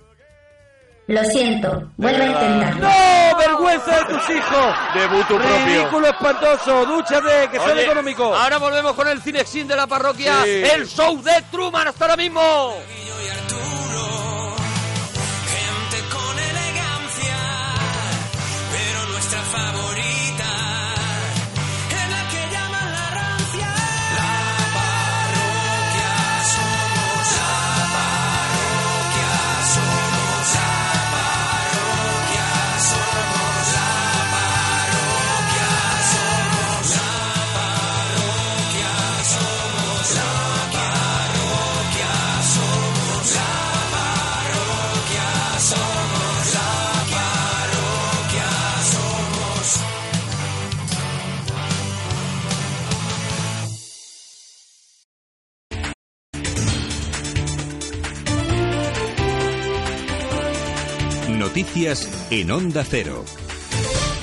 [SPEAKER 15] Lo siento, vuelve a intentarlo.
[SPEAKER 1] ¡No! ¡Vergüenza de tus hijos!
[SPEAKER 2] Debuto propio.
[SPEAKER 1] Ridículo espantoso, dúchate, que sale
[SPEAKER 2] Oye,
[SPEAKER 1] económico.
[SPEAKER 2] Ahora volvemos con el Cinexin de la parroquia.
[SPEAKER 1] Sí.
[SPEAKER 2] El show de Truman. Hasta ahora mismo.
[SPEAKER 18] Gente con elegancia, pero nuestra favorita es la que llaman la rancia. La parroquia somos, la parroquia somos, la parroquia somos, la parroquia somos, la parroquia somos, la parroquia somos, la parroquia somos, la parroquia somos.
[SPEAKER 19] Noticias en Onda Cero.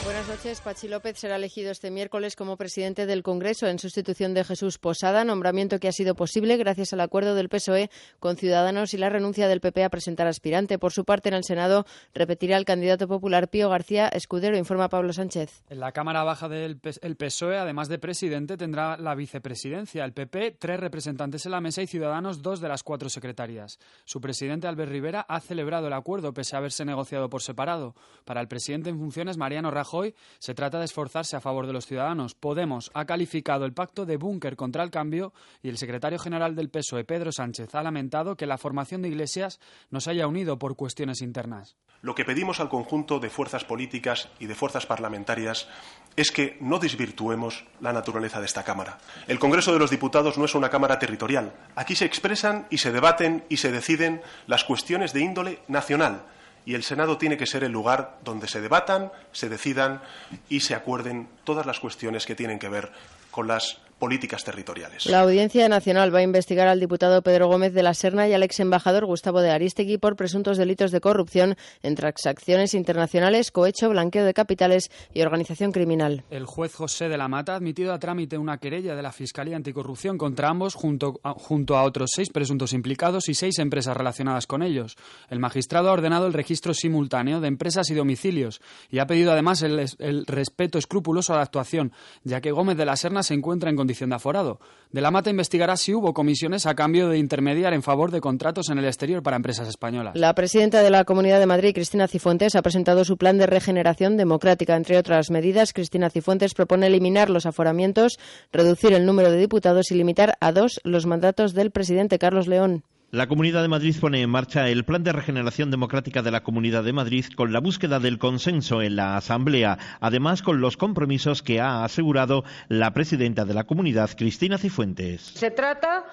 [SPEAKER 20] Buenas noches. Pachi López será elegido este miércoles como presidente del Congreso en sustitución de Jesús Posada, nombramiento que ha sido posible gracias al acuerdo del PSOE E con Ciudadanos y la renuncia del PP a presentar aspirante. Por su parte, en el Senado repetirá el candidato popular Pío García Escudero, informa Pablo Sánchez.
[SPEAKER 21] En la Cámara Baja del PS- el PSOE, E, además de presidente, tendrá la vicepresidencia, el PP, tres representantes en la mesa y Ciudadanos, dos de las cuatro secretarias. Su presidente, Albert Rivera, ha celebrado el acuerdo pese a haberse negociado por separado. Para el presidente en funciones, Mariano Rajoy, se trata de esforzarse a favor de los ciudadanos. Podemos ha calificado el pacto de búnker contra el cambio y el secretario general del PSOE, E, Pedro Sánchez, ha lamentado que la formación de Iglesias nos haya unido por cuestiones internas.
[SPEAKER 22] Lo que pedimos al conjunto de fuerzas políticas y de fuerzas parlamentarias es que no desvirtuemos la naturaleza de esta Cámara. El Congreso de los Diputados no es una Cámara territorial. Aquí se expresan y se debaten y se deciden las cuestiones de índole nacional. Y el Senado tiene que ser el lugar donde se debatan, se decidan y se acuerden todas las cuestiones que tienen que ver con las políticas territoriales.
[SPEAKER 20] La Audiencia Nacional va a investigar al diputado Pedro Gómez de la Serna y al ex embajador Gustavo de Aristegui por presuntos delitos de corrupción en transacciones internacionales, cohecho, blanqueo de capitales y organización criminal.
[SPEAKER 21] El juez José de la Mata ha admitido a trámite una querella de la Fiscalía Anticorrupción contra ambos junto a, junto a otros seis presuntos implicados y seis empresas relacionadas con ellos. El magistrado ha ordenado el registro simultáneo de empresas y domicilios y ha pedido además el, es- el respeto escrupuloso a la actuación, ya que Gómez de la Serna se encuentra en condiciones condición de aforado. De la Mata investigará si hubo comisiones a cambio de intermediar en favor de contratos en el exterior para empresas españolas.
[SPEAKER 20] La presidenta de la Comunidad de Madrid, Cristina Cifuentes, ha presentado su plan de regeneración democrática. Entre otras medidas, Cristina Cifuentes propone eliminar los aforamientos, reducir el número de diputados y limitar a dos los mandatos del presidente Carlos León.
[SPEAKER 6] La Comunidad de Madrid pone en marcha el Plan de Regeneración Democrática de la Comunidad de Madrid con la búsqueda del consenso en la Asamblea, además con los compromisos que ha asegurado la presidenta de la comunidad, Cristina Cifuentes.
[SPEAKER 19] Se trata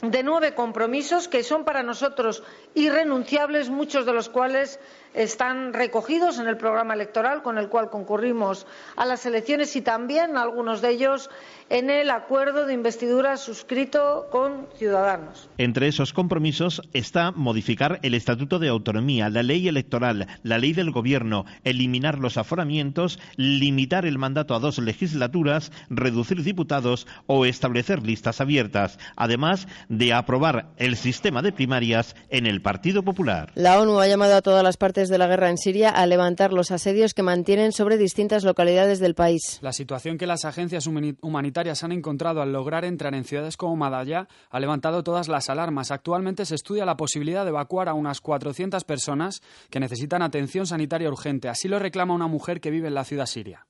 [SPEAKER 19] de nueve compromisos que son para nosotros irrenunciables, muchos de los cuales están recogidos en el programa electoral con el cual concurrimos a las elecciones y también algunos de ellos en el acuerdo de investidura suscrito con Ciudadanos.
[SPEAKER 6] Entre esos compromisos está modificar el Estatuto de Autonomía, la ley electoral, la ley del Gobierno, eliminar los aforamientos, limitar el mandato a dos legislaturas, reducir diputados o establecer listas abiertas, además de aprobar el sistema de primarias en el Partido Popular.
[SPEAKER 20] La ONU ha llamado a todas las partes de la guerra en Siria a levantar los asedios que mantienen sobre distintas localidades del país.
[SPEAKER 21] La situación que las agencias humani- humanitarias han encontrado al lograr entrar en ciudades como Madaya ha levantado todas las alarmas. Actualmente se estudia la posibilidad de evacuar a unas 400 personas que necesitan atención sanitaria urgente. Así lo reclama una mujer que vive en la ciudad siria.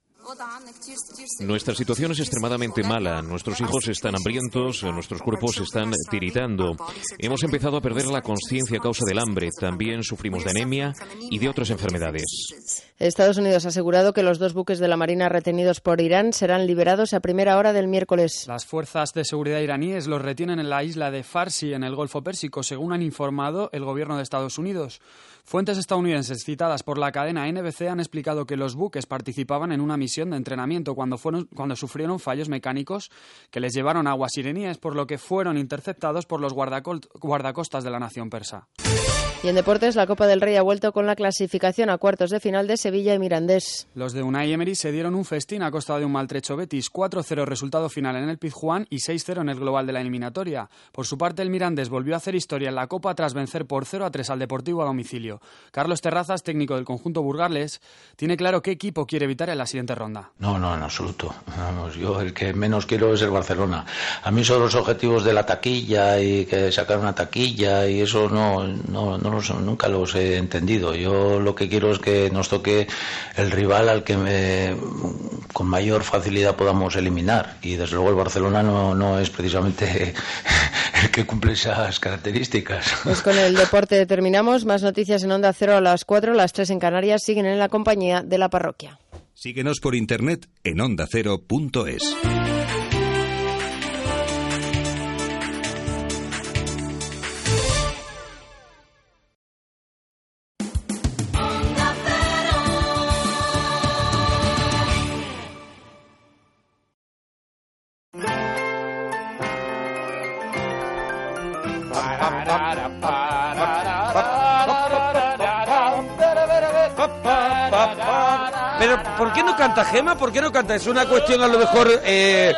[SPEAKER 23] Nuestra situación es extremadamente mala. Nuestros hijos están hambrientos, nuestros cuerpos están tiritando. Hemos empezado a perder la conciencia a causa del hambre. También sufrimos de anemia y de otras enfermedades.
[SPEAKER 20] Estados Unidos ha asegurado que los dos buques de la Marina retenidos por Irán serán liberados a primera hora del miércoles.
[SPEAKER 21] Las fuerzas de seguridad iraníes los retienen en la isla de Farsi, en el Golfo Pérsico, según han informado el gobierno de Estados Unidos. Fuentes estadounidenses citadas por la cadena NBC han explicado que los buques participaban en una misión de entrenamiento cuando, fueron, cuando sufrieron fallos mecánicos que les llevaron a aguas iraníes, por lo que fueron interceptados por los guardacol- guardacostas de la nación persa.
[SPEAKER 20] Y en deportes, la Copa del Rey ha vuelto con la clasificación a cuartos de final de Sevilla y Mirandés.
[SPEAKER 21] Los de Unai Emery se dieron un festín a costa de un maltrecho Betis, 4-0 resultado final en el Pizjuán y 6-0 en el global de la eliminatoria. Por su parte, el Mirandés volvió a hacer historia en la Copa tras vencer por 0 3 al Deportivo a domicilio. Carlos Terrazas, técnico del conjunto burgarles, tiene claro qué equipo quiere evitar en la siguiente ronda.
[SPEAKER 24] No, no, en absoluto. Vamos, yo el que menos quiero es el Barcelona. A mí son los objetivos de la taquilla y que sacar una taquilla y eso no, no, no los- nunca los he entendido. Yo lo que quiero es que nos toque el rival al que me- con mayor facilidad podamos eliminar. Y desde luego el Barcelona no, no es precisamente el que cumple esas características.
[SPEAKER 20] Pues con el deporte terminamos. Más noticias en Onda Cero a las 4, las 3 en Canarias. Siguen en la compañía de la parroquia.
[SPEAKER 25] Síguenos por internet en ondacero.es.
[SPEAKER 1] Pero ¿por qué no canta Gema? ¿Por qué no canta? Es una cuestión a lo mejor eh,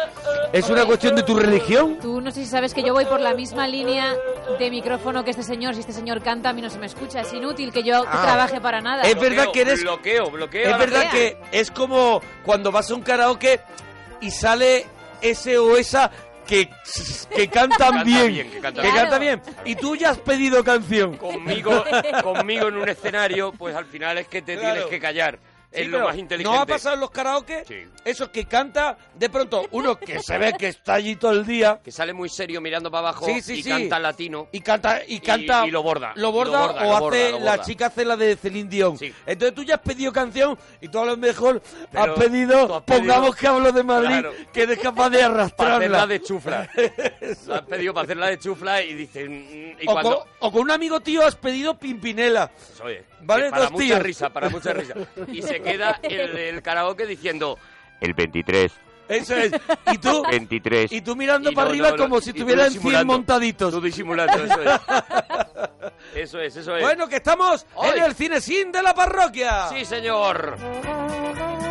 [SPEAKER 1] es una cuestión de tu religión.
[SPEAKER 3] Tú no sé si sabes que yo voy por la misma línea de micrófono que este señor. Si este señor canta, a mí no se me escucha. Es inútil que yo
[SPEAKER 1] Ah.
[SPEAKER 3] trabaje para nada.
[SPEAKER 1] Es verdad que eres
[SPEAKER 2] bloqueo, bloqueo.
[SPEAKER 1] Es
[SPEAKER 2] a la
[SPEAKER 1] verdad que
[SPEAKER 2] gente.
[SPEAKER 1] es como cuando vas a un karaoke y sale ese o esa que, que cantan
[SPEAKER 2] Canta
[SPEAKER 1] bien,
[SPEAKER 2] bien, que canta
[SPEAKER 1] que
[SPEAKER 2] bien.
[SPEAKER 1] canta bien. Y tú ya has pedido canción.
[SPEAKER 2] Conmigo, conmigo en un escenario, pues al final es que te tienes que callar. es
[SPEAKER 1] Sí,
[SPEAKER 2] lo
[SPEAKER 1] pero
[SPEAKER 2] más inteligente.
[SPEAKER 1] ¿No ha pasado en los karaoke?
[SPEAKER 2] Sí.
[SPEAKER 1] Esos que canta, de pronto, uno que se ve que está allí todo el día.
[SPEAKER 2] Que sale muy serio mirando para abajo
[SPEAKER 1] Sí, sí,
[SPEAKER 2] y
[SPEAKER 1] sí.
[SPEAKER 2] canta latino.
[SPEAKER 1] Y canta, y canta.
[SPEAKER 2] y lo borda.
[SPEAKER 1] Lo borda,
[SPEAKER 2] Lo borda,
[SPEAKER 1] o
[SPEAKER 2] lo
[SPEAKER 1] hace
[SPEAKER 2] borda, lo borda.
[SPEAKER 1] la chica hace la de Celine Dion. Entonces tú ya has pedido canción y tú a lo mejor has
[SPEAKER 2] Pero
[SPEAKER 1] pedido, pongamos que hablo de Madrid,
[SPEAKER 2] Claro.
[SPEAKER 1] que eres capaz de
[SPEAKER 2] Para hacerla
[SPEAKER 1] arrastrarla.
[SPEAKER 2] de chufla. Lo has pedido para hacerla de chufla y dices... mm, Y
[SPEAKER 1] o,
[SPEAKER 2] cuando... pues,
[SPEAKER 1] con, o con un amigo tío has pedido Pimpinela.
[SPEAKER 2] Oye,
[SPEAKER 1] Vale,
[SPEAKER 2] que para
[SPEAKER 1] dos
[SPEAKER 2] mucha
[SPEAKER 1] tíos.
[SPEAKER 2] risa, para mucha risa. Y se queda el, el karaoke diciendo...
[SPEAKER 26] El 23.
[SPEAKER 1] Eso es. Y tú,
[SPEAKER 26] 23.
[SPEAKER 1] y tú mirando
[SPEAKER 2] Y
[SPEAKER 1] para
[SPEAKER 2] no,
[SPEAKER 1] arriba
[SPEAKER 2] no, no.
[SPEAKER 1] como si
[SPEAKER 2] Y tú
[SPEAKER 1] tuvieran 100
[SPEAKER 2] disimulando.
[SPEAKER 1] montaditos.
[SPEAKER 2] Tú disimulando, eso es. Eso es, eso es.
[SPEAKER 1] Bueno, que estamos en el cinesín de la parroquia.
[SPEAKER 2] Sí, señor.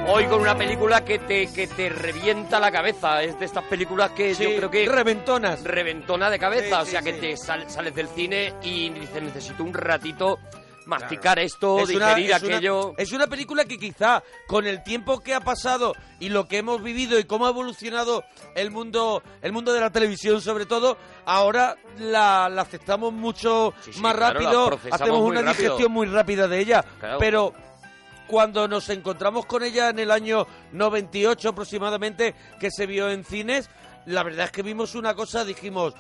[SPEAKER 2] Hoy con una película que te, que te revienta la cabeza. Es de estas películas que yo creo que...
[SPEAKER 1] Reventonas.
[SPEAKER 2] Reventona de cabeza.
[SPEAKER 1] Sí,
[SPEAKER 2] o
[SPEAKER 1] sí,
[SPEAKER 2] sea que
[SPEAKER 1] sí.
[SPEAKER 2] te sal- sales del cine y dices, necesito un ratito masticar esto,
[SPEAKER 1] Es una-
[SPEAKER 2] digerir
[SPEAKER 1] es una-
[SPEAKER 2] aquello.
[SPEAKER 1] es una película que quizá con el tiempo que ha pasado y lo que hemos vivido y cómo ha evolucionado el mundo, el mundo de la televisión sobre todo, ahora la, la aceptamos mucho
[SPEAKER 2] sí,
[SPEAKER 1] más
[SPEAKER 2] claro, la
[SPEAKER 1] rápido,
[SPEAKER 2] procesamos
[SPEAKER 1] hacemos
[SPEAKER 2] muy
[SPEAKER 1] una
[SPEAKER 2] rápido.
[SPEAKER 1] digestión muy rápida de ella,
[SPEAKER 2] Claro.
[SPEAKER 1] pero cuando nos encontramos con ella en el año 98 aproximadamente, que se vio en cines, la verdad es que vimos una cosa, dijimos,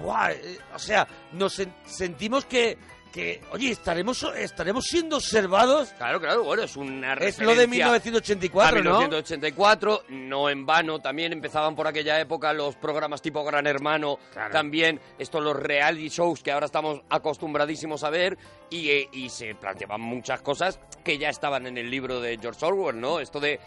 [SPEAKER 1] "Buah", eh, o sea, nos sen- sentimos que, que, oye, estaremos, estaremos siendo observados.
[SPEAKER 2] Claro, claro, bueno, es una
[SPEAKER 1] Es lo de
[SPEAKER 2] referencia
[SPEAKER 1] 1984,
[SPEAKER 2] a
[SPEAKER 1] ¿no?
[SPEAKER 2] 1984, no en vano, también empezaban por aquella época los programas tipo Gran Hermano, también estos los reality shows que ahora estamos acostumbradísimos a ver y, eh, y se planteaban muchas cosas que ya estaban en el libro de George Orwell, ¿no? Esto de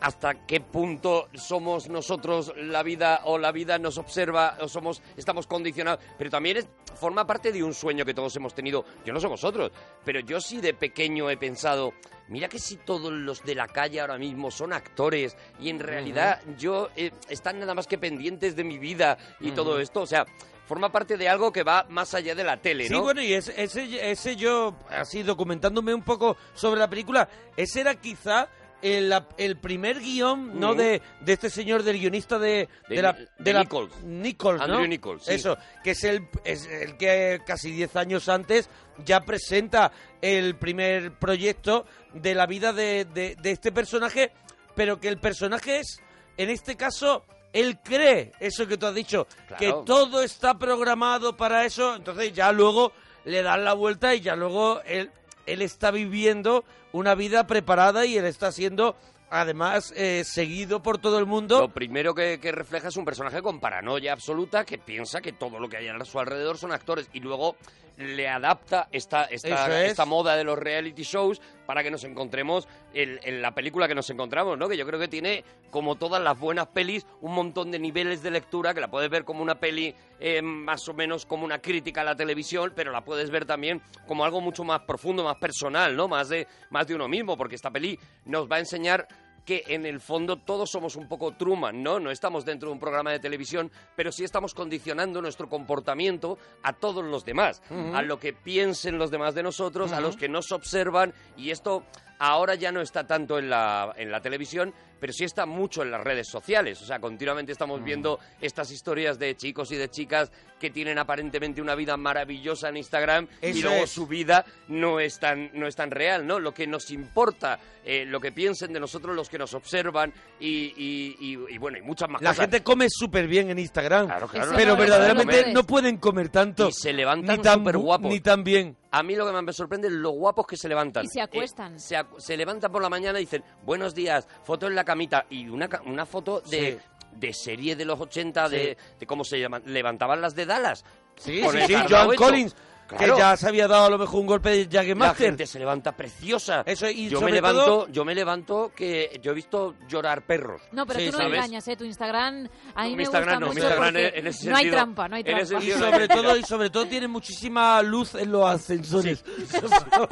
[SPEAKER 2] hasta qué punto somos nosotros la vida o la vida nos observa o somos estamos condicionados pero también es, forma parte de un sueño que todos hemos tenido yo no sé vosotros pero yo sí de pequeño he pensado mira que si todos los de la calle ahora mismo son actores y en realidad yo eh, están nada más que pendientes de mi vida y
[SPEAKER 1] Ujú.
[SPEAKER 2] todo esto o sea forma parte de algo que va más allá de la tele
[SPEAKER 1] Sí,
[SPEAKER 2] no
[SPEAKER 1] bueno, y ese, ese, ese yo, así documentándome un poco sobre la película, ese era quizá el, el primer guión, ¿no?
[SPEAKER 2] Ujú.
[SPEAKER 1] De, de este señor, del guionista de, de,
[SPEAKER 2] Mm. De-
[SPEAKER 1] la...
[SPEAKER 2] de
[SPEAKER 1] la-
[SPEAKER 2] Nichols.
[SPEAKER 1] Nichols, ¿no?
[SPEAKER 2] Andrew Nichols, sí.
[SPEAKER 1] Eso, que es el, es el que casi 10 años antes ya presenta el primer proyecto de la vida de, de- de este personaje, pero que el personaje es, en este caso... Él cree eso que tú has dicho,
[SPEAKER 2] Claro.
[SPEAKER 1] que todo está programado para eso, entonces ya luego le dan la vuelta y ya luego él, él está viviendo una vida preparada y él está siendo además eh, seguido por todo el mundo.
[SPEAKER 2] Lo primero que, que refleja es un personaje con paranoia absoluta que piensa que todo lo que hay a su alrededor son actores y luego le adapta esta,
[SPEAKER 1] Eso
[SPEAKER 2] esta,
[SPEAKER 1] es.
[SPEAKER 2] esta moda de los reality shows para que nos encontremos en, en la película que nos encontramos, ¿no? Que yo creo que tiene, como todas las buenas pelis, un montón de niveles de lectura que la puedes ver como una peli eh, más o menos como una crítica a la televisión, pero la puedes ver también como algo mucho más profundo, más personal, ¿no? Más de, más de uno mismo, porque esta peli nos va a enseñar que en el fondo todos somos un poco Truman, ¿no? No estamos dentro de un programa de televisión, pero sí estamos condicionando nuestro comportamiento a todos los demás,
[SPEAKER 1] Ujú.
[SPEAKER 2] a lo que piensen los demás de nosotros, a los que nos observan, y esto ahora ya no está tanto en la, en la televisión, pero sí está mucho en las redes sociales. O sea, continuamente
[SPEAKER 1] Mm.
[SPEAKER 2] estamos viendo estas historias de chicos y de chicas que tienen aparentemente una vida maravillosa en Instagram y
[SPEAKER 1] Eso
[SPEAKER 2] luego
[SPEAKER 1] es.
[SPEAKER 2] su vida no es tan, no es tan real, ¿no? Lo que nos importa, eh, lo que piensen de nosotros los que nos observan y, y- y- y, bueno, y muchas más
[SPEAKER 1] La
[SPEAKER 2] cosas.
[SPEAKER 1] gente come súper bien en Instagram,
[SPEAKER 2] claro,
[SPEAKER 1] pero
[SPEAKER 2] claro,
[SPEAKER 1] verdaderamente
[SPEAKER 2] claro.
[SPEAKER 1] no pueden comer tanto.
[SPEAKER 2] Y se levantan
[SPEAKER 1] ni tan
[SPEAKER 2] súper guapos.
[SPEAKER 1] bu- Ni tan bien.
[SPEAKER 2] A mí lo que más me sorprende es lo guapos que se levantan.
[SPEAKER 3] Y se acuestan.
[SPEAKER 2] Eh, se, acu- se levantan por la mañana y dicen, buenos días, foto en la camita. Y una, ca- una foto de, de serie de los 80, de, de cómo se llaman, levantaban las de Dallas.
[SPEAKER 1] Sí,
[SPEAKER 2] Con
[SPEAKER 1] sí,
[SPEAKER 2] el
[SPEAKER 1] sí,
[SPEAKER 2] carnao
[SPEAKER 1] Joan
[SPEAKER 2] hecho.
[SPEAKER 1] Collins,
[SPEAKER 2] Claro.
[SPEAKER 1] que ya se había dado a lo mejor un golpe de
[SPEAKER 2] La
[SPEAKER 1] Jackmaster.
[SPEAKER 2] gente se levanta preciosa.
[SPEAKER 1] Eso, y
[SPEAKER 2] yo me
[SPEAKER 1] sobre
[SPEAKER 2] levanto,
[SPEAKER 1] todo-
[SPEAKER 2] yo me levanto que yo he visto llorar perros.
[SPEAKER 3] No, pero tú no
[SPEAKER 2] ¿sabes?
[SPEAKER 3] engañas, ¿eh? Tu Instagram a mí
[SPEAKER 2] mi
[SPEAKER 3] me
[SPEAKER 2] Instagram
[SPEAKER 3] gusta
[SPEAKER 2] no, mi
[SPEAKER 3] mucho
[SPEAKER 2] Instagram
[SPEAKER 3] porque
[SPEAKER 2] en ese
[SPEAKER 3] no hay
[SPEAKER 2] sentido-
[SPEAKER 3] trampa, no hay
[SPEAKER 2] en ese
[SPEAKER 3] trampa.
[SPEAKER 1] Y
[SPEAKER 2] sentido no
[SPEAKER 1] sobre
[SPEAKER 2] hay
[SPEAKER 1] todo,
[SPEAKER 2] trampa.
[SPEAKER 1] y sobre todo tiene muchísima luz en los ascensores.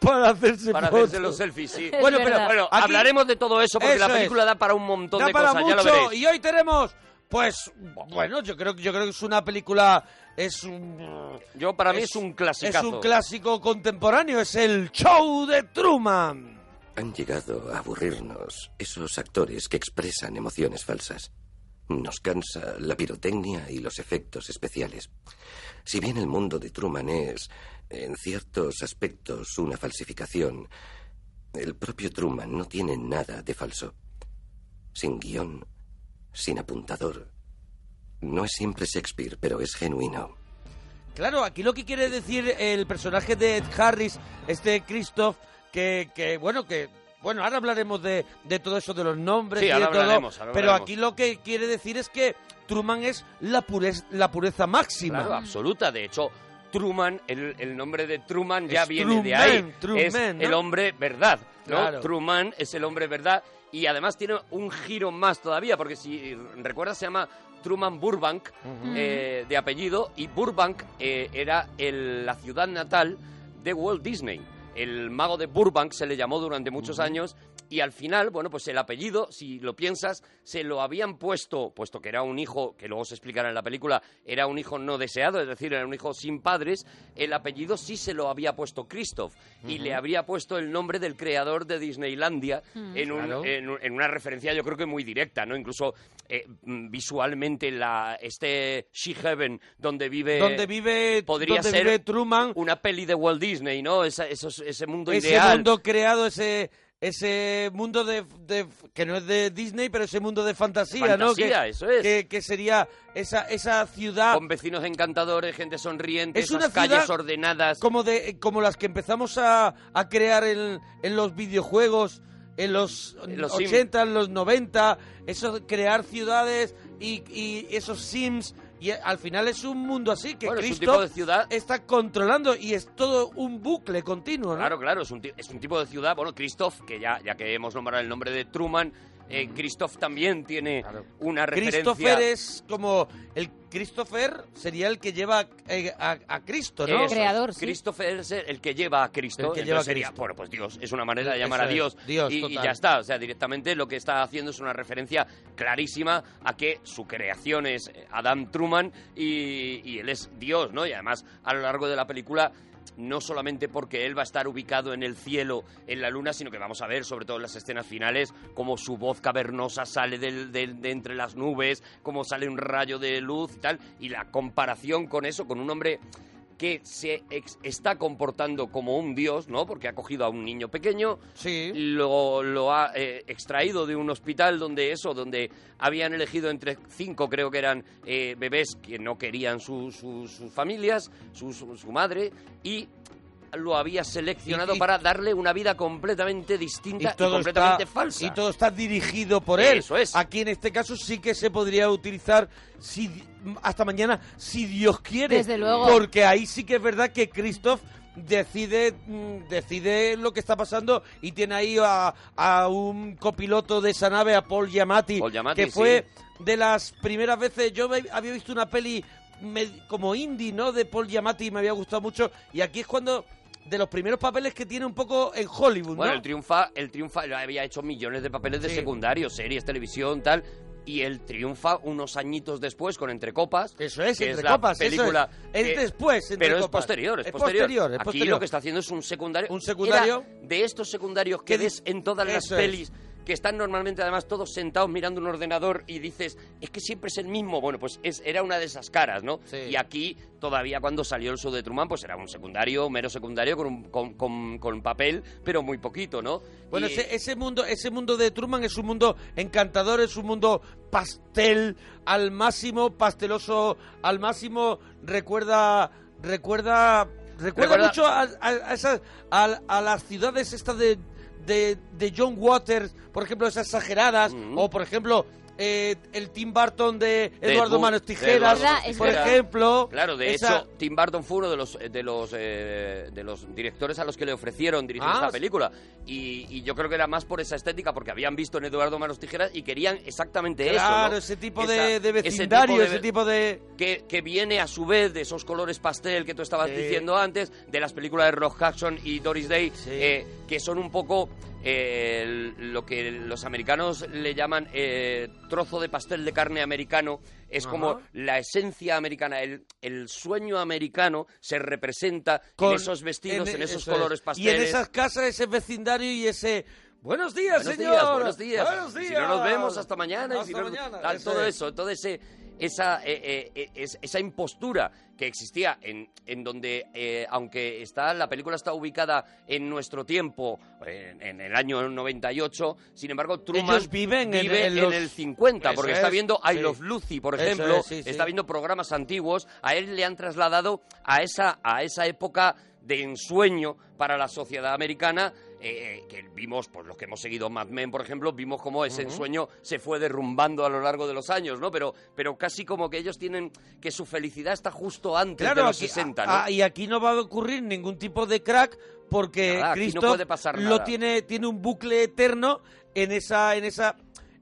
[SPEAKER 1] para hacerse
[SPEAKER 2] Para
[SPEAKER 1] fotos.
[SPEAKER 2] hacerse los selfies, sí.
[SPEAKER 1] Bueno, pero
[SPEAKER 2] bueno,
[SPEAKER 1] aquí-
[SPEAKER 2] hablaremos de todo eso porque
[SPEAKER 1] Eso
[SPEAKER 2] la película
[SPEAKER 1] es.
[SPEAKER 2] da para un montón
[SPEAKER 1] Da
[SPEAKER 2] de
[SPEAKER 1] para
[SPEAKER 2] cosas, ya lo
[SPEAKER 1] mucho,
[SPEAKER 2] veréis.
[SPEAKER 1] Y hoy tenemos, pues, bueno, yo creo, yo creo que es una película, es un...
[SPEAKER 2] Yo, para mí es un clasicazo.
[SPEAKER 1] Es un clásico contemporáneo, es el show de Truman.
[SPEAKER 4] Han llegado a aburrirnos esos actores que expresan emociones falsas. Nos cansa la pirotecnia y los efectos especiales. Si bien el mundo de Truman es, en ciertos aspectos, una falsificación, el propio Truman no tiene nada de falso. Sin guión, sin apuntador. No es siempre Shakespeare, pero es genuino.
[SPEAKER 1] Claro, aquí lo que quiere decir el personaje de Ed Harris, este Christoph, que, que bueno, que bueno, ahora hablaremos de, de todo eso, de los nombres
[SPEAKER 2] Sí,
[SPEAKER 1] y de
[SPEAKER 2] ahora
[SPEAKER 1] todo,
[SPEAKER 2] hablaremos, ahora
[SPEAKER 1] pero
[SPEAKER 2] hablaremos.
[SPEAKER 1] aquí lo que quiere decir es que Truman es la pureza, la pureza máxima.
[SPEAKER 2] Claro, absoluta. De hecho, Truman, el, el nombre de Truman ya
[SPEAKER 1] Es
[SPEAKER 2] viene de
[SPEAKER 1] Truman,
[SPEAKER 2] ahí.
[SPEAKER 1] Truman,
[SPEAKER 2] es
[SPEAKER 1] ¿no?
[SPEAKER 2] el hombre verdad. ¿no?
[SPEAKER 1] Claro.
[SPEAKER 2] Truman es el hombre verdad. Y además tiene un giro más todavía, porque si recuerdas se llama Truman Burbank,
[SPEAKER 1] Ujú.
[SPEAKER 2] eh, de apellido, y Burbank eh, era el- la ciudad natal de Walt Disney. El mago de Burbank se le llamó durante muchos años Y al final, bueno, pues el apellido, si lo piensas, se lo habían puesto, puesto que era un hijo, que luego se explicará en la película, era un hijo no deseado, es decir, era un hijo sin padres, el apellido sí se lo había puesto Christoph y
[SPEAKER 1] Ujú.
[SPEAKER 2] le habría puesto el nombre del creador de Disneylandia
[SPEAKER 1] Mm.
[SPEAKER 2] en, un-
[SPEAKER 1] Claro.
[SPEAKER 2] en un- en una referencia yo creo que muy directa, ¿no? Incluso eh, mm, visualmente la, este She Heaven donde vive...
[SPEAKER 1] Donde vive-
[SPEAKER 2] podría
[SPEAKER 1] donde
[SPEAKER 2] ser
[SPEAKER 1] vive
[SPEAKER 2] Truman. Una peli de Walt Disney, ¿no? Esa- esos- ese mundo
[SPEAKER 1] ese
[SPEAKER 2] ideal.
[SPEAKER 1] mundo creado, ese ese mundo de, de- que no es de Disney, pero ese mundo de fantasía, ¿no? Que,
[SPEAKER 2] Fantasía, eso es.
[SPEAKER 1] Que, que sería esa, esa ciudad
[SPEAKER 2] Con vecinos encantadores, gente sonriente,
[SPEAKER 1] Es
[SPEAKER 2] esas
[SPEAKER 1] una
[SPEAKER 2] calles
[SPEAKER 1] ciudad
[SPEAKER 2] ordenadas.
[SPEAKER 1] como de como las que empezamos a, a crear en, en los videojuegos en los,
[SPEAKER 2] En los
[SPEAKER 1] 80, en los 90, eso de crear ciudades y, y esos sims y al final es un mundo así que
[SPEAKER 2] Bueno, es un
[SPEAKER 1] Christoph
[SPEAKER 2] tipo de ciudad
[SPEAKER 1] está controlando y es todo un bucle continuo, ¿no?
[SPEAKER 2] Claro, claro, es un, ti- es un tipo de ciudad. Bueno, Christoph, que ya, ya que hemos nombrado el nombre de Truman, eh, Christoph también tiene una referencia.
[SPEAKER 1] Mm. Christopher es como el Christopher sería el que lleva eh, a, a Cristo, ¿no?
[SPEAKER 2] Eso es. Christopher es el que lleva a Cristo.
[SPEAKER 1] El que
[SPEAKER 2] Entonces
[SPEAKER 1] lleva a
[SPEAKER 2] sería-
[SPEAKER 1] Cristo.
[SPEAKER 2] bueno, pues Dios, es una manera de llamar
[SPEAKER 1] Eso
[SPEAKER 2] a
[SPEAKER 1] es,
[SPEAKER 2] Dios.
[SPEAKER 1] Dios,
[SPEAKER 2] y, y
[SPEAKER 1] total.
[SPEAKER 2] ya está. O sea, directamente lo que está haciendo es una referencia clarísima a que su creación es eh, Adam Truman y, y él es Dios, ¿no? Y además, a lo largo de la película no solamente porque él va a estar ubicado en el cielo, en la luna, sino que vamos a ver, sobre todo en las escenas finales, cómo su voz cavernosa sale del- del- de entre las nubes, cómo sale un rayo de luz y tal, y la comparación con eso, con un hombre que se ex- está comportando como un dios, ¿no? Porque ha cogido a un niño pequeño, lo, lo ha eh, extraído de un hospital donde eso, donde habían elegido entre cinco, creo que eran eh, bebés que no querían su- su- sus familias, su, su- su madre, y lo había seleccionado
[SPEAKER 1] Y- y-
[SPEAKER 2] para darle una vida completamente
[SPEAKER 1] y
[SPEAKER 2] distinta y,
[SPEAKER 1] todo
[SPEAKER 2] completamente
[SPEAKER 1] está,
[SPEAKER 2] falsa.
[SPEAKER 1] Y todo está dirigido por él.
[SPEAKER 2] Eso es.
[SPEAKER 1] Aquí en este caso sí que se podría utilizar si di- hasta mañana, si Dios quiere.
[SPEAKER 3] Desde luego.
[SPEAKER 1] Porque ahí sí que es verdad que Christoph decide mm, decide lo que está pasando y tiene ahí a, a un copiloto de esa nave a Paul Giamatti,
[SPEAKER 2] Giamatti,
[SPEAKER 1] que fue de las primeras veces yo ve- había visto una peli me- como indie no de Paul Giamatti y me había gustado mucho y aquí es cuando de los primeros papeles que tiene un poco en Hollywood
[SPEAKER 2] Bueno,
[SPEAKER 1] ¿no?
[SPEAKER 2] el triunfa, el triunfa, lo había hecho millones de papeles de secundarios, series, televisión, tal. Y él triunfa unos añitos después con Entre Copas.
[SPEAKER 1] Eso es,
[SPEAKER 2] que
[SPEAKER 1] Entre
[SPEAKER 2] la
[SPEAKER 1] Copas, eso es.
[SPEAKER 2] película
[SPEAKER 1] Es
[SPEAKER 2] que-
[SPEAKER 1] después, Entre
[SPEAKER 2] pero es
[SPEAKER 1] Copas.
[SPEAKER 2] posterior, es,
[SPEAKER 1] Es
[SPEAKER 2] posterior.
[SPEAKER 1] posterior, es
[SPEAKER 2] Aquí
[SPEAKER 1] posterior.
[SPEAKER 2] lo que está haciendo es un secundario. Un
[SPEAKER 1] secundario.
[SPEAKER 2] de estos secundarios que ves en todas las
[SPEAKER 1] Eso es.
[SPEAKER 2] pelis. Que están normalmente además todos sentados mirando un ordenador y dices, es que siempre es el mismo. Bueno, pues es, era una de esas caras, ¿no? Y aquí, todavía cuando salió el show de Truman, pues era un secundario, mero secundario, con, un- con, con- con papel, pero muy poquito, ¿no?
[SPEAKER 1] Bueno,
[SPEAKER 2] Y-
[SPEAKER 1] ese, ese mundo, ese este mundo de Truman es un mundo encantador, es un mundo pastel al máximo, pasteloso al máximo. Recuerda, recuerda, recuerda,
[SPEAKER 2] Recuerda-
[SPEAKER 1] mucho a, a- a esas, a, a las ciudades estas de, de, de John Waters, por ejemplo, esas exageradas, o por ejemplo. eh, el Tim Burton de
[SPEAKER 2] de
[SPEAKER 1] Eduardo
[SPEAKER 2] Bu-
[SPEAKER 1] Manos
[SPEAKER 2] de
[SPEAKER 1] Tijeras,
[SPEAKER 2] Eduardo Manos
[SPEAKER 1] por
[SPEAKER 2] Tijeras.
[SPEAKER 1] ejemplo.
[SPEAKER 2] Claro, de
[SPEAKER 1] esa-
[SPEAKER 2] hecho, Tim Burton fue uno de los de los eh, de los directores a los que le ofrecieron dirigir
[SPEAKER 1] Ah,
[SPEAKER 2] esta
[SPEAKER 1] sí.
[SPEAKER 2] película y, y yo creo que era más por esa estética porque habían visto en Eduardo Manos Tijeras y querían exactamente eso.
[SPEAKER 1] Claro,
[SPEAKER 2] ¿no?
[SPEAKER 1] ese tipo
[SPEAKER 2] Esa-
[SPEAKER 1] de, de
[SPEAKER 2] ese tipo
[SPEAKER 1] vecindario,
[SPEAKER 2] de-
[SPEAKER 1] ese tipo de...
[SPEAKER 2] que, que viene a su vez de esos colores pastel que tú estabas
[SPEAKER 1] Sí.
[SPEAKER 2] diciendo antes, de las películas de Rock Jackson y Doris Day, eh, que son un poco eh, el- lo que los americanos le llaman eh, trozo de pastel de carne americano. Es
[SPEAKER 1] Ajá.
[SPEAKER 2] como la esencia americana, el, el sueño americano se representa
[SPEAKER 1] con-
[SPEAKER 2] en esos vestidos, en, esos
[SPEAKER 1] eso es.
[SPEAKER 2] colores
[SPEAKER 1] Y en
[SPEAKER 2] pasteles.
[SPEAKER 1] esas casas, ese vecindario y ese... Buenos días,
[SPEAKER 2] Buenos
[SPEAKER 1] señor.
[SPEAKER 2] días, buenos días.
[SPEAKER 1] Buenos
[SPEAKER 2] Si no nos
[SPEAKER 1] días".
[SPEAKER 2] vemos hasta mañana. y si
[SPEAKER 1] Hasta
[SPEAKER 2] no-
[SPEAKER 1] mañana,
[SPEAKER 2] tal,
[SPEAKER 1] eso
[SPEAKER 2] todo
[SPEAKER 1] es.
[SPEAKER 2] eso, todo ese, esa, eh, eh, eh, es- esa impostura que existía en, en donde, eh, aunque está, la película está ubicada en nuestro tiempo, en, en el año 98, sin embargo, Truman
[SPEAKER 1] Ellos viven en-
[SPEAKER 2] vive
[SPEAKER 1] en los-
[SPEAKER 2] el 50, porque
[SPEAKER 1] Eso
[SPEAKER 2] está
[SPEAKER 1] es,
[SPEAKER 2] viendo I
[SPEAKER 1] sí.
[SPEAKER 2] Love Lucy, por
[SPEAKER 1] Eso
[SPEAKER 2] ejemplo,
[SPEAKER 1] es, sí, sí.
[SPEAKER 2] está viendo programas antiguos, a él le han trasladado a esa, a esa época de ensueño para la sociedad americana, eh, eh, que vimos, pues los que hemos seguido Mad Men, por ejemplo, vimos cómo ese
[SPEAKER 1] Ujú.
[SPEAKER 2] ensueño se fue derrumbando a lo largo de los años, ¿no? Pero, pero casi como que ellos tienen que su felicidad está justo antes de
[SPEAKER 1] Claro,
[SPEAKER 2] los
[SPEAKER 1] aquí-
[SPEAKER 2] 60, ¿no?
[SPEAKER 1] ah, y aquí no va a ocurrir ningún tipo de crack porque
[SPEAKER 2] Nada, aquí no
[SPEAKER 1] Cristo
[SPEAKER 2] puede pasar
[SPEAKER 1] lo
[SPEAKER 2] nada.
[SPEAKER 1] tiene tiene un bucle eterno en esa en esa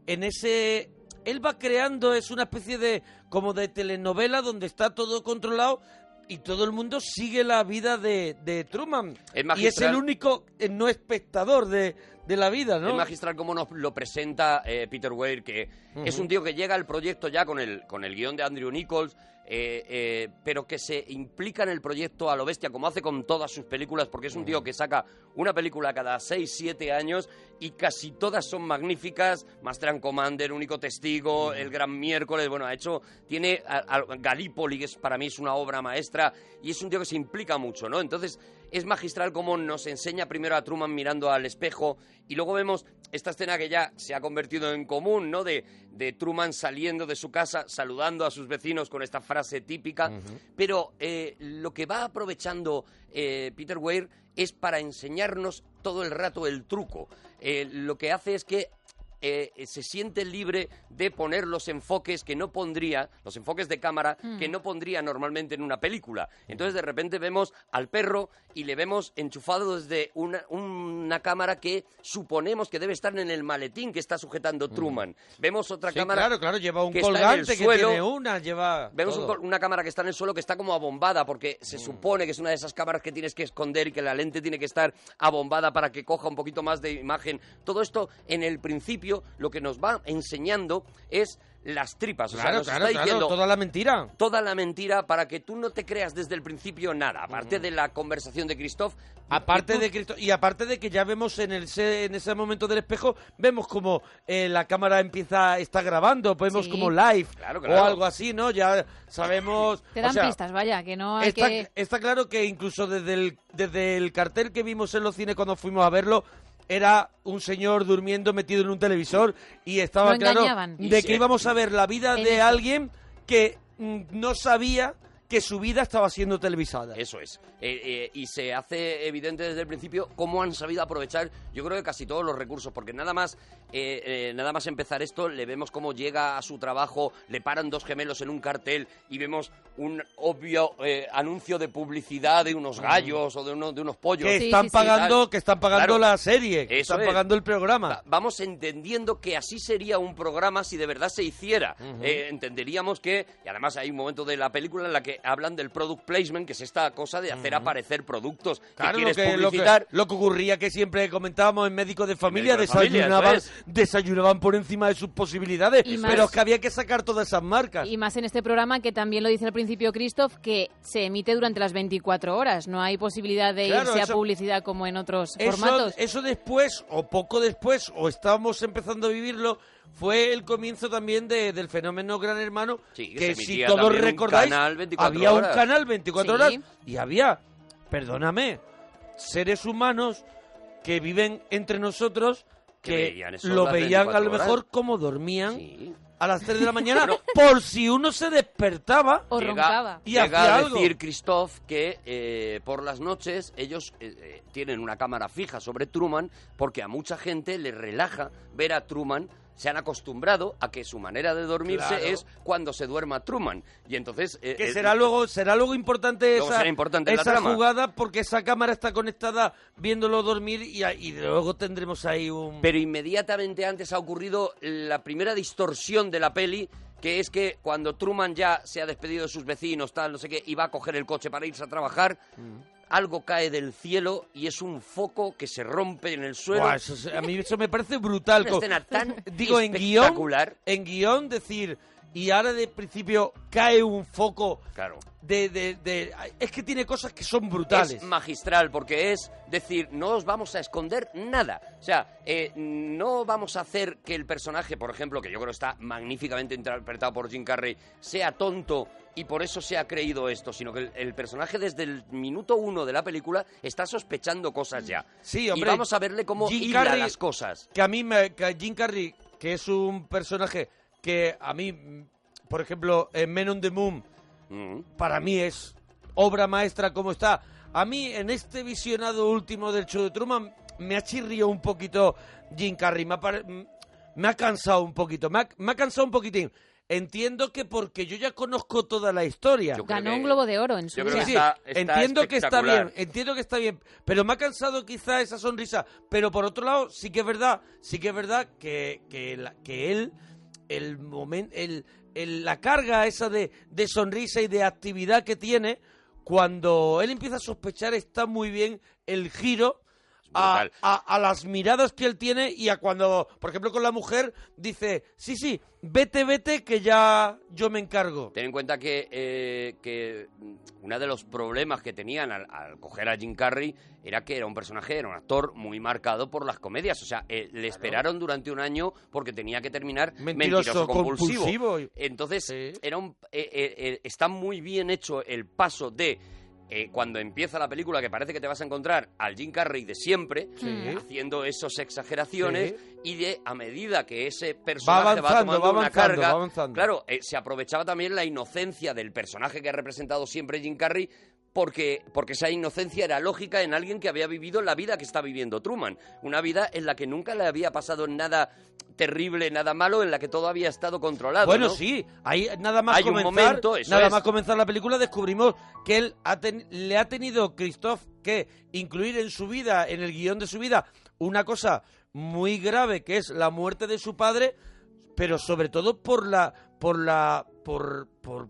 [SPEAKER 1] en ese él va creando es una especie de como de telenovela donde está todo controlado y todo el mundo sigue la vida de, de Truman
[SPEAKER 2] Es
[SPEAKER 1] y es
[SPEAKER 2] magistral.
[SPEAKER 1] el único eh, no espectador de, de la vida, ¿no?
[SPEAKER 2] Es magistral como nos lo presenta eh, Peter Weir, que
[SPEAKER 1] Ujú.
[SPEAKER 2] es un tío que llega al proyecto ya con el, con el guión de Andrew Nichols, eh, eh, pero que se implica en el proyecto a lo bestia, como hace con todas sus películas, porque es un tío que saca una película cada 6, 7 años y casi todas son magníficas. Master and Commander, Único Testigo, El Gran Miércoles, bueno, ha hecho, tiene a- a- Gallipoli, que es, para mí es una obra maestra, y es un tío que se implica mucho, ¿no? Entonces, es magistral como nos enseña primero a Truman mirando al espejo y luego vemos esta escena que ya se ha convertido en común, ¿no? De, de Truman saliendo de su casa, saludando a sus vecinos con esta frase típica. Pero eh, lo que va aprovechando eh, Peter Weir es para enseñarnos todo el rato el truco. Eh, lo que hace es que eh, eh, se siente libre de poner los enfoques que no pondría, los enfoques de cámara
[SPEAKER 1] Mm.
[SPEAKER 2] que no pondría normalmente en una película. Entonces de repente vemos al perro y le vemos enchufado desde una, una cámara que suponemos que debe estar en el maletín que está sujetando Truman. Vemos otra
[SPEAKER 1] Mm. Sí,
[SPEAKER 2] cámara
[SPEAKER 1] claro, claro, lleva un
[SPEAKER 2] que está en el
[SPEAKER 1] colgante que
[SPEAKER 2] suelo.
[SPEAKER 1] tiene una, lleva
[SPEAKER 2] Vemos un
[SPEAKER 1] todo. Mm.
[SPEAKER 2] col- una cámara que está en el suelo que está como abombada, porque se supone que es una de esas cámaras que tienes que esconder y que la lente tiene que estar abombada para que coja un poquito más de imagen. Todo esto, en el principio, lo que nos va enseñando es las tripas. o sea,
[SPEAKER 1] Claro,
[SPEAKER 2] nos
[SPEAKER 1] claro,
[SPEAKER 2] está
[SPEAKER 1] claro,
[SPEAKER 2] diciendo
[SPEAKER 1] toda la mentira.
[SPEAKER 2] toda la mentira para que tú no te creas desde el principio nada, aparte de la conversación de Christoph.
[SPEAKER 1] Mm. Aparte de Cristo- y aparte de que ya vemos en, el, se- en ese momento del espejo, vemos como eh, la cámara empieza, está grabando, vemos
[SPEAKER 3] Sí.
[SPEAKER 1] como live
[SPEAKER 2] Claro, claro.
[SPEAKER 1] o algo así, ¿no? Ya sabemos...
[SPEAKER 3] Te
[SPEAKER 1] o
[SPEAKER 3] dan
[SPEAKER 1] sea,
[SPEAKER 3] pistas, vaya, que no hay
[SPEAKER 1] Está,
[SPEAKER 3] que...
[SPEAKER 1] está claro que incluso desde el, desde el cartel que vimos en los cines cuando fuimos a verlo, era un señor durmiendo metido en un televisor y estaba
[SPEAKER 3] Lo
[SPEAKER 1] claro
[SPEAKER 3] engañaban.
[SPEAKER 1] de
[SPEAKER 3] Y sí.
[SPEAKER 1] que íbamos a ver la vida
[SPEAKER 3] En
[SPEAKER 1] de
[SPEAKER 3] eso.
[SPEAKER 1] alguien que mm, no sabía que su vida estaba siendo televisada.
[SPEAKER 2] Eso es. Eh, eh, y se hace evidente desde el principio cómo han sabido aprovechar, yo creo que casi todos los recursos, porque nada más, eh, eh, nada más empezar esto, le vemos cómo llega a su trabajo, le paran dos gemelos en un cartel y vemos un obvio eh, anuncio de publicidad de unos gallos o de, uno- de unos pollos.
[SPEAKER 1] Mm. Que están pagando, que están pagando
[SPEAKER 2] Claro.
[SPEAKER 1] la serie, que
[SPEAKER 2] Eso
[SPEAKER 1] están
[SPEAKER 2] es.
[SPEAKER 1] pagando el programa.
[SPEAKER 2] Va- Vamos entendiendo que así sería un programa si de verdad se hiciera.
[SPEAKER 1] Ujú.
[SPEAKER 2] Eh, entenderíamos que, y además hay un momento de la película en la que hablan del product placement, que es esta cosa de hacer aparecer productos
[SPEAKER 1] Claro,
[SPEAKER 2] que
[SPEAKER 1] lo
[SPEAKER 2] quieres
[SPEAKER 1] que, lo, que,
[SPEAKER 2] publicitar.
[SPEAKER 1] lo que ocurría que siempre comentábamos en médicos de familia,
[SPEAKER 2] Médicos de Familia,
[SPEAKER 1] desayunaban,
[SPEAKER 2] eso
[SPEAKER 1] desayunaban por encima de sus posibilidades,
[SPEAKER 3] Y más-
[SPEAKER 1] pero es que había que sacar todas esas marcas.
[SPEAKER 3] Y más en este programa que también lo dice al principio Christoph, que se emite durante las 24 horas. No hay posibilidad de
[SPEAKER 1] Claro,
[SPEAKER 3] irse
[SPEAKER 1] eso-
[SPEAKER 3] a publicidad como en otros
[SPEAKER 1] Eso,
[SPEAKER 3] formatos.
[SPEAKER 1] eso después, o poco después, o estábamos empezando a vivirlo, fue el comienzo también de- del fenómeno Gran Hermano,
[SPEAKER 2] que
[SPEAKER 1] que
[SPEAKER 2] se
[SPEAKER 1] si
[SPEAKER 2] emitía
[SPEAKER 1] todos
[SPEAKER 2] también un
[SPEAKER 1] recordáis,
[SPEAKER 2] canal 24
[SPEAKER 1] había
[SPEAKER 2] horas.
[SPEAKER 1] un canal 24
[SPEAKER 2] Sí.
[SPEAKER 1] horas y había, perdóname, seres humanos que viven entre nosotros
[SPEAKER 2] Que
[SPEAKER 1] que,
[SPEAKER 2] veían eso
[SPEAKER 1] lo
[SPEAKER 2] las
[SPEAKER 1] veían a lo
[SPEAKER 2] 24
[SPEAKER 1] mejor
[SPEAKER 2] horas.
[SPEAKER 1] como dormían a las 3 de la mañana
[SPEAKER 2] Bueno.
[SPEAKER 1] por si uno se despertaba
[SPEAKER 2] Llega-
[SPEAKER 1] y
[SPEAKER 2] llega
[SPEAKER 1] hacía
[SPEAKER 2] a
[SPEAKER 1] algo.
[SPEAKER 2] decir Christoph que eh, por las noches ellos eh, eh, tienen una cámara fija sobre Truman porque a mucha gente le relaja ver a Truman. Se han acostumbrado a que su manera de dormirse
[SPEAKER 1] Claro.
[SPEAKER 2] es cuando se duerma Truman. Y entonces... eh,
[SPEAKER 1] Que
[SPEAKER 2] eh,
[SPEAKER 1] será luego, será luego importante
[SPEAKER 2] Luego
[SPEAKER 1] esa,
[SPEAKER 2] será importante la
[SPEAKER 1] esa
[SPEAKER 2] trama.
[SPEAKER 1] jugada porque esa cámara está conectada viéndolo dormir y, a- y luego tendremos ahí un...
[SPEAKER 2] Pero inmediatamente antes ha ocurrido la primera distorsión de la peli, que es que cuando Truman ya se ha despedido de sus vecinos, tal, no sé qué, y va a coger el coche para irse a trabajar, algo cae del cielo y es un foco que se rompe en el suelo.
[SPEAKER 1] Buah, eso es- a mí eso me parece brutal.
[SPEAKER 2] Una
[SPEAKER 1] co-
[SPEAKER 2] escena tan
[SPEAKER 1] Digo, en guión, en guión decir, y ahora de principio cae un foco
[SPEAKER 2] claro.
[SPEAKER 1] de, de- de- Es que tiene cosas que son brutales.
[SPEAKER 2] Es magistral porque es decir, no os vamos a esconder nada. O sea, eh, no vamos a hacer que el personaje, por ejemplo, que yo creo está magníficamente interpretado por Jim Carrey, sea tonto y por eso se ha creído esto, sino que el, el personaje desde el minuto uno de la película está sospechando cosas ya.
[SPEAKER 1] Sí, hombre,
[SPEAKER 2] Y vamos a verle cómo
[SPEAKER 1] Jim
[SPEAKER 2] hila
[SPEAKER 1] Carrey-
[SPEAKER 2] las cosas.
[SPEAKER 1] Que a mí, me, que Jim Carrey, que es un personaje que a mí, mm, por ejemplo, en Men on the Moon, para mí es obra maestra como está. A mí, en este visionado último del show de Truman, me ha chirrido un poquito Jim Carrey. Me ha, pare- mm, me ha cansado un poquito. Me ha, me ha cansado un poquitín. Entiendo que porque yo ya conozco toda la historia.
[SPEAKER 3] Ganó un globo de oro en su
[SPEAKER 1] Sí,
[SPEAKER 3] día.
[SPEAKER 1] sí, entiendo que está bien, entiendo que está bien, pero me ha cansado quizá esa sonrisa. Pero por otro lado, sí que es verdad, sí que es verdad que, que, la- que él, el momento, el, el- la carga esa de, de sonrisa y de actividad que tiene, cuando él empieza a sospechar está muy bien el giro a, a- a las miradas que él tiene y a cuando, por ejemplo, con la mujer dice, sí, sí, vete, vete, que ya yo me encargo.
[SPEAKER 2] Ten en cuenta que, eh, que uno de los problemas que tenían al, al coger a Jim Carrey era que era un personaje, era un actor muy marcado por las comedias. O sea, eh, le esperaron durante un año porque tenía que terminar mentiroso,
[SPEAKER 1] Mentiroso,
[SPEAKER 2] compulsivo.
[SPEAKER 1] compulsivo.
[SPEAKER 2] Entonces, era un, eh, eh, eh, está muy bien hecho el paso de eh, cuando empieza la película que parece que te vas a encontrar al Jim Carrey de siempre
[SPEAKER 1] Sí.
[SPEAKER 2] haciendo esas exageraciones y de a medida que ese
[SPEAKER 1] Va
[SPEAKER 2] personaje va,
[SPEAKER 1] avanzando,
[SPEAKER 2] tomando
[SPEAKER 1] va
[SPEAKER 2] una
[SPEAKER 1] avanzando,
[SPEAKER 2] carga
[SPEAKER 1] va avanzando.
[SPEAKER 2] claro eh, se aprovechaba también la inocencia del personaje que ha representado siempre Jim Carrey porque, porque esa inocencia era lógica en alguien que había vivido la vida que está viviendo Truman. Una vida en la que nunca le había pasado nada terrible, nada malo, en la que todo había estado controlado.
[SPEAKER 1] Bueno,
[SPEAKER 2] ¿no?
[SPEAKER 1] sí, ahí nada más
[SPEAKER 2] Hay un
[SPEAKER 1] comenzar,
[SPEAKER 2] momento, eso
[SPEAKER 1] nada
[SPEAKER 2] es.
[SPEAKER 1] más comenzar la película descubrimos que él ha ten- le ha tenido Christoph que incluir en su vida, en el guión de su vida, una cosa muy grave que es la muerte de su padre, pero sobre todo por la por la por por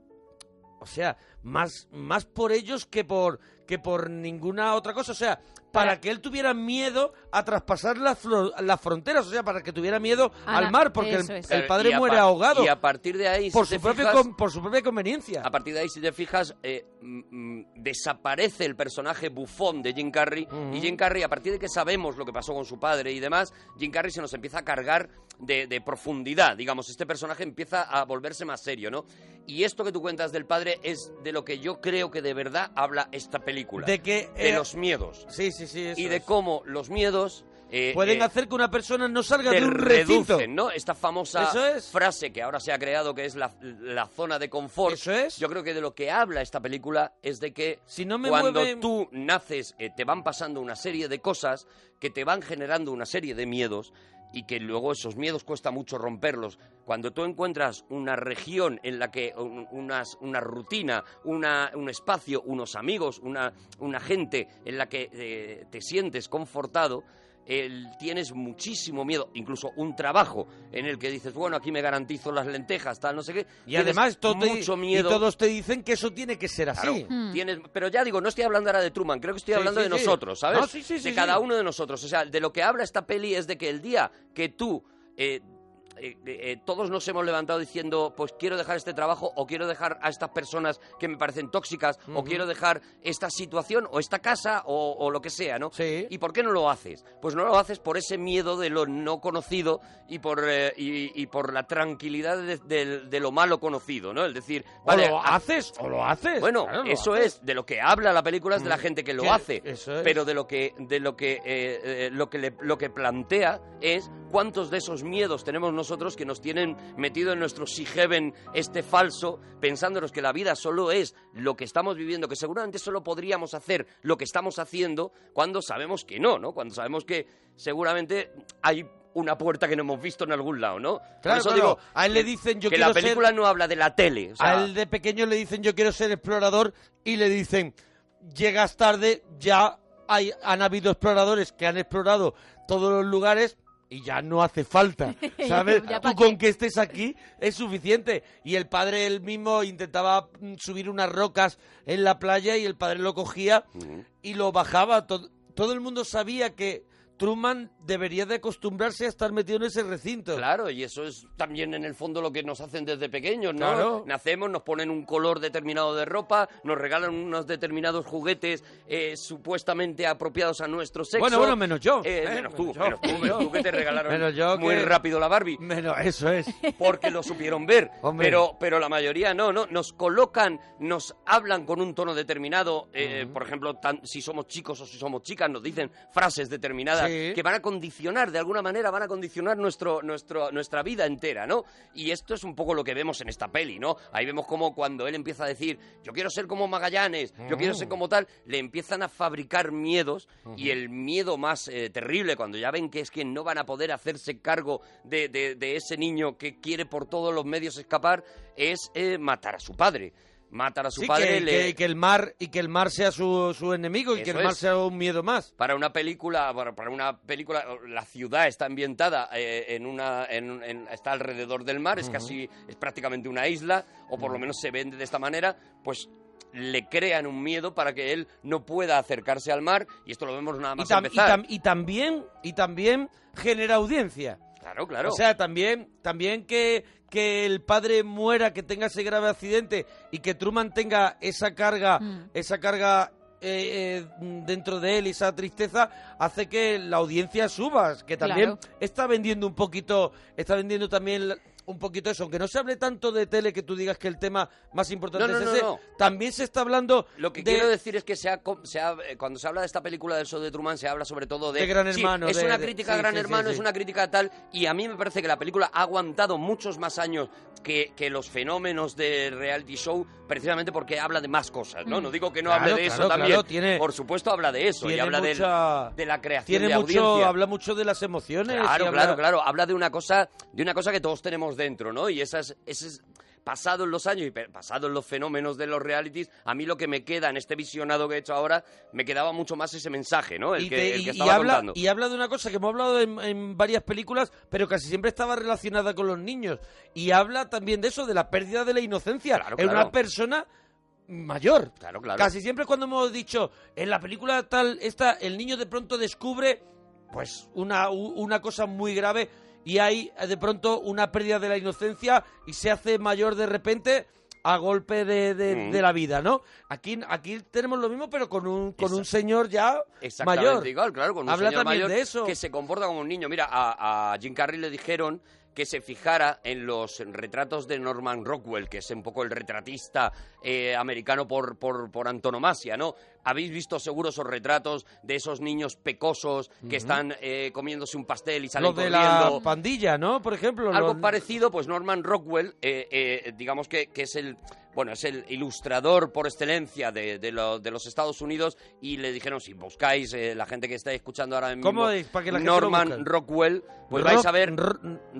[SPEAKER 1] o sea, más más por ellos que por que por ninguna otra cosa, o sea, para que él tuviera miedo a traspasar las, flo- las fronteras, o sea, para que tuviera miedo
[SPEAKER 2] A la-
[SPEAKER 1] al mar, porque el,
[SPEAKER 2] eso es.
[SPEAKER 1] el padre
[SPEAKER 2] Eh, Y a
[SPEAKER 1] muere
[SPEAKER 2] par-
[SPEAKER 1] ahogado.
[SPEAKER 2] y a partir de ahí,
[SPEAKER 1] por
[SPEAKER 2] si te
[SPEAKER 1] su propio
[SPEAKER 2] fijas-
[SPEAKER 1] con- por su propia conveniencia.
[SPEAKER 2] A partir de ahí, si te fijas, eh, mm, mm, desaparece el personaje bufón de Jim Carrey. Y Jim Carrey, a partir de que sabemos lo que pasó con su padre y demás, Jim Carrey se nos empieza a cargar de, de profundidad. Digamos, este personaje empieza a volverse más serio, ¿no? Y esto que tú cuentas del padre es de lo que yo creo que de verdad habla esta película.
[SPEAKER 1] De que,
[SPEAKER 2] De
[SPEAKER 1] eh,
[SPEAKER 2] los miedos.
[SPEAKER 1] Sí, sí, sí. eso
[SPEAKER 2] y de
[SPEAKER 1] es.
[SPEAKER 2] cómo los miedos... eh,
[SPEAKER 1] Pueden
[SPEAKER 2] eh,
[SPEAKER 1] hacer que una persona no salga
[SPEAKER 2] te
[SPEAKER 1] de un recinto.
[SPEAKER 2] reducen, ¿no? Esta famosa
[SPEAKER 1] Eso
[SPEAKER 2] frase que ahora se ha creado que es la, la zona de confort. Yo creo que de lo que habla esta película es de que
[SPEAKER 1] me
[SPEAKER 2] cuando
[SPEAKER 1] mueven-
[SPEAKER 2] tú naces eh, te van pasando una serie de cosas que te van generando una serie de miedos y que luego esos miedos cuesta mucho romperlos. Cuando tú encuentras una región en la que un- unas, una rutina, una, un espacio, unos amigos, una, una gente en la que eh, te sientes confortado, el- tienes muchísimo miedo, incluso un trabajo en el que dices, bueno, aquí me garantizo las lentejas, tal, no sé qué.
[SPEAKER 1] Y
[SPEAKER 2] Tienes
[SPEAKER 1] además, todo te-
[SPEAKER 2] mucho
[SPEAKER 1] y
[SPEAKER 2] miedo.
[SPEAKER 1] todos te dicen que eso tiene que ser
[SPEAKER 2] Claro,
[SPEAKER 1] así. Mm.
[SPEAKER 2] tienes- pero ya digo, no estoy hablando ahora de Truman, creo que estoy
[SPEAKER 1] Sí,
[SPEAKER 2] hablando
[SPEAKER 1] sí,
[SPEAKER 2] de
[SPEAKER 1] sí.
[SPEAKER 2] nosotros, ¿sabes?
[SPEAKER 1] No, sí, sí,
[SPEAKER 2] de
[SPEAKER 1] sí,
[SPEAKER 2] cada
[SPEAKER 1] sí.
[SPEAKER 2] uno de nosotros. O sea, de lo que habla esta peli es de que el día que tú... eh, eh, eh, todos nos hemos levantado diciendo, pues quiero dejar este trabajo o quiero dejar a estas personas que me parecen tóxicas o
[SPEAKER 1] Ujú.
[SPEAKER 2] quiero dejar esta situación o esta casa o, o lo que sea, ¿no? ¿Y por qué no lo haces? Pues no lo haces por ese miedo de lo no conocido y por, eh, y, y por la tranquilidad de, de- de lo malo conocido, ¿no? El decir, vale,
[SPEAKER 1] lo
[SPEAKER 2] ha-
[SPEAKER 1] haces, o lo haces.
[SPEAKER 2] Bueno,
[SPEAKER 1] Claro, lo
[SPEAKER 2] eso
[SPEAKER 1] haces. Mm,
[SPEAKER 2] es de lo que habla la película es de la gente que lo
[SPEAKER 1] que-
[SPEAKER 2] hace,
[SPEAKER 1] eso es.
[SPEAKER 2] pero de lo que de lo que eh, eh, lo que le- lo que plantea es cuántos de esos miedos tenemos nosotros que nos tienen metido en nuestro si heaven este falso pensándonos que la vida solo es lo que estamos viviendo, que seguramente solo podríamos hacer lo que estamos haciendo cuando sabemos que no, ¿no? Cuando sabemos que seguramente hay una puerta que no hemos visto en algún lado, ¿no? Por
[SPEAKER 1] Claro,
[SPEAKER 2] eso
[SPEAKER 1] claro.
[SPEAKER 2] digo
[SPEAKER 1] a él le
[SPEAKER 2] que-
[SPEAKER 1] dicen yo
[SPEAKER 2] que
[SPEAKER 1] quiero
[SPEAKER 2] la película
[SPEAKER 1] ser-
[SPEAKER 2] no habla de la tele, o sea-
[SPEAKER 1] a él de pequeño le dicen yo quiero ser explorador y le dicen llegas tarde, ya hay, han habido exploradores que han explorado todos los lugares y ya no hace falta, ¿sabes?
[SPEAKER 2] Ya
[SPEAKER 1] Tú con que estés aquí es suficiente. Y el padre él mismo intentaba mm, subir unas rocas en la playa y el padre lo cogía y lo bajaba. Todo, todo el mundo sabía que Truman debería de acostumbrarse a estar metido en ese recinto.
[SPEAKER 2] Claro, y eso es también en el fondo lo que nos hacen desde pequeños, ¿no?
[SPEAKER 1] Claro.
[SPEAKER 2] Nacemos, nos ponen un color determinado de ropa, nos regalan unos determinados juguetes eh, supuestamente apropiados a nuestro sexo.
[SPEAKER 1] Bueno, bueno, menos yo,
[SPEAKER 2] Eh,
[SPEAKER 1] ¿eh?
[SPEAKER 2] menos, tú,
[SPEAKER 1] Menos yo.
[SPEAKER 2] menos tú, menos tú, que te regalaron
[SPEAKER 1] Menos yo
[SPEAKER 2] muy
[SPEAKER 1] que-
[SPEAKER 2] rápido la Barbie.
[SPEAKER 1] Menos, eso es.
[SPEAKER 2] Porque lo supieron ver.
[SPEAKER 1] Hombre.
[SPEAKER 2] Pero, pero la mayoría no, ¿no? Nos colocan, nos hablan con un tono determinado. eh, Por ejemplo, tan- si somos chicos o si somos chicas, nos dicen frases determinadas
[SPEAKER 1] Sí.
[SPEAKER 2] que van a condicionar, de alguna manera, van a condicionar nuestro, nuestro, nuestra vida entera, ¿no? Y esto es un poco lo que vemos en esta peli, ¿no? Ahí vemos como cuando él empieza a decir, yo quiero ser como Magallanes, yo quiero
[SPEAKER 1] Mm.
[SPEAKER 2] ser como tal, le empiezan a fabricar miedos y el miedo más eh, terrible, cuando ya ven que es que no van a poder hacerse cargo de, de- de ese niño que quiere por todos los medios escapar, es eh, matar a su padre. Matar a su
[SPEAKER 1] Sí, que-
[SPEAKER 2] padre
[SPEAKER 1] que,
[SPEAKER 2] le...
[SPEAKER 1] que el mar y que el mar sea su, su enemigo y que
[SPEAKER 2] Eso
[SPEAKER 1] el mar
[SPEAKER 2] es.
[SPEAKER 1] sea un miedo más.
[SPEAKER 2] Para una película, para para una película, la ciudad está ambientada eh, en una, en- en- está alrededor del mar, es
[SPEAKER 1] Ujú.
[SPEAKER 2] casi, es prácticamente una isla, o por lo menos se vende de esta manera, pues le crean un miedo para que él no pueda acercarse al mar y esto lo vemos nada
[SPEAKER 1] Y,
[SPEAKER 2] más
[SPEAKER 1] tam- y
[SPEAKER 2] empezar.
[SPEAKER 1] tam- y también, y también genera audiencia.
[SPEAKER 2] Claro, claro.
[SPEAKER 1] O sea, también, también que, que el padre muera, que tenga ese grave accidente y que Truman tenga esa carga, esa carga eh, eh, dentro de él y esa tristeza, hace que la audiencia suba, que también
[SPEAKER 2] Claro.
[SPEAKER 1] está vendiendo un poquito, está vendiendo también la- un poquito eso, aunque no se hable tanto de tele que tú digas que el tema más importante
[SPEAKER 2] No, no,
[SPEAKER 1] es
[SPEAKER 2] no,
[SPEAKER 1] ese,
[SPEAKER 2] no.
[SPEAKER 1] también se está hablando
[SPEAKER 2] Lo que
[SPEAKER 1] de-
[SPEAKER 2] quiero decir es que se ha com- se ha- eh, cuando se habla de esta película del show de Truman se habla sobre todo de...
[SPEAKER 1] De Gran
[SPEAKER 2] Sí,
[SPEAKER 1] Hermano,
[SPEAKER 2] es
[SPEAKER 1] de-
[SPEAKER 2] una
[SPEAKER 1] de-
[SPEAKER 2] crítica
[SPEAKER 1] sí,
[SPEAKER 2] a Gran
[SPEAKER 1] sí, sí,
[SPEAKER 2] Hermano,
[SPEAKER 1] sí.
[SPEAKER 2] es una crítica a tal, y a mí me parece que la película ha aguantado muchos más años que, que los fenómenos de reality show precisamente porque habla de más cosas, ¿no?
[SPEAKER 1] Mm.
[SPEAKER 2] No digo que no
[SPEAKER 1] Claro,
[SPEAKER 2] hable de eso
[SPEAKER 1] claro,
[SPEAKER 2] también.
[SPEAKER 1] claro, tiene-
[SPEAKER 2] Por supuesto habla de eso y
[SPEAKER 1] tiene
[SPEAKER 2] habla del-
[SPEAKER 1] mucha-
[SPEAKER 2] de, la creación
[SPEAKER 1] tiene
[SPEAKER 2] de
[SPEAKER 1] mucho,
[SPEAKER 2] audiencia.
[SPEAKER 1] habla mucho de las emociones. y
[SPEAKER 2] Claro,
[SPEAKER 1] habla-
[SPEAKER 2] claro, claro. Habla de una cosa, de una cosa que todos tenemos dentro, ¿no? Y esas, esas pasados los años y pe- pasados los fenómenos de los realities, a mí lo que me queda en este visionado que he hecho ahora, me quedaba mucho más ese mensaje, ¿no? El
[SPEAKER 1] y,
[SPEAKER 2] que,
[SPEAKER 1] te-
[SPEAKER 2] el
[SPEAKER 1] y-
[SPEAKER 2] que
[SPEAKER 1] y
[SPEAKER 2] estaba
[SPEAKER 1] habla,
[SPEAKER 2] contando.
[SPEAKER 1] y habla de una cosa que hemos hablado en, en varias películas, pero casi siempre estaba relacionada con los niños. Y habla también de eso, de la pérdida de la inocencia en
[SPEAKER 2] claro.
[SPEAKER 1] una persona mayor.
[SPEAKER 2] Claro, claro.
[SPEAKER 1] Casi siempre cuando hemos dicho, en la película tal, esta, el niño de pronto descubre pues una, u- una cosa muy grave y hay eh, de pronto una pérdida de la inocencia y se hace mayor de repente a golpe de, de-
[SPEAKER 2] Mm.
[SPEAKER 1] de la vida, ¿no? Aquí, aquí tenemos lo mismo, pero con un, con un señor ya
[SPEAKER 2] Exactamente
[SPEAKER 1] mayor.
[SPEAKER 2] igual, claro, con un
[SPEAKER 1] Habla
[SPEAKER 2] señor
[SPEAKER 1] también
[SPEAKER 2] mayor
[SPEAKER 1] de eso.
[SPEAKER 2] que se comporta como un niño. Mira, a, a Jim Carrey le dijeron que se fijara en los retratos de Norman Rockwell, que es un poco el retratista eh, americano por, por, por antonomasia, ¿no? Habéis visto seguro esos retratos de esos niños pecosos que
[SPEAKER 1] Ujú.
[SPEAKER 2] están eh, comiéndose un pastel y salen
[SPEAKER 1] Los de la
[SPEAKER 2] corriendo.
[SPEAKER 1] pandilla, ¿no? Por ejemplo.
[SPEAKER 2] Algo
[SPEAKER 1] los-
[SPEAKER 2] parecido, pues Norman Rockwell, eh, eh, digamos que, que es el bueno, es el ilustrador por excelencia de, de lo- de los Estados Unidos y le dijeron, si buscáis eh, la gente que está escuchando ahora mismo,
[SPEAKER 1] ¿Cómo es? Para que la gente lo
[SPEAKER 2] Norman
[SPEAKER 1] busque.
[SPEAKER 2] Rockwell, pues
[SPEAKER 1] Rock-
[SPEAKER 2] vais a ver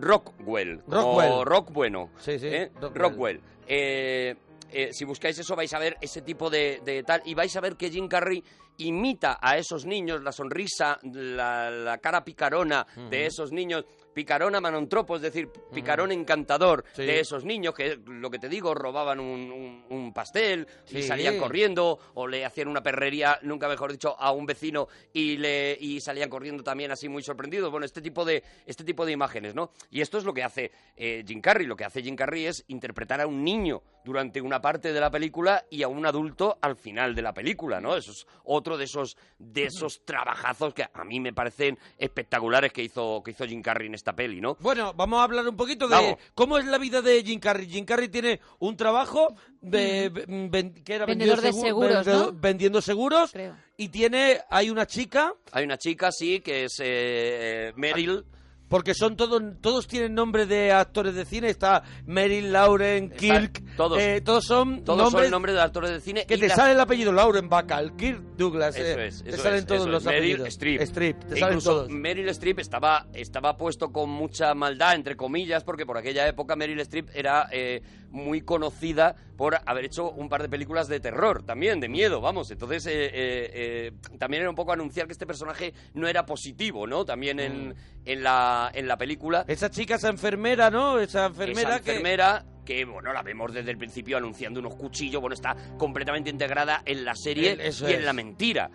[SPEAKER 2] Rockwell, o
[SPEAKER 1] Rockwell.
[SPEAKER 2] Rock Bueno,
[SPEAKER 1] Sí, sí,
[SPEAKER 2] ¿eh?
[SPEAKER 1] Rockwell.
[SPEAKER 2] Rockwell. Eh, eh, si buscáis eso vais a ver ese tipo de, de tal y vais a ver que Jim Carrey imita a esos niños la sonrisa, la, la cara picarona de
[SPEAKER 1] Ujú.
[SPEAKER 2] esos niños, picarona manontropo, es decir, picarón encantador
[SPEAKER 1] Sí.
[SPEAKER 2] de esos niños que, lo que te digo, robaban un, un- un pastel
[SPEAKER 1] Sí.
[SPEAKER 2] y salían corriendo o le hacían una perrería, nunca mejor dicho, a un vecino y, le, y salían corriendo también así muy sorprendidos. Bueno, este tipo de, este tipo de imágenes, ¿no? Y esto es lo que hace eh, Jim Carrey. Lo que hace Jim Carrey es interpretar a un niño durante una parte de la película y a un adulto al final de la película, ¿no? Eso es otro de esos, de esos trabajazos que a mí me parecen espectaculares que hizo, que hizo Jim Carrey en esta peli, ¿no?
[SPEAKER 1] Bueno, vamos a hablar un poquito de
[SPEAKER 2] Vamos.
[SPEAKER 1] cómo es la vida de Jim Carrey. Jim Carrey tiene un trabajo de, ven- que era
[SPEAKER 3] Vendedor de
[SPEAKER 1] segu-
[SPEAKER 3] seguros,
[SPEAKER 1] vendedor-
[SPEAKER 3] ¿no?
[SPEAKER 1] vendiendo seguros
[SPEAKER 3] Creo.
[SPEAKER 1] y tiene hay una chica
[SPEAKER 2] Hay una chica, sí, que es eh, Meryl.
[SPEAKER 1] porque son todos todos tienen nombre de actores de cine, está Meryl Lauren Kirk,
[SPEAKER 2] todos.
[SPEAKER 1] eh, todos son
[SPEAKER 2] Todos
[SPEAKER 1] nombres
[SPEAKER 2] son el nombre de actores de cine.
[SPEAKER 1] que
[SPEAKER 2] y
[SPEAKER 1] te
[SPEAKER 2] las-
[SPEAKER 1] sale el apellido Lauren Bacall, Kirk Douglas,
[SPEAKER 2] Eso
[SPEAKER 1] eh,
[SPEAKER 2] es,
[SPEAKER 1] te
[SPEAKER 2] eso
[SPEAKER 1] salen
[SPEAKER 2] es,
[SPEAKER 1] todos
[SPEAKER 2] eso
[SPEAKER 1] los
[SPEAKER 2] es. Meryl
[SPEAKER 1] apellidos.
[SPEAKER 2] Streep.
[SPEAKER 1] Strip, te
[SPEAKER 2] E
[SPEAKER 1] salen
[SPEAKER 2] incluso
[SPEAKER 1] todos.
[SPEAKER 2] Meryl Streep estaba, estaba puesto con mucha maldad, entre comillas, porque por aquella época Meryl Streep era eh, muy conocida por haber hecho un par de películas de terror también, de miedo, vamos. Entonces, eh, eh, eh, también era un poco anunciar que este personaje no era positivo, ¿no? También en, en, la, en la película.
[SPEAKER 1] Mm. Esa chica, esa enfermera, ¿no? Esa enfermera,
[SPEAKER 2] Esa enfermera que bueno la vemos desde el principio anunciando unos cuchillos bueno está completamente integrada en la serie
[SPEAKER 1] El- eso
[SPEAKER 2] y en
[SPEAKER 1] es.
[SPEAKER 2] la mentira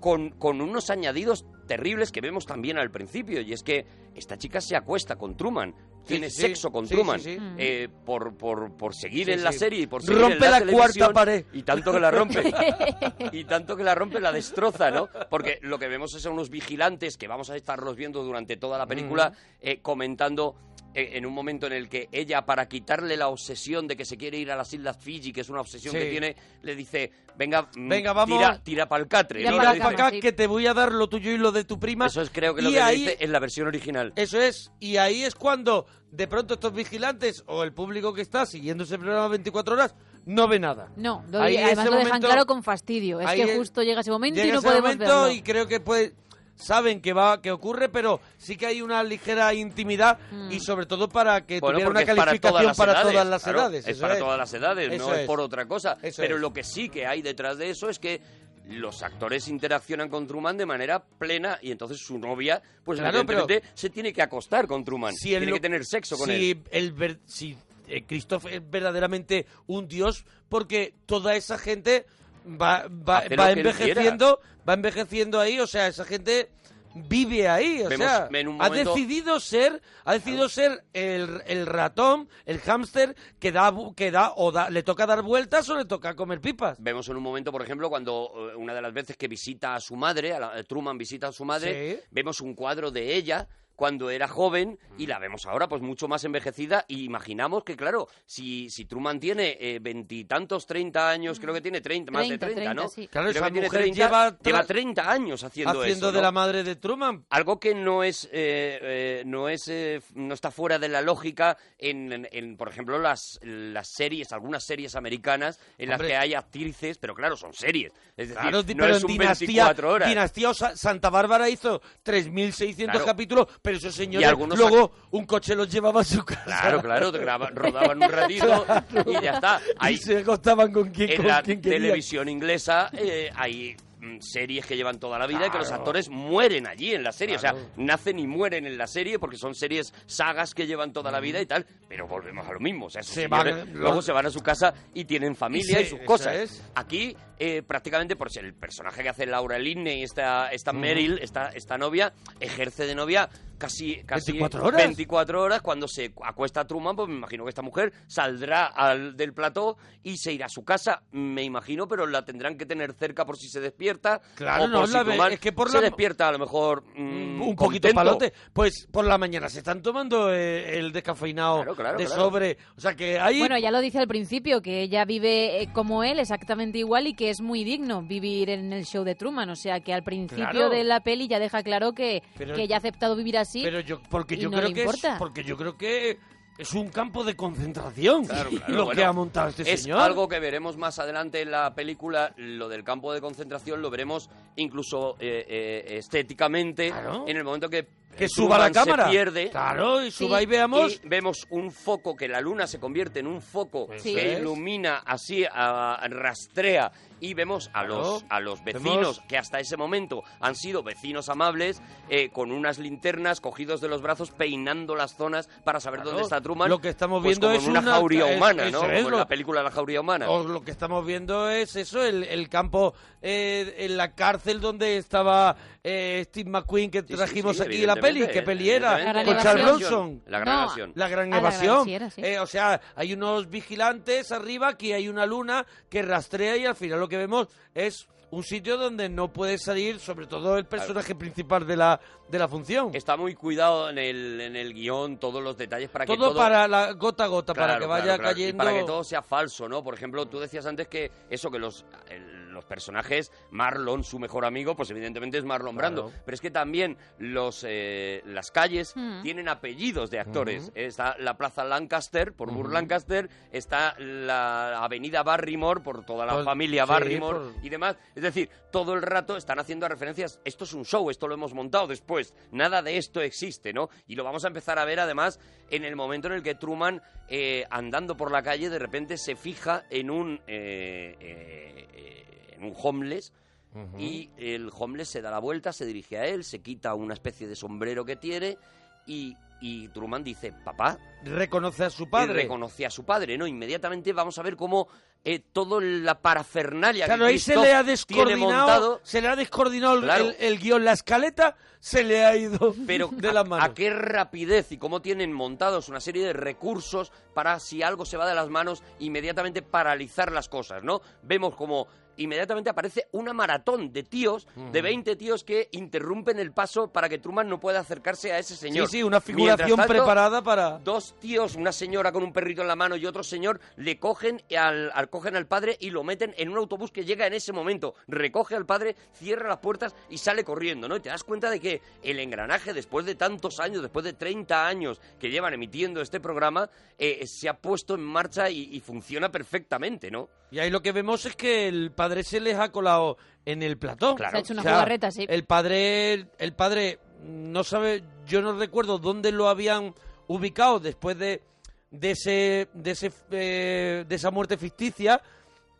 [SPEAKER 2] con, con unos añadidos terribles que vemos también al principio y es que esta chica se acuesta con Truman tiene
[SPEAKER 1] sí,
[SPEAKER 2] sexo con
[SPEAKER 1] sí,
[SPEAKER 2] Truman
[SPEAKER 1] sí, sí. Mm.
[SPEAKER 2] eh, por, por, por seguir
[SPEAKER 1] Sí,
[SPEAKER 2] en la
[SPEAKER 1] sí.
[SPEAKER 2] serie y por seguir
[SPEAKER 1] Rompe
[SPEAKER 2] en la,
[SPEAKER 1] la
[SPEAKER 2] televisión,
[SPEAKER 1] cuarta pared.
[SPEAKER 2] y tanto que la rompe y tanto que la rompe la destroza, ¿no? Porque lo que vemos es a unos vigilantes que vamos a estarlos viendo durante toda la
[SPEAKER 1] Mm.
[SPEAKER 2] película eh, comentando eh, en un momento en el que ella, para quitarle la obsesión de que se quiere ir a las Islas Fiji, que es una obsesión
[SPEAKER 1] Sí.
[SPEAKER 2] que tiene, le dice, venga, mm,
[SPEAKER 1] Venga, vamos.
[SPEAKER 2] tira, tira pa'l catre,
[SPEAKER 1] Mira
[SPEAKER 2] ¿no?
[SPEAKER 1] para
[SPEAKER 2] Le dice,
[SPEAKER 1] acá que te voy a dar lo tuyo y lo de tu prima. Eso es
[SPEAKER 2] creo que lo que le dice en la versión original.
[SPEAKER 1] Eso es, y ahí es cuando de pronto estos vigilantes o el público que está siguiendo ese programa 24 horas no ve nada.
[SPEAKER 3] No, lo-
[SPEAKER 1] Ahí
[SPEAKER 3] además
[SPEAKER 1] ese
[SPEAKER 3] lo dejan
[SPEAKER 1] momento-
[SPEAKER 3] claro con fastidio. Es
[SPEAKER 1] ahí
[SPEAKER 3] que
[SPEAKER 1] es-
[SPEAKER 3] justo llega ese momento y
[SPEAKER 1] Llega
[SPEAKER 3] no
[SPEAKER 1] ese
[SPEAKER 3] podemos
[SPEAKER 1] momento
[SPEAKER 3] verlo.
[SPEAKER 1] y creo que pues saben que va que ocurre, pero sí que hay una ligera intimidad
[SPEAKER 3] Mm.
[SPEAKER 1] y sobre todo para que
[SPEAKER 2] Bueno,
[SPEAKER 1] tuviera
[SPEAKER 2] porque
[SPEAKER 1] una
[SPEAKER 2] es para
[SPEAKER 1] calificación
[SPEAKER 2] todas las
[SPEAKER 1] para
[SPEAKER 2] edades,
[SPEAKER 1] todas las
[SPEAKER 2] claro,
[SPEAKER 1] edades.
[SPEAKER 2] es
[SPEAKER 1] eso
[SPEAKER 2] para todas las edades,
[SPEAKER 1] Eso
[SPEAKER 2] no es por otra cosa.
[SPEAKER 1] Eso
[SPEAKER 2] Pero
[SPEAKER 1] es.
[SPEAKER 2] lo que sí que hay detrás de eso es que los actores interaccionan con Truman de manera plena y entonces su novia, pues
[SPEAKER 1] Claro, pero-
[SPEAKER 2] evidentemente se tiene que acostar con Truman,
[SPEAKER 1] Si el
[SPEAKER 2] tiene
[SPEAKER 1] lo-
[SPEAKER 2] que tener sexo con
[SPEAKER 1] si
[SPEAKER 2] él.
[SPEAKER 1] El ver- si eh, Christoph es verdaderamente un dios porque toda esa gente va, va,
[SPEAKER 2] Hace
[SPEAKER 1] va
[SPEAKER 2] lo que él
[SPEAKER 1] envejeciendo, va envejeciendo ahí, o sea, esa gente vive ahí, o
[SPEAKER 2] Vemos
[SPEAKER 1] sea,
[SPEAKER 2] en un
[SPEAKER 1] ha
[SPEAKER 2] momento-
[SPEAKER 1] decidido ser, ha decidido ser el, el ratón, el hámster que da, bu- que da o da, le toca dar vueltas o le toca comer pipas.
[SPEAKER 2] Vemos en un momento, por ejemplo, cuando eh, una de las veces que visita a su madre, a la- eh, Truman visita a su madre,
[SPEAKER 1] Sí.
[SPEAKER 2] vemos un cuadro de ella cuando era joven y
[SPEAKER 1] Mm.
[SPEAKER 2] la vemos ahora pues mucho más envejecida y imaginamos que claro, si, si Truman tiene eh, veintitantos, treinta años, creo que tiene treinta, más de
[SPEAKER 1] 30,
[SPEAKER 2] treinta, ¿no?
[SPEAKER 1] 30, sí. Claro,
[SPEAKER 2] Creo
[SPEAKER 1] esa
[SPEAKER 2] que tiene
[SPEAKER 1] mujer
[SPEAKER 2] 30,
[SPEAKER 1] lleva tra-
[SPEAKER 2] lleva 30 años haciendo,
[SPEAKER 1] Haciendo
[SPEAKER 2] eso,
[SPEAKER 1] de
[SPEAKER 2] ¿no?
[SPEAKER 1] la madre de Truman.
[SPEAKER 2] Algo que no es, eh, eh, no es, eh, f- no está fuera de la lógica en, en- en, por ejemplo, las, las series, algunas series americanas en las
[SPEAKER 1] Hombre.
[SPEAKER 2] que hay actrices, pero claro, son series. Es decir,
[SPEAKER 1] Claro, di-
[SPEAKER 2] no
[SPEAKER 1] pero
[SPEAKER 2] es
[SPEAKER 1] en
[SPEAKER 2] un
[SPEAKER 1] dinastía,
[SPEAKER 2] 24 horas.
[SPEAKER 1] dinastía o Sa- Santa Bárbara hizo 3.600
[SPEAKER 2] Claro.
[SPEAKER 1] capítulos, pero esos señores
[SPEAKER 2] algunos
[SPEAKER 1] luego un coche los llevaba a su casa.
[SPEAKER 2] Claro, claro, te graba- rodaban un ratito
[SPEAKER 1] Claro.
[SPEAKER 2] y ya está. Ahí,
[SPEAKER 1] Y se acostaban con quien,
[SPEAKER 2] en
[SPEAKER 1] con
[SPEAKER 2] la
[SPEAKER 1] quien querían.
[SPEAKER 2] televisión inglesa eh, hay mm, series que llevan toda la vida y que los
[SPEAKER 1] Claro.
[SPEAKER 2] actores mueren allí en la serie. O
[SPEAKER 1] Claro.
[SPEAKER 2] sea, nacen y mueren en la serie porque son series, sagas que llevan toda la vida y tal. Pero volvemos a lo mismo. O sea, esos
[SPEAKER 1] Se
[SPEAKER 2] señores
[SPEAKER 1] van-
[SPEAKER 2] luego se van a su casa y tienen familia
[SPEAKER 1] Y
[SPEAKER 2] y,
[SPEAKER 1] se-
[SPEAKER 2] sus
[SPEAKER 1] eso
[SPEAKER 2] cosas.
[SPEAKER 1] es.
[SPEAKER 2] Aquí, eh, prácticamente, por ser el personaje que hace Laura Linney, esta, esta
[SPEAKER 1] Ujú.
[SPEAKER 2] Meryl, esta, esta novia, ejerce de novia casi, casi
[SPEAKER 1] 24 horas.
[SPEAKER 2] 24 horas. Cuando se acuesta Truman, pues me imagino que esta mujer saldrá al, del plató y se irá a su casa, me imagino, pero la tendrán que tener cerca por si se despierta.
[SPEAKER 1] Claro,
[SPEAKER 2] o
[SPEAKER 1] no,
[SPEAKER 2] por si
[SPEAKER 1] la ve-
[SPEAKER 2] Truman
[SPEAKER 1] es que por
[SPEAKER 2] se
[SPEAKER 1] la-
[SPEAKER 2] despierta a lo mejor mm,
[SPEAKER 1] un poquito
[SPEAKER 2] contento.
[SPEAKER 1] palote. Pues por la mañana se están tomando eh, el descafeinado de
[SPEAKER 2] claro.
[SPEAKER 1] sobre. O sea que ahí.
[SPEAKER 3] Bueno, ya lo dice al principio, que ella vive eh, como él, exactamente igual, y que es muy digno vivir en el show de Truman. O sea, que al principio
[SPEAKER 1] Claro.
[SPEAKER 3] de la peli ya deja claro que,
[SPEAKER 1] Pero-
[SPEAKER 3] que ella ha aceptado vivir así.
[SPEAKER 1] Pero yo, porque
[SPEAKER 3] y
[SPEAKER 1] yo
[SPEAKER 3] no
[SPEAKER 1] creo
[SPEAKER 3] le
[SPEAKER 1] que es,
[SPEAKER 3] importa.
[SPEAKER 1] porque yo creo que es un campo de concentración
[SPEAKER 2] Claro, claro,
[SPEAKER 1] lo
[SPEAKER 2] bueno,
[SPEAKER 1] que ha montado este
[SPEAKER 2] es
[SPEAKER 1] señor.
[SPEAKER 2] algo que veremos más adelante en la película. Lo del campo de concentración lo veremos incluso eh, eh, estéticamente en el momento que
[SPEAKER 1] Que
[SPEAKER 2] eh,
[SPEAKER 1] suba la
[SPEAKER 2] Truman se
[SPEAKER 1] cámara.
[SPEAKER 2] pierde.
[SPEAKER 1] Claro, y suba Sí. y veamos.
[SPEAKER 2] Y vemos un foco que la luna se convierte en un foco
[SPEAKER 1] Eso
[SPEAKER 2] que
[SPEAKER 1] Pues es.
[SPEAKER 2] ilumina así, a- rastrea y vemos a
[SPEAKER 1] Claro.
[SPEAKER 2] los a los vecinos
[SPEAKER 1] Vemos-
[SPEAKER 2] que hasta ese momento han sido vecinos amables eh, con unas linternas cogidos de los brazos peinando las zonas para saber
[SPEAKER 1] Claro.
[SPEAKER 2] dónde está Truman.
[SPEAKER 1] Lo que estamos
[SPEAKER 2] pues
[SPEAKER 1] viendo
[SPEAKER 2] como
[SPEAKER 1] es
[SPEAKER 2] en una,
[SPEAKER 1] una-
[SPEAKER 2] jauría
[SPEAKER 1] es-
[SPEAKER 2] humana,
[SPEAKER 1] eso
[SPEAKER 2] ¿no? Como
[SPEAKER 1] es,
[SPEAKER 2] en
[SPEAKER 1] lo-
[SPEAKER 2] la película La jauría humana.
[SPEAKER 1] O lo que estamos viendo es eso, el, el campo eh, en la cárcel donde estaba eh, Steve McQueen que trajimos
[SPEAKER 2] sí,
[SPEAKER 1] aquí la peli,
[SPEAKER 2] evidentemente,
[SPEAKER 1] que peli era,
[SPEAKER 2] evidentemente.
[SPEAKER 1] con
[SPEAKER 2] La
[SPEAKER 1] Charles
[SPEAKER 2] Gran
[SPEAKER 1] Bronson.
[SPEAKER 2] Evasión. La Gran No, Evasión.
[SPEAKER 1] La gran
[SPEAKER 2] ah, la Gran
[SPEAKER 1] evasión.
[SPEAKER 2] sí era, sí.
[SPEAKER 1] Eh, o sea, hay unos vigilantes arriba, aquí hay una luna que rastrea y al final lo que vemos es un sitio donde no puede salir, sobre todo el personaje principal de la, de la función.
[SPEAKER 2] Está muy cuidado en el, en el guión, todos los detalles para que
[SPEAKER 1] todo,
[SPEAKER 2] todo...
[SPEAKER 1] para la gota a gota, para
[SPEAKER 2] Claro,
[SPEAKER 1] que vaya
[SPEAKER 2] claro, claro. Y
[SPEAKER 1] cayendo.
[SPEAKER 2] para que todo sea falso, ¿no? Por ejemplo, tú decías antes que eso, que los, el- los personajes, Marlon, su mejor amigo, pues evidentemente es Marlon Brando. Pero es que también los, eh, las calles
[SPEAKER 1] Mm.
[SPEAKER 2] tienen apellidos de actores.
[SPEAKER 1] Ujú.
[SPEAKER 2] Está la Plaza Lancaster por Burr
[SPEAKER 1] Ujú.
[SPEAKER 2] Lancaster, está la Avenida Barrymore por toda la
[SPEAKER 1] Por-
[SPEAKER 2] familia
[SPEAKER 1] sí,
[SPEAKER 2] Barrymore
[SPEAKER 1] por-
[SPEAKER 2] y demás. Es decir, todo el rato están haciendo referencias. Esto es un show, esto lo hemos montado después. Nada de esto existe, ¿no? Y lo vamos a empezar a ver además en el momento en el que Truman, eh, andando por la calle, de repente se fija en un, eh, eh, eh, en un homeless. Y el homeless se da la vuelta, se dirige a él, se quita una especie de sombrero que tiene y, y Truman dice, papá,
[SPEAKER 1] Reconoce a su
[SPEAKER 2] y
[SPEAKER 1] padre.
[SPEAKER 2] reconocía a su padre, ¿no? Inmediatamente vamos a ver cómo eh, todo la parafernalia
[SPEAKER 1] Claro,
[SPEAKER 2] que
[SPEAKER 1] ahí se
[SPEAKER 2] Christoph
[SPEAKER 1] le ha
[SPEAKER 2] tiene montado,
[SPEAKER 1] descoordinado, se le ha descoordinado el-
[SPEAKER 2] Claro.
[SPEAKER 1] el, el guión, la escaleta se le ha ido
[SPEAKER 2] pero
[SPEAKER 1] de
[SPEAKER 2] a-
[SPEAKER 1] las manos.
[SPEAKER 2] a qué rapidez y cómo tienen montados una serie de recursos para si algo se va de las manos inmediatamente paralizar las cosas, ¿no? Vemos como inmediatamente aparece una maratón de tíos, de
[SPEAKER 1] Ujú.
[SPEAKER 2] 20 tíos que interrumpen el paso para que Truman no pueda acercarse a ese señor.
[SPEAKER 1] Sí, sí, una
[SPEAKER 2] Mientras
[SPEAKER 1] figuración
[SPEAKER 2] tanto,
[SPEAKER 1] preparada para...
[SPEAKER 2] dos tíos, una señora con un perrito en la mano y otro señor, le cogen al, al- cogen al padre y lo meten en un autobús que llega en ese momento. Recoge al padre, cierra las puertas y sale corriendo, ¿no? Y te das cuenta de que el engranaje, después de tantos años, después de 30 años que llevan emitiendo este programa, eh, se ha puesto en marcha y, y funciona perfectamente, ¿no?
[SPEAKER 1] Y ahí lo que vemos es que el padre se les ha colado en el plató.
[SPEAKER 2] Claro. Se ha hecho una
[SPEAKER 3] jugarreta, sí.
[SPEAKER 1] El padre, el padre no sabe, yo no recuerdo dónde lo habían ubicado después de, de ese, de ese, eh, de esa muerte ficticia.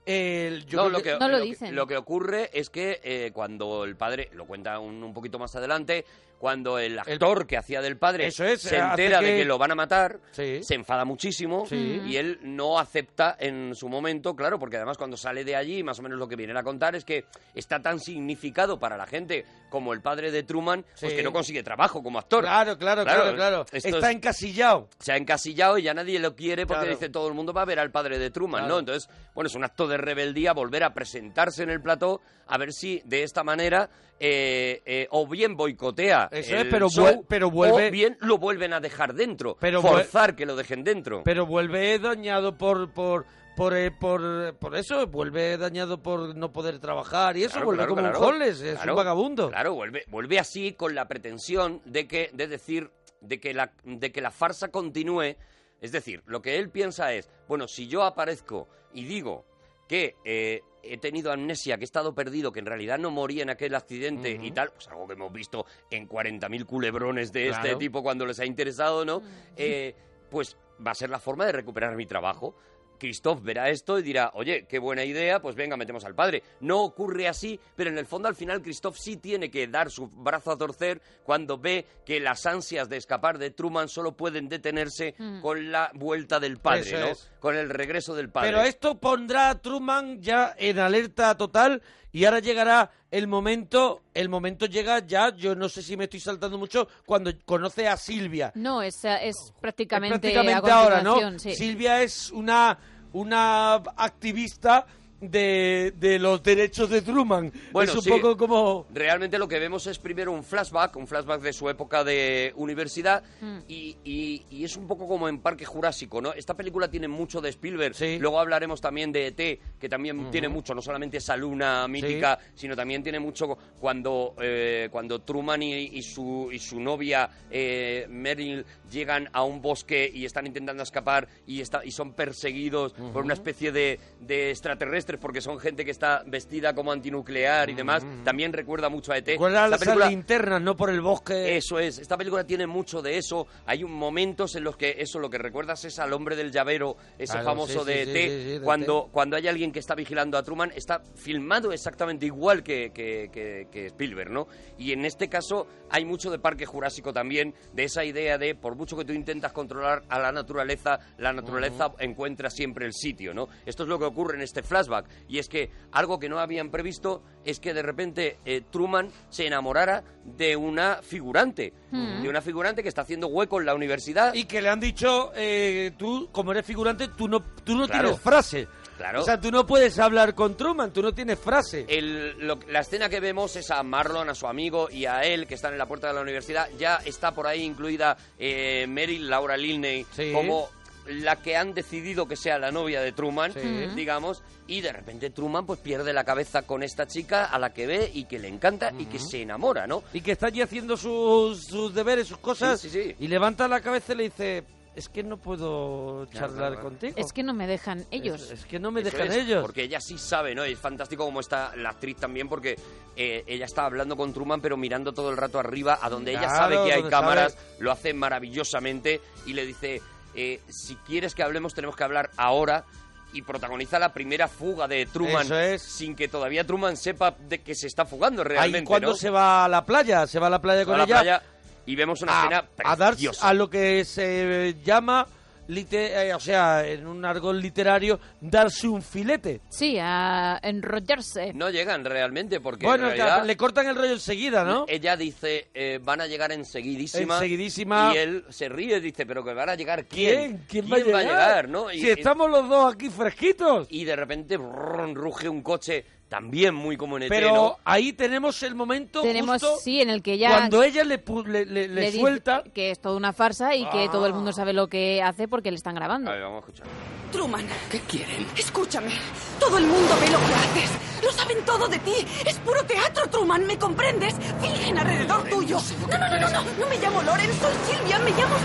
[SPEAKER 1] El, yo
[SPEAKER 2] no,
[SPEAKER 1] creo
[SPEAKER 2] lo que,
[SPEAKER 1] que-
[SPEAKER 2] lo que- lo que ocurre es que eh, cuando el padre, lo cuenta un, un poquito más adelante, cuando el actor que hacía del padre
[SPEAKER 1] Eso es,
[SPEAKER 2] se
[SPEAKER 1] hace
[SPEAKER 2] entera de
[SPEAKER 1] que-
[SPEAKER 2] que lo van a matar, se enfada muchísimo
[SPEAKER 1] Sí.
[SPEAKER 2] y él no acepta en su momento, claro, porque además cuando sale de allí, más o menos lo que vienen a contar es que está tan significado para la gente como el padre de Truman, pues
[SPEAKER 1] Sí.
[SPEAKER 2] que no consigue trabajo como actor.
[SPEAKER 1] Claro, claro, claro, claro.
[SPEAKER 2] esto
[SPEAKER 1] Está
[SPEAKER 2] es-
[SPEAKER 1] encasillado.
[SPEAKER 2] se ha encasillado y ya nadie lo quiere porque
[SPEAKER 1] Claro.
[SPEAKER 2] dice todo el mundo va a ver al padre de Truman,
[SPEAKER 1] Claro.
[SPEAKER 2] ¿no? Entonces, bueno, es un acto de rebeldía volver a presentarse en el plató a ver si de esta manera eh, eh, o bien boicotea
[SPEAKER 1] Eso
[SPEAKER 2] el
[SPEAKER 1] es, pero
[SPEAKER 2] show,
[SPEAKER 1] vuel- pero vuelve-
[SPEAKER 2] o bien lo vuelven a dejar dentro,
[SPEAKER 1] Pero vuel-
[SPEAKER 2] forzar que lo dejen dentro.
[SPEAKER 1] Pero vuelve dañado por por por eh, por, por eso, vuelve dañado por no poder trabajar y eso
[SPEAKER 2] Claro,
[SPEAKER 1] vuelve
[SPEAKER 2] claro,
[SPEAKER 1] como
[SPEAKER 2] claro.
[SPEAKER 1] un homeless, es
[SPEAKER 2] Claro,
[SPEAKER 1] un vagabundo.
[SPEAKER 2] Claro, vuelve, vuelve así con la pretensión de que, de decir, de que la, de que la farsa continúe. Es decir, lo que él piensa es, bueno, si yo aparezco y digo que eh, he tenido amnesia, que he estado perdido, que en realidad no morí en aquel accidente y tal, pues algo que hemos visto en 40.000 culebrones de este
[SPEAKER 1] Claro.
[SPEAKER 2] tipo cuando les ha interesado, ¿no? Eh, pues va a ser la forma de recuperar mi trabajo. Christoph verá esto y dirá, oye, qué buena idea, pues venga, metemos al padre. No ocurre así, pero en el fondo al final Christoph sí tiene que dar su brazo a torcer cuando ve que las ansias de escapar de Truman solo pueden detenerse
[SPEAKER 1] Mm.
[SPEAKER 2] con la vuelta del padre,
[SPEAKER 1] Eso
[SPEAKER 2] ¿no?
[SPEAKER 1] es.
[SPEAKER 2] Con el regreso del padre.
[SPEAKER 1] Pero esto pondrá a Truman ya en alerta total y ahora llegará el momento, el momento llega ya, yo no sé si me estoy saltando mucho, cuando conoce a Silvia.
[SPEAKER 3] No, es, eh, es prácticamente,
[SPEAKER 1] prácticamente
[SPEAKER 3] a
[SPEAKER 1] ahora, ¿no?
[SPEAKER 3] continuación, sí.
[SPEAKER 1] Silvia es una, una activista de, de los derechos de Truman.
[SPEAKER 2] Bueno,
[SPEAKER 1] es un
[SPEAKER 2] sí.
[SPEAKER 1] poco como...
[SPEAKER 2] Realmente lo que vemos es primero un flashback, un flashback de su época de universidad
[SPEAKER 1] Mm.
[SPEAKER 2] y, y- y es un poco como en Parque Jurásico, ¿no? Esta película tiene mucho de Spielberg, luego hablaremos también de ET, que también
[SPEAKER 1] Ujú.
[SPEAKER 2] tiene mucho, no solamente esa luna mítica, sino también tiene mucho cuando, eh, cuando Truman y, y su, y su novia eh, Meryl llegan a un bosque y están intentando escapar y, está- y son perseguidos por una
[SPEAKER 1] Ujú.
[SPEAKER 2] especie de, de extraterrestres porque son gente que está vestida como antinuclear y demás. También recuerda mucho a ET.
[SPEAKER 1] Recuerda
[SPEAKER 2] Esta
[SPEAKER 1] las
[SPEAKER 2] película-
[SPEAKER 1] linternas, no por el bosque.
[SPEAKER 2] eso es, esta película tiene mucho de eso. Hay un momentos en los que eso lo que recuerdas es al hombre del llavero, ese
[SPEAKER 1] Claro,
[SPEAKER 2] famoso
[SPEAKER 1] sí,
[SPEAKER 2] de
[SPEAKER 1] sí,
[SPEAKER 2] ET,
[SPEAKER 1] sí, sí, sí, de E
[SPEAKER 2] cuando,
[SPEAKER 1] ET.
[SPEAKER 2] cuando hay alguien que está vigilando a Truman, está filmado exactamente igual que, que- que- que Spielberg, ¿no? Y en este caso hay mucho de Parque Jurásico también, de esa idea de por mucho que tú intentas controlar a la naturaleza, la naturaleza encuentra siempre el sitio, ¿no? Esto es lo que ocurre en este flashback. Y es que algo que no habían previsto es que de repente eh, Truman se enamorara de una figurante.
[SPEAKER 1] Mm.
[SPEAKER 2] De una figurante que está haciendo hueco en la universidad.
[SPEAKER 1] Y que le han dicho, eh, tú, como eres figurante, tú no, tú no
[SPEAKER 2] Claro.
[SPEAKER 1] tienes frase.
[SPEAKER 2] Claro. Eh,
[SPEAKER 1] O sea, tú no puedes hablar con Truman, tú no tienes frase.
[SPEAKER 2] El- lo- la escena que vemos es a Marlon, a su amigo y a él que están en la puerta de la universidad. Ya está por ahí incluida eh, Meryl, Laura Linney, como la que han decidido que sea la novia de Truman,
[SPEAKER 1] Sí.
[SPEAKER 2] digamos, y de repente Truman pues pierde la cabeza con esta chica a la que ve y que le encanta y que se enamora, ¿no?
[SPEAKER 1] Y que está allí haciendo sus, sus deberes, sus cosas, y levanta la cabeza y le dice, Eh, es que no puedo charlar
[SPEAKER 2] claro.
[SPEAKER 1] contigo.
[SPEAKER 3] Es que no me dejan ellos.
[SPEAKER 1] Es- es que no me
[SPEAKER 2] Eso
[SPEAKER 1] dejan
[SPEAKER 2] es,
[SPEAKER 1] ellos.
[SPEAKER 2] Porque ella sí sabe, ¿no? Es fantástico como está la actriz también, porque eh, ella está hablando con Truman, pero mirando todo el rato arriba, a donde ella
[SPEAKER 1] Claro,
[SPEAKER 2] sabe que hay
[SPEAKER 1] donde
[SPEAKER 2] cámaras, lo hace maravillosamente y le dice: eh, Si quieres que hablemos, tenemos que hablar ahora. Y protagoniza la primera fuga de Truman.
[SPEAKER 1] Eso es.
[SPEAKER 2] Sin que todavía Truman sepa de que se está fugando realmente.
[SPEAKER 1] Ahí cuando
[SPEAKER 2] ¿no?
[SPEAKER 1] se va a la playa, se va a la playa
[SPEAKER 2] Va
[SPEAKER 1] con
[SPEAKER 2] a la
[SPEAKER 1] ella.
[SPEAKER 2] playa y vemos una escena
[SPEAKER 1] a dar
[SPEAKER 2] preciosa.
[SPEAKER 1] a lo que se llama, lite- eh, o sea, en un argot literario, darse un filete.
[SPEAKER 3] Sí, a enrollarse.
[SPEAKER 2] No llegan realmente porque en
[SPEAKER 1] Bueno,
[SPEAKER 2] realidad-
[SPEAKER 1] le cortan el rollo enseguida, ¿no?
[SPEAKER 2] Ella dice, eh, van a llegar enseguidísima.
[SPEAKER 1] Enseguidísima.
[SPEAKER 2] Y él se ríe, dice, pero que van a llegar
[SPEAKER 1] ¿Quién?
[SPEAKER 2] quién.
[SPEAKER 1] ¿Quién, va, a llegar?
[SPEAKER 2] no?
[SPEAKER 1] si estamos los dos aquí fresquitos.
[SPEAKER 2] y de repente brrrr, ruge un coche también muy como en ET,
[SPEAKER 1] Pero
[SPEAKER 2] ¿no?
[SPEAKER 1] ahí tenemos el momento
[SPEAKER 3] Tenemos,
[SPEAKER 1] justo
[SPEAKER 3] sí, en el que ya...
[SPEAKER 1] cuando ella le, pu- le, le- le
[SPEAKER 3] le dice
[SPEAKER 1] suelta.
[SPEAKER 3] que es toda una farsa y que
[SPEAKER 1] Ah.
[SPEAKER 3] todo el mundo sabe lo que hace porque le están grabando.
[SPEAKER 2] vamos a escuchar.
[SPEAKER 5] Truman. ¿Qué quieren? Escúchame. Todo el mundo ve lo que haces. Lo saben todo de ti. Es puro teatro, Truman. ¿Me comprendes? Fingen alrededor tuyo. No, no, no, no, no. No me llamo Loren. Soy Silvia. Me llamo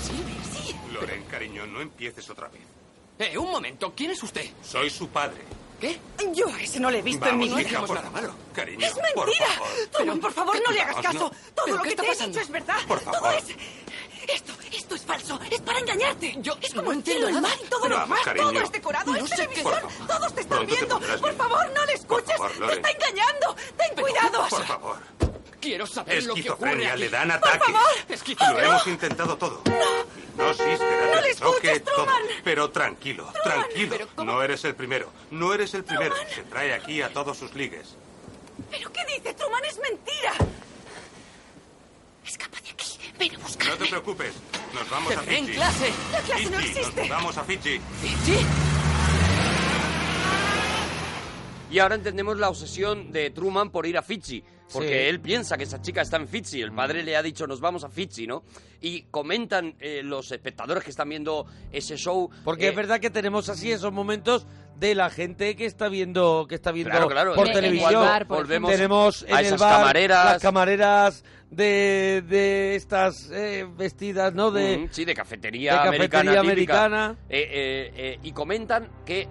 [SPEAKER 5] Silvia.
[SPEAKER 7] Loren, cariño, no empieces otra vez.
[SPEAKER 5] Eh, un momento. ¿Quién es usted?
[SPEAKER 7] Soy su padre.
[SPEAKER 5] ¿Qué? Yo a ese no le he visto en mi
[SPEAKER 7] Vamos,
[SPEAKER 5] vida.
[SPEAKER 7] hija, por- Cariño,
[SPEAKER 5] ¡Es
[SPEAKER 7] por
[SPEAKER 5] mentira!
[SPEAKER 7] favor.
[SPEAKER 5] Truman, por favor, no le hagas
[SPEAKER 7] Vamos,
[SPEAKER 5] caso.
[SPEAKER 7] no.
[SPEAKER 5] Todo lo que te he dicho es verdad.
[SPEAKER 7] Por
[SPEAKER 5] Todo
[SPEAKER 7] favor.
[SPEAKER 5] es... Esto, esto es falso. Es para engañarte. Yo es como el
[SPEAKER 7] entiendo
[SPEAKER 5] cielo, el
[SPEAKER 7] nada.
[SPEAKER 5] mar y todo lo
[SPEAKER 7] Vamos,
[SPEAKER 5] demás.
[SPEAKER 7] cariño.
[SPEAKER 5] Todo es decorado.
[SPEAKER 7] No
[SPEAKER 5] es
[SPEAKER 7] sé qué-
[SPEAKER 5] televisión.
[SPEAKER 7] Por favor.
[SPEAKER 5] Todos te están
[SPEAKER 7] Pronto te
[SPEAKER 5] viendo.
[SPEAKER 7] pondrás
[SPEAKER 5] por
[SPEAKER 7] bien.
[SPEAKER 5] favor, no le escuches.
[SPEAKER 7] favor,
[SPEAKER 5] te
[SPEAKER 7] Loren.
[SPEAKER 5] está engañando. Ten cuidado.
[SPEAKER 7] Por favor.
[SPEAKER 18] Quiero saber lo que ocurre
[SPEAKER 7] Esquizofrenia,
[SPEAKER 18] aquí.
[SPEAKER 7] le dan ataques.
[SPEAKER 5] Oh,
[SPEAKER 7] Lo hemos intentado todo. No, sí,
[SPEAKER 18] No le
[SPEAKER 7] espérate, te toque
[SPEAKER 18] escuches,
[SPEAKER 7] todo.
[SPEAKER 18] Truman.
[SPEAKER 7] Pero tranquilo, tranquilo. No eres el primero. No eres el primero. Se trae aquí a todos sus ligues.
[SPEAKER 5] ¿Pero qué dice? Truman es mentira. Escapa de aquí. Ven a buscar.
[SPEAKER 7] No te preocupes. Nos vamos a
[SPEAKER 18] Tendré en
[SPEAKER 7] Fiji.
[SPEAKER 18] clase. La clase
[SPEAKER 7] Fiji,
[SPEAKER 18] no existe.
[SPEAKER 7] Nos vamos a Fiji.
[SPEAKER 2] Y ahora entendemos la obsesión de Truman por ir a Fiji. Porque
[SPEAKER 1] Sí.
[SPEAKER 2] él piensa que esa chica está en Fiji. El padre le ha dicho, nos vamos a Fiji, ¿no? Y comentan eh, los espectadores que están viendo ese show.
[SPEAKER 1] Porque
[SPEAKER 2] eh,
[SPEAKER 1] es verdad que tenemos así esos momentos de la gente que está viendo que está viendo
[SPEAKER 2] Claro, claro.
[SPEAKER 1] por
[SPEAKER 2] En- en el
[SPEAKER 1] televisión
[SPEAKER 2] bar, por Volvemos ejemplo.
[SPEAKER 1] tenemos
[SPEAKER 2] a
[SPEAKER 1] en el
[SPEAKER 2] esas
[SPEAKER 1] bar
[SPEAKER 2] camareras.
[SPEAKER 1] las camareras de, de estas eh, vestidas no de
[SPEAKER 2] Mm, sí, de cafetería,
[SPEAKER 1] de
[SPEAKER 2] americana.
[SPEAKER 1] cafetería
[SPEAKER 2] típica.
[SPEAKER 1] americana.
[SPEAKER 2] Eh, eh, eh, y comentan que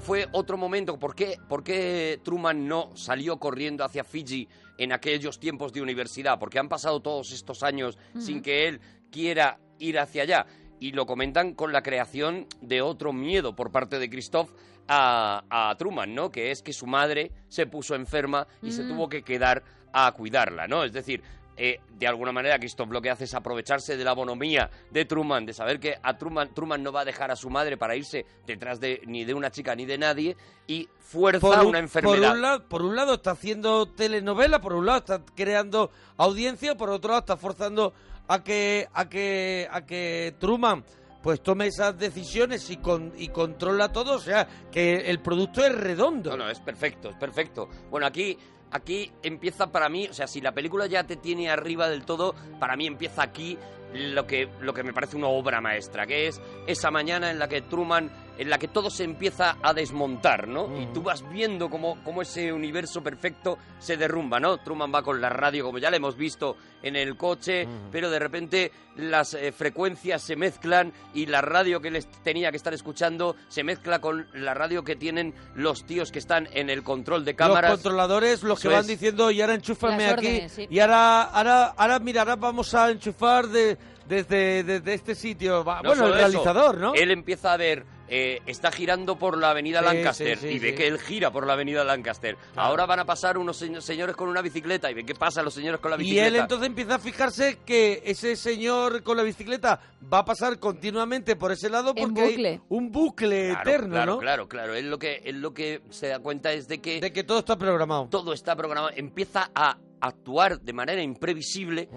[SPEAKER 2] fue otro momento. ¿Por qué, por qué Truman no salió corriendo hacia Fiji en aquellos tiempos de universidad? Porque han pasado todos estos años
[SPEAKER 1] Ujú.
[SPEAKER 2] sin que él quiera ir hacia allá. Y lo comentan con la creación de otro miedo por parte de Christoph a, a Truman, ¿no? Que es que su madre se puso enferma y se
[SPEAKER 1] Mm.
[SPEAKER 2] tuvo que quedar a cuidarla, ¿no? Es decir, eh, de alguna manera Christoph lo que hace es aprovecharse de la bonomía de Truman, de saber que a Truman, Truman no va a dejar a su madre para irse detrás de ni de una chica ni de nadie y fuerza
[SPEAKER 1] por un,
[SPEAKER 2] una
[SPEAKER 1] por
[SPEAKER 2] enfermedad.
[SPEAKER 1] un lado, por un lado está haciendo telenovela, por un lado está creando audiencia, por otro lado está forzando a que a que a que Truman pues tome esas decisiones y con y controla todo, o sea, que el producto es redondo.
[SPEAKER 2] No, no, es perfecto, es perfecto. Bueno, aquí, aquí empieza para mí, o sea, si la película ya te tiene arriba del todo, para mí empieza aquí lo que, lo que me parece una obra maestra, que es esa mañana en la que Truman, en la que todo se empieza a desmontar, ¿no? Y tú vas viendo cómo, cómo ese universo perfecto se derrumba, ¿no? Truman va con la radio, como ya le hemos visto, en el coche, pero de repente las eh, frecuencias se mezclan y la radio que les tenía que estar escuchando se mezcla con la radio que tienen los tíos que están en el control de cámaras.
[SPEAKER 1] Los controladores, los que
[SPEAKER 2] Eso
[SPEAKER 1] van
[SPEAKER 2] es.
[SPEAKER 1] diciendo, y ahora enchúfame
[SPEAKER 2] Las
[SPEAKER 1] aquí.
[SPEAKER 2] órdenes, sí.
[SPEAKER 1] Y ahora, ahora, ahora, mira, ahora vamos a enchufar de, desde, desde este sitio. Va-
[SPEAKER 2] No
[SPEAKER 1] bueno, el
[SPEAKER 2] solo eso,
[SPEAKER 1] realizador, ¿no?
[SPEAKER 2] Él empieza a ver, eh, está girando por la avenida
[SPEAKER 1] Sí,
[SPEAKER 2] Lancaster
[SPEAKER 1] sí, sí,
[SPEAKER 2] y ve
[SPEAKER 1] sí.
[SPEAKER 2] que él gira por la avenida Lancaster. Ahora van a pasar unos señ- señores con una bicicleta y ve qué pasa los señores con la
[SPEAKER 1] Y
[SPEAKER 2] bicicleta.
[SPEAKER 1] él entonces empieza a fijarse que ese señor con la bicicleta va a pasar continuamente por ese lado
[SPEAKER 2] En
[SPEAKER 1] porque hay
[SPEAKER 2] bucle.
[SPEAKER 1] un bucle
[SPEAKER 2] Claro,
[SPEAKER 1] eterno,
[SPEAKER 2] claro,
[SPEAKER 1] ¿no?
[SPEAKER 2] Claro, claro. Él lo que, él lo que se da cuenta es de que...
[SPEAKER 1] De que todo está programado.
[SPEAKER 2] Todo está programado. Empieza a actuar de manera imprevisible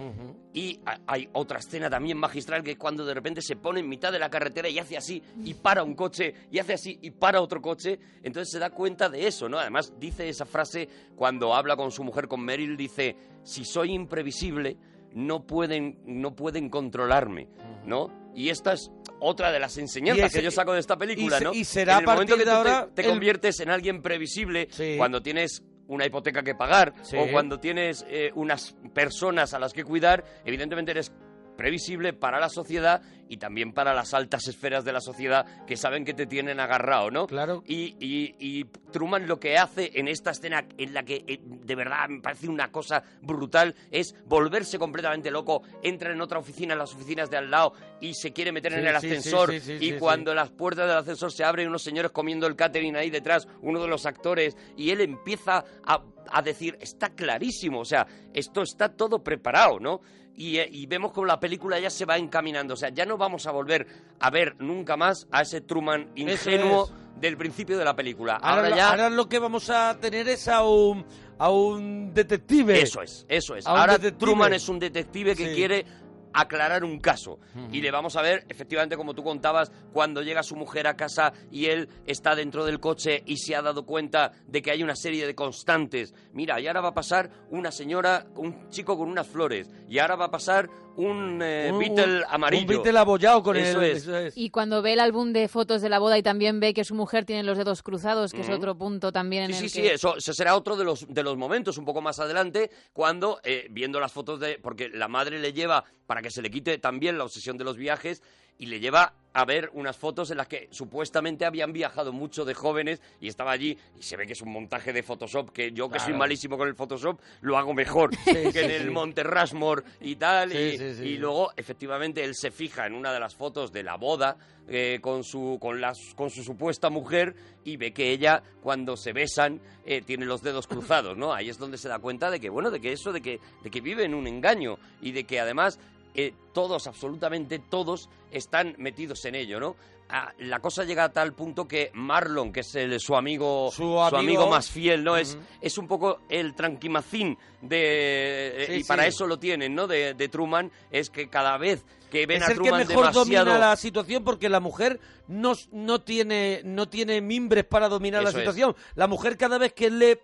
[SPEAKER 2] y a- hay otra escena también magistral que es cuando de repente se pone en mitad de la carretera y hace así y para un coche y hace así y para otro coche. Entonces se da cuenta de eso, ¿no? Además dice esa frase cuando habla con su mujer, con Meryl, dice, si soy imprevisible, no pueden, no pueden controlarme, ¿no? Y esta es otra de las enseñanzas
[SPEAKER 1] Y ese-
[SPEAKER 2] que yo saco de esta película,
[SPEAKER 1] y se-
[SPEAKER 2] ¿no?
[SPEAKER 1] y será
[SPEAKER 2] En
[SPEAKER 1] a
[SPEAKER 2] el momento
[SPEAKER 1] partir
[SPEAKER 2] que
[SPEAKER 1] de
[SPEAKER 2] tú te-
[SPEAKER 1] ahora
[SPEAKER 2] te
[SPEAKER 1] el-
[SPEAKER 2] conviertes en alguien previsible cuando tienes una hipoteca que pagar
[SPEAKER 1] Sí.
[SPEAKER 2] o cuando tienes eh, unas personas a las que cuidar, evidentemente eres previsible para la sociedad y también para las altas esferas de la sociedad que saben que te tienen agarrado, ¿no? Claro. Y, y- y Truman lo que hace en esta escena en la que eh, de verdad me parece una cosa brutal es volverse completamente loco, entra en otra oficina, en las oficinas de al lado y se quiere meter en
[SPEAKER 1] Sí,
[SPEAKER 2] el
[SPEAKER 1] sí, sí,
[SPEAKER 2] ascensor
[SPEAKER 1] sí, sí,
[SPEAKER 2] y
[SPEAKER 1] sí,
[SPEAKER 2] cuando las puertas del ascensor se abren, unos señores comiendo el catering ahí detrás, uno de los actores, y él empieza a, a decir, está clarísimo, o sea, esto está todo preparado, ¿no? Y, eh, y vemos como la película ya se va encaminando, o sea, ya no vamos a volver a ver nunca más a ese Truman ingenuo del principio de la película. Ahora,
[SPEAKER 1] Ahora,
[SPEAKER 2] ya...
[SPEAKER 1] ahora lo que vamos a tener es a un, a un detective.
[SPEAKER 2] Eso es, eso es.
[SPEAKER 1] A un
[SPEAKER 2] Ahora
[SPEAKER 1] detective.
[SPEAKER 2] Truman es un detective que
[SPEAKER 1] Sí.
[SPEAKER 2] quiere aclarar un caso.
[SPEAKER 1] Ujú.
[SPEAKER 2] Y le vamos a ver, efectivamente, como tú contabas, cuando llega su mujer a casa y él está dentro del coche y se ha dado cuenta de que hay una serie de constantes. Mira, y ahora va a pasar una señora, un chico con unas flores. Y ahora va a pasar un eh,
[SPEAKER 1] Un-
[SPEAKER 2] Beatle
[SPEAKER 1] un-
[SPEAKER 2] amarillo.
[SPEAKER 1] Un Beatle abollado con
[SPEAKER 2] Eso
[SPEAKER 1] el... eh,
[SPEAKER 2] es.
[SPEAKER 3] Y cuando ve el álbum de fotos de la boda y también ve que su mujer tiene los dedos cruzados, que es
[SPEAKER 2] Ujú.
[SPEAKER 3] otro punto también en
[SPEAKER 2] Sí,
[SPEAKER 3] el
[SPEAKER 2] sí, sí,
[SPEAKER 3] que-
[SPEAKER 2] eso, eso será otro de los, de los momentos un poco más adelante, cuando, eh, viendo las fotos de... Porque la madre le lleva para para que se le quite también la obsesión de los viajes y le lleva a ver unas fotos en las que supuestamente habían viajado mucho de jóvenes y estaba allí y se ve que es un montaje de Photoshop que yo que soy
[SPEAKER 1] Claro.
[SPEAKER 2] malísimo con el Photoshop lo hago mejor que
[SPEAKER 1] sí,
[SPEAKER 2] en el
[SPEAKER 1] sí.
[SPEAKER 2] Monte Rushmore y tal
[SPEAKER 1] Sí,
[SPEAKER 2] y,
[SPEAKER 1] sí, sí.
[SPEAKER 2] y luego efectivamente él se fija en una de las fotos de la boda eh, con su con las con su supuesta mujer y ve que ella cuando se besan eh, tiene los dedos cruzados no ahí es donde se da cuenta de que bueno de que eso de que de que vive en un engaño y de que además eh, todos, absolutamente todos, están metidos en ello, ¿no? Ah, la cosa llega a tal punto que Marlon, que es el- su amigo su amigo,
[SPEAKER 1] amigo.
[SPEAKER 2] más fiel, ¿no? es, es un poco el tranquimacín de... eh,
[SPEAKER 1] Sí,
[SPEAKER 2] y para
[SPEAKER 1] sí.
[SPEAKER 2] eso lo tienen, ¿no? De, de Truman, es que cada vez que
[SPEAKER 1] es
[SPEAKER 2] ven a
[SPEAKER 1] el que
[SPEAKER 2] Truman
[SPEAKER 1] mejor
[SPEAKER 2] demasiado...
[SPEAKER 1] domina la situación porque la mujer no, no, tiene, no tiene mimbres para dominar
[SPEAKER 2] Eso
[SPEAKER 1] la
[SPEAKER 2] es.
[SPEAKER 1] situación. La mujer cada vez que él le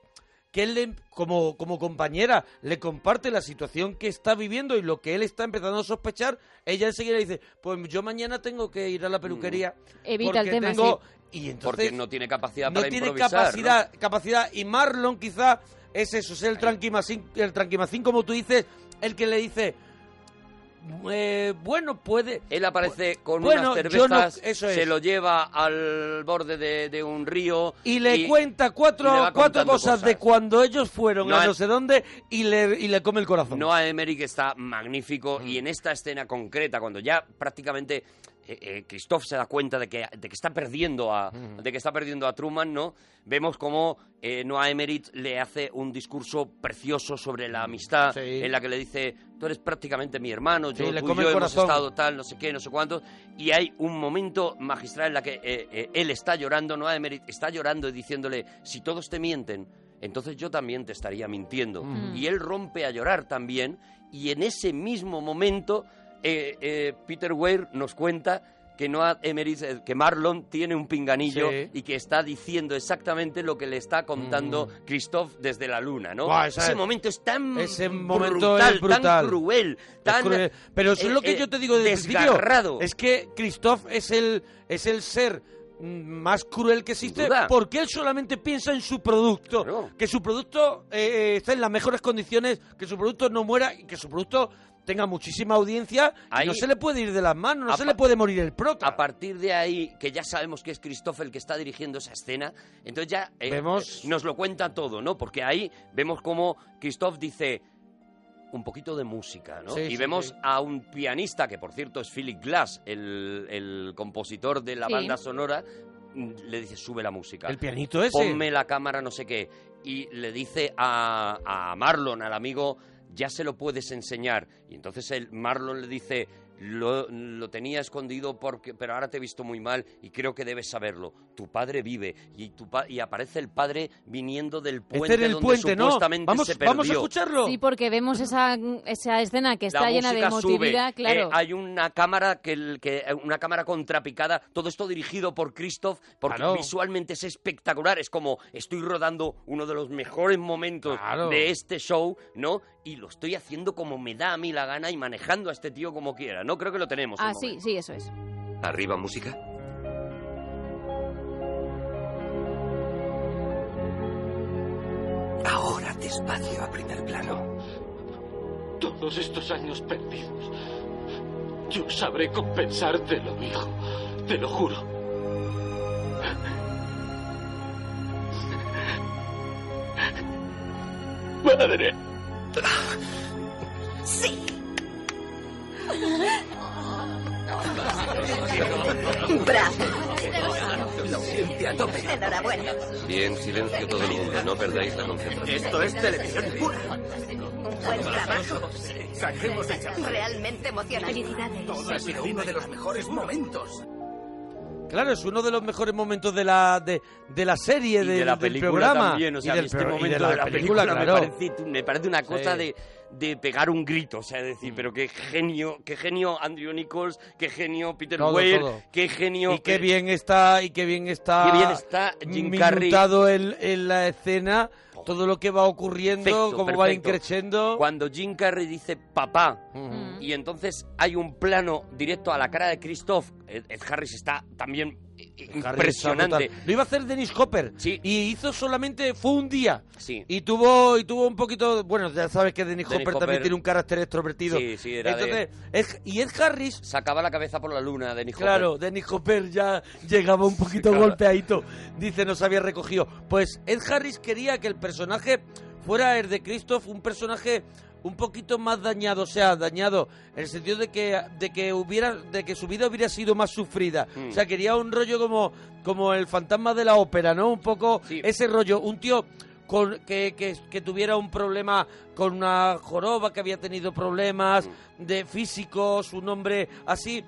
[SPEAKER 1] que él le- como, como compañera le comparte la situación que está viviendo y lo que él está empezando a sospechar, ella enseguida le dice, pues yo mañana tengo que ir a la peluquería.
[SPEAKER 3] Evita el
[SPEAKER 1] porque
[SPEAKER 3] tema,
[SPEAKER 1] tengo-".
[SPEAKER 2] sí.
[SPEAKER 1] Y entonces,
[SPEAKER 2] Mm. Porque no tiene capacidad
[SPEAKER 1] no
[SPEAKER 2] para
[SPEAKER 1] tiene
[SPEAKER 2] improvisar, ¿no?
[SPEAKER 1] capacidad, capacidad. Y Marlon quizá es eso, es el tranquimacín, el tranquimacín como tú dices, el que le dice, eh, bueno, puede...
[SPEAKER 2] Él aparece con
[SPEAKER 1] bueno,
[SPEAKER 2] unas
[SPEAKER 1] yo no-
[SPEAKER 2] cervezas,
[SPEAKER 1] eso
[SPEAKER 2] se
[SPEAKER 1] es.
[SPEAKER 2] lo lleva al borde de, de un río...
[SPEAKER 1] Y le cuenta cuatro,
[SPEAKER 2] y le va
[SPEAKER 1] cuatro
[SPEAKER 2] contando
[SPEAKER 1] cosas, de cuando ellos fueron
[SPEAKER 2] No
[SPEAKER 1] a
[SPEAKER 2] hay-
[SPEAKER 1] no sé dónde y le, y le come el corazón.
[SPEAKER 2] Noah Emmerich está magnífico
[SPEAKER 1] Mm.
[SPEAKER 2] y en esta escena concreta, cuando ya prácticamente eh, eh, Christoph se da cuenta de que, de que está perdiendo a
[SPEAKER 1] Mm.
[SPEAKER 2] de que está perdiendo a Truman, ¿no? Vemos como eh, Noah Emmerich le hace un discurso precioso sobre la amistad,
[SPEAKER 1] Sí.
[SPEAKER 2] en la que le dice tú eres prácticamente mi hermano, yo,
[SPEAKER 1] Sí, le
[SPEAKER 2] tú y
[SPEAKER 1] come
[SPEAKER 2] yo
[SPEAKER 1] el
[SPEAKER 2] hemos
[SPEAKER 1] corazón.
[SPEAKER 2] estado tal, no sé qué, no sé cuántos, y hay un momento magistral en la que eh, eh, él está llorando, Noah Emmerich está llorando y diciéndole si todos te mienten, entonces yo también te estaría mintiendo.
[SPEAKER 1] Mm.
[SPEAKER 2] Y él rompe a llorar también. Y en ese mismo momento, eh, eh, Peter Weir nos cuenta que, Noah Emmerich, eh, que Marlon tiene un pinganillo
[SPEAKER 1] Sí.
[SPEAKER 2] y que está diciendo exactamente lo que le está contando Christoph desde la luna, ¿no?
[SPEAKER 1] Mm. Buah, esa-
[SPEAKER 2] ese momento es tan
[SPEAKER 1] Ese momento
[SPEAKER 2] brutal,
[SPEAKER 1] es brutal.
[SPEAKER 2] tan cruel,
[SPEAKER 1] Es
[SPEAKER 2] tan
[SPEAKER 1] cruel. Pero eso
[SPEAKER 2] eh,
[SPEAKER 1] es lo que
[SPEAKER 2] eh,
[SPEAKER 1] yo te digo desde el principio.
[SPEAKER 2] desgarrado.
[SPEAKER 1] Es que Christoph es el, es el ser mm, más cruel que existe
[SPEAKER 2] duda.
[SPEAKER 1] porque él solamente piensa en su producto. Que su producto eh, eh, esté en las mejores condiciones, que su producto no muera y que su producto tenga muchísima audiencia. y
[SPEAKER 2] Ahí-
[SPEAKER 1] no se le puede ir de las manos, no
[SPEAKER 2] A
[SPEAKER 1] se
[SPEAKER 2] pa-
[SPEAKER 1] le puede morir el prota.
[SPEAKER 2] A partir de ahí, que ya sabemos que es Christoph el que está dirigiendo esa escena, entonces ya eh,
[SPEAKER 1] Vemos-
[SPEAKER 2] nos lo cuenta todo, ¿no? Porque ahí vemos cómo Christoph dice un poquito de música, ¿no?
[SPEAKER 1] Sí,
[SPEAKER 2] y
[SPEAKER 1] sí,
[SPEAKER 2] vemos
[SPEAKER 1] sí.
[SPEAKER 2] a un pianista, que por cierto es Philip Glass, el, el compositor de la
[SPEAKER 1] Sí.
[SPEAKER 2] banda sonora, mm, le dice, sube la música.
[SPEAKER 1] El pianito ese.
[SPEAKER 2] Ponme la cámara, no sé qué. Y le dice a, a Marlon, al amigo, ya se lo puedes enseñar. Y entonces el Marlon le dice, lo, lo tenía escondido, porque, pero ahora te he visto muy mal y creo que debes saberlo. Tu padre vive y, tu pa- y aparece el padre viniendo del puente
[SPEAKER 1] Este era el
[SPEAKER 2] donde
[SPEAKER 1] puente, ¿no?
[SPEAKER 2] supuestamente
[SPEAKER 1] Vamos-
[SPEAKER 2] se perdió.
[SPEAKER 1] vamos a escucharlo.
[SPEAKER 3] Sí, porque vemos esa, esa escena que está
[SPEAKER 2] La
[SPEAKER 3] llena de
[SPEAKER 2] música
[SPEAKER 3] emotividad,
[SPEAKER 2] sube.
[SPEAKER 3] claro.
[SPEAKER 2] Eh, hay una cámara que, el- que eh, una cámara contrapicada, todo esto dirigido por Christoph, porque
[SPEAKER 1] Claro.
[SPEAKER 2] visualmente es espectacular. Es como estoy rodando uno de los mejores momentos
[SPEAKER 1] Claro.
[SPEAKER 2] de este show, ¿no? Y lo estoy haciendo como me da a mí la gana y manejando a este tío como quiera. No creo que lo tenemos. el
[SPEAKER 3] ah, sí, sí, eso es.
[SPEAKER 2] Arriba música.
[SPEAKER 4] Ahora despacio a primer plano.
[SPEAKER 8] Todos estos años perdidos. Yo sabré compensártelo, hijo. Te lo juro. Madre.
[SPEAKER 18] Sí.
[SPEAKER 4] Lo siente a tope.
[SPEAKER 5] Enhorabuena.
[SPEAKER 4] Bien, silencio todo el mundo, no perdáis la concentración.
[SPEAKER 5] Esto es televisión pura. Un buen trabajo. Realmente emocionante.
[SPEAKER 4] Ha sido uno de los mejores momentos.
[SPEAKER 1] Claro, es uno de los mejores momentos de la, de, de la serie,
[SPEAKER 2] Y
[SPEAKER 1] del-
[SPEAKER 2] de la
[SPEAKER 1] del
[SPEAKER 2] película
[SPEAKER 1] programa.
[SPEAKER 2] también, o sea,
[SPEAKER 1] y del
[SPEAKER 2] este
[SPEAKER 1] pro- y
[SPEAKER 2] momento de la, película, me, parece, me parece una cosa
[SPEAKER 1] Sí. Mm.
[SPEAKER 2] de, de pegar un grito, o sea, de decir, pero qué genio, qué genio Andrew Nichols, qué genio Peter
[SPEAKER 1] Todo,
[SPEAKER 2] Weir,
[SPEAKER 1] todo.
[SPEAKER 2] qué genio...
[SPEAKER 1] Y qué bien está, y qué bien está,
[SPEAKER 2] Qué bien está Jim Carrey.
[SPEAKER 1] minutado en, en la escena, todo lo que va ocurriendo,
[SPEAKER 2] Perfecto,
[SPEAKER 1] cómo va
[SPEAKER 2] perfecto.
[SPEAKER 1] increciendo.
[SPEAKER 2] Cuando Jim Carrey dice papá, y entonces hay un plano directo a la cara de Christoph Ed, Ed Harris está también
[SPEAKER 1] Harry
[SPEAKER 2] impresionante.
[SPEAKER 1] está brutal. Lo iba a hacer Dennis Hopper. Y hizo solamente, fue un día.
[SPEAKER 2] Sí.
[SPEAKER 1] Y tuvo, y tuvo un poquito, bueno, ya sabes que Dennis,
[SPEAKER 2] Dennis
[SPEAKER 1] Hopper, también
[SPEAKER 2] Hopper-
[SPEAKER 1] tiene un carácter extrovertido.
[SPEAKER 2] Sí, sí, era de-
[SPEAKER 1] Entonces, Ed- y Ed Harris...
[SPEAKER 2] Sacaba la cabeza por la luna, Dennis Hopper.
[SPEAKER 1] Claro, Dennis Hopper ya llegaba un poquito
[SPEAKER 2] Claro.
[SPEAKER 1] golpeadito. Dice, nos había recogido. Pues Ed Harris quería que el personaje fuera el de Christoph, un personaje un poquito más dañado, o sea, dañado en el sentido de que de que hubiera de que su vida hubiera sido más sufrida.
[SPEAKER 2] Mm.
[SPEAKER 1] O sea, quería un rollo como como el fantasma de la ópera, ¿no? Un poco ese rollo, un tío con, que, que, que tuviera un problema con una joroba, que había tenido problemas de físicos, un hombre así,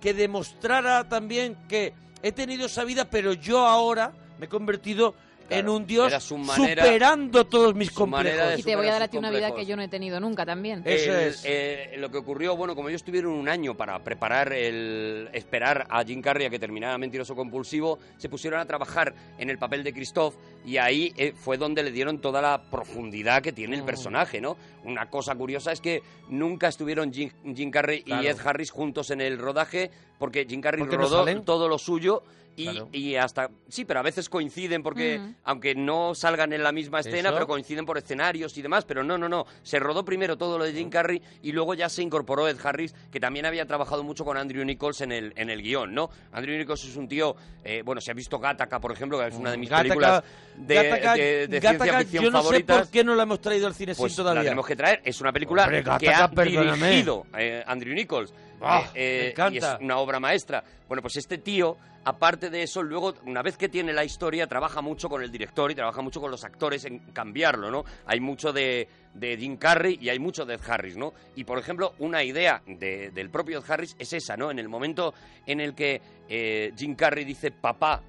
[SPEAKER 1] que demostrara también que he tenido esa vida, pero yo ahora me he convertido en un dios
[SPEAKER 2] era su manera-
[SPEAKER 1] superando todos mis
[SPEAKER 2] su manera
[SPEAKER 1] complejos.
[SPEAKER 2] de
[SPEAKER 3] Y te voy a dar a ti una vida
[SPEAKER 2] complejos.
[SPEAKER 3] que yo no he tenido nunca también.
[SPEAKER 1] Eso
[SPEAKER 2] El-
[SPEAKER 1] es.
[SPEAKER 2] eh, lo que ocurrió, bueno, como ellos tuvieron un año para preparar el. esperar a Jim Carrey a que terminara Mentiroso Compulsivo, se pusieron a trabajar en el papel de Christoph y ahí eh, fue donde le dieron toda la profundidad que tiene
[SPEAKER 1] Mm.
[SPEAKER 2] el personaje, ¿no? Una cosa curiosa es que nunca estuvieron Jim, Jim Carrey
[SPEAKER 1] Claro.
[SPEAKER 2] y Ed Harris juntos en el rodaje porque Jim Carrey
[SPEAKER 1] Porque no
[SPEAKER 2] rodó
[SPEAKER 1] salen.
[SPEAKER 2] todo lo suyo. Y,
[SPEAKER 1] Claro. Mm.
[SPEAKER 2] y hasta sí pero a veces coinciden porque
[SPEAKER 1] Ujú.
[SPEAKER 2] aunque no salgan en la misma escena
[SPEAKER 1] Eso.
[SPEAKER 2] pero coinciden por escenarios y demás, pero no, no, no. Se rodó primero todo lo de
[SPEAKER 1] Mm.
[SPEAKER 2] Jim Carrey y luego ya se incorporó Ed Harris, que también había trabajado mucho con Andrew Nichols en el, en el guión, ¿no? Andrew Nichols es un tío, eh, bueno, se ha visto Gattaca, por ejemplo, que es una de mis
[SPEAKER 1] Gattaca-
[SPEAKER 2] películas de,
[SPEAKER 1] Gattaca-
[SPEAKER 2] de- de
[SPEAKER 1] Gattaca,
[SPEAKER 2] ciencia ficción
[SPEAKER 1] yo no
[SPEAKER 2] favoritas.
[SPEAKER 1] sé por qué no la hemos traído al cine
[SPEAKER 2] Pues
[SPEAKER 1] sin
[SPEAKER 2] la
[SPEAKER 1] todavía.
[SPEAKER 2] tenemos que traer. Es una película
[SPEAKER 1] Hombre,
[SPEAKER 2] que ha
[SPEAKER 1] Gattaca, perdóname.
[SPEAKER 2] dirigido eh, Andrew Nichols.
[SPEAKER 1] Ah,
[SPEAKER 2] Eh,
[SPEAKER 1] me
[SPEAKER 2] eh,
[SPEAKER 1] encanta.
[SPEAKER 2] Y es una obra maestra. Bueno, pues este tío, aparte de eso, luego, una vez que tiene la historia, trabaja mucho con el director y trabaja mucho con los actores en cambiarlo, ¿no? Hay mucho de, de Jim Carrey y hay mucho de Ed Harris, ¿no? Y, por ejemplo, una idea de- del propio Ed Harris es esa, ¿no? En el momento en el que eh, Jim Carrey dice, papá,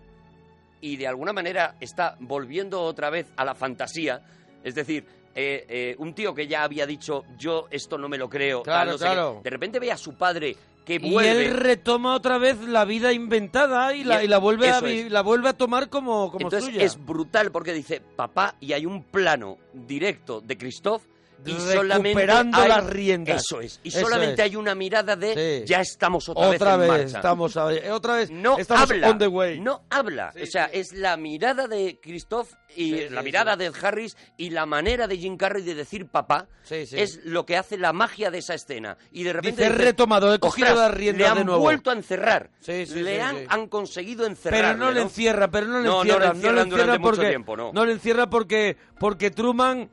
[SPEAKER 2] y de alguna manera está volviendo otra vez a la fantasía. Es decir, eh, eh, un tío que ya había dicho, yo esto no me lo creo. tal,
[SPEAKER 1] Claro,
[SPEAKER 2] no sé qué.
[SPEAKER 1] claro.
[SPEAKER 2] De repente ve a su padre que
[SPEAKER 1] Y
[SPEAKER 2] vuelve.
[SPEAKER 1] él retoma otra vez la vida inventada y la,
[SPEAKER 2] Y-
[SPEAKER 1] y la vuelve, a,
[SPEAKER 2] eso
[SPEAKER 1] vi-
[SPEAKER 2] es.
[SPEAKER 1] la vuelve a tomar como, como
[SPEAKER 2] Entonces
[SPEAKER 1] suya.
[SPEAKER 2] es brutal porque dice, papá, y hay un plano directo de Christoph. Y
[SPEAKER 1] Recuperando
[SPEAKER 2] solamente hay-
[SPEAKER 1] las riendas.
[SPEAKER 2] Eso es. Y
[SPEAKER 1] Eso
[SPEAKER 2] solamente
[SPEAKER 1] es.
[SPEAKER 2] hay una mirada de
[SPEAKER 1] Sí.
[SPEAKER 2] ya estamos otra,
[SPEAKER 1] Otra
[SPEAKER 2] vez en
[SPEAKER 1] vez
[SPEAKER 2] marcha.
[SPEAKER 1] estamos a- eh, otra vez
[SPEAKER 2] no
[SPEAKER 1] estamos
[SPEAKER 2] habla,
[SPEAKER 1] on the way.
[SPEAKER 2] No habla. o sea, es la mirada de Christoph y
[SPEAKER 1] Sí,
[SPEAKER 2] la
[SPEAKER 1] sí,
[SPEAKER 2] mirada
[SPEAKER 1] sí.
[SPEAKER 2] de Ed Harris y la manera de Jim Carrey de decir papá
[SPEAKER 1] Sí, sí.
[SPEAKER 2] es lo que hace la magia de esa escena. Y de repente.
[SPEAKER 1] Dice, "He
[SPEAKER 2] dices,
[SPEAKER 1] retomado, he cogido
[SPEAKER 2] "Ostras,
[SPEAKER 1] las riendas
[SPEAKER 2] le han
[SPEAKER 1] de nuevo".
[SPEAKER 2] vuelto a encerrar.
[SPEAKER 1] Sí, sí,
[SPEAKER 2] le
[SPEAKER 1] sí,
[SPEAKER 2] han,
[SPEAKER 1] sí.
[SPEAKER 2] han conseguido encerrar.
[SPEAKER 1] Pero no le encierra, pero no le
[SPEAKER 2] No, no le
[SPEAKER 1] encierra.
[SPEAKER 2] encierran durante mucho
[SPEAKER 1] porque,
[SPEAKER 2] tiempo, no.
[SPEAKER 1] le encierra porque, porque Truman,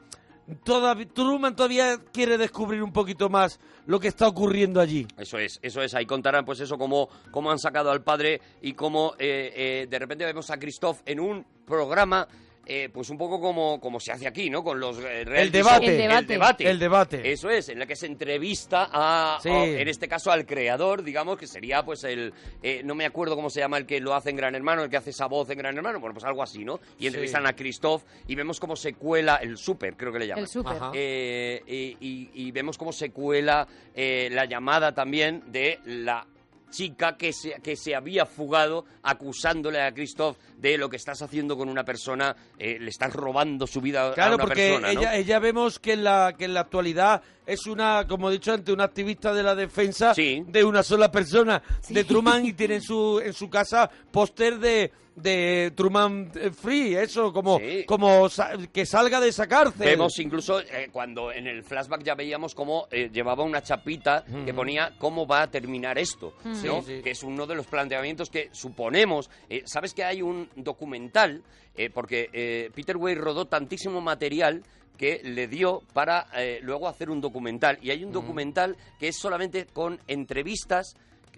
[SPEAKER 1] todav- Truman todavía quiere descubrir un poquito más lo que está ocurriendo allí.
[SPEAKER 2] Eso es, eso es. Ahí contarán, pues eso, cómo, cómo han sacado al padre y cómo eh, eh, de repente vemos a Christoph en un programa. eh, pues un poco como, como se hace aquí, ¿no? Con los eh, reality
[SPEAKER 1] debate.
[SPEAKER 2] shows.
[SPEAKER 1] El debate. El debate.
[SPEAKER 2] Eso es, en la que se entrevista a,
[SPEAKER 1] Sí.
[SPEAKER 2] o, en este caso, al creador, digamos, que sería pues el, eh, no me acuerdo cómo se llama el que lo hace en Gran Hermano, el que hace esa voz en Gran Hermano, bueno, pues algo así, ¿no? Y
[SPEAKER 1] Sí.
[SPEAKER 2] entrevistan a Christoph y vemos cómo se cuela, el súper, creo que le llaman.
[SPEAKER 1] El súper. Ajá.
[SPEAKER 2] Eh, y, y- y vemos cómo se cuela eh, la llamada también de la chica que se, que se había fugado acusándole a Christoph de lo que estás haciendo con una persona, eh, le estás robando su vida a
[SPEAKER 1] Claro,
[SPEAKER 2] una
[SPEAKER 1] porque
[SPEAKER 2] persona, ¿no?
[SPEAKER 1] ella, ella vemos que en, la, que en la actualidad es una, como he dicho antes, una activista de la defensa de una sola persona, de Truman, y tiene en su, en su casa póster de, de Truman eh, Free, eso, como, como sa- que salga de esa cárcel.
[SPEAKER 2] Vemos incluso eh, cuando en el flashback ya veíamos cómo eh, llevaba una chapita que ponía cómo va a terminar esto,
[SPEAKER 1] Mm.
[SPEAKER 2] ¿no?
[SPEAKER 1] Sí, sí.
[SPEAKER 2] Que es uno de los planteamientos que suponemos. eh, Sabes que hay un documental, eh, porque eh, Peter Way rodó tantísimo material que le dio para eh, luego hacer un documental. Y
[SPEAKER 1] Mm.
[SPEAKER 2] hay un documental que es solamente con entrevistas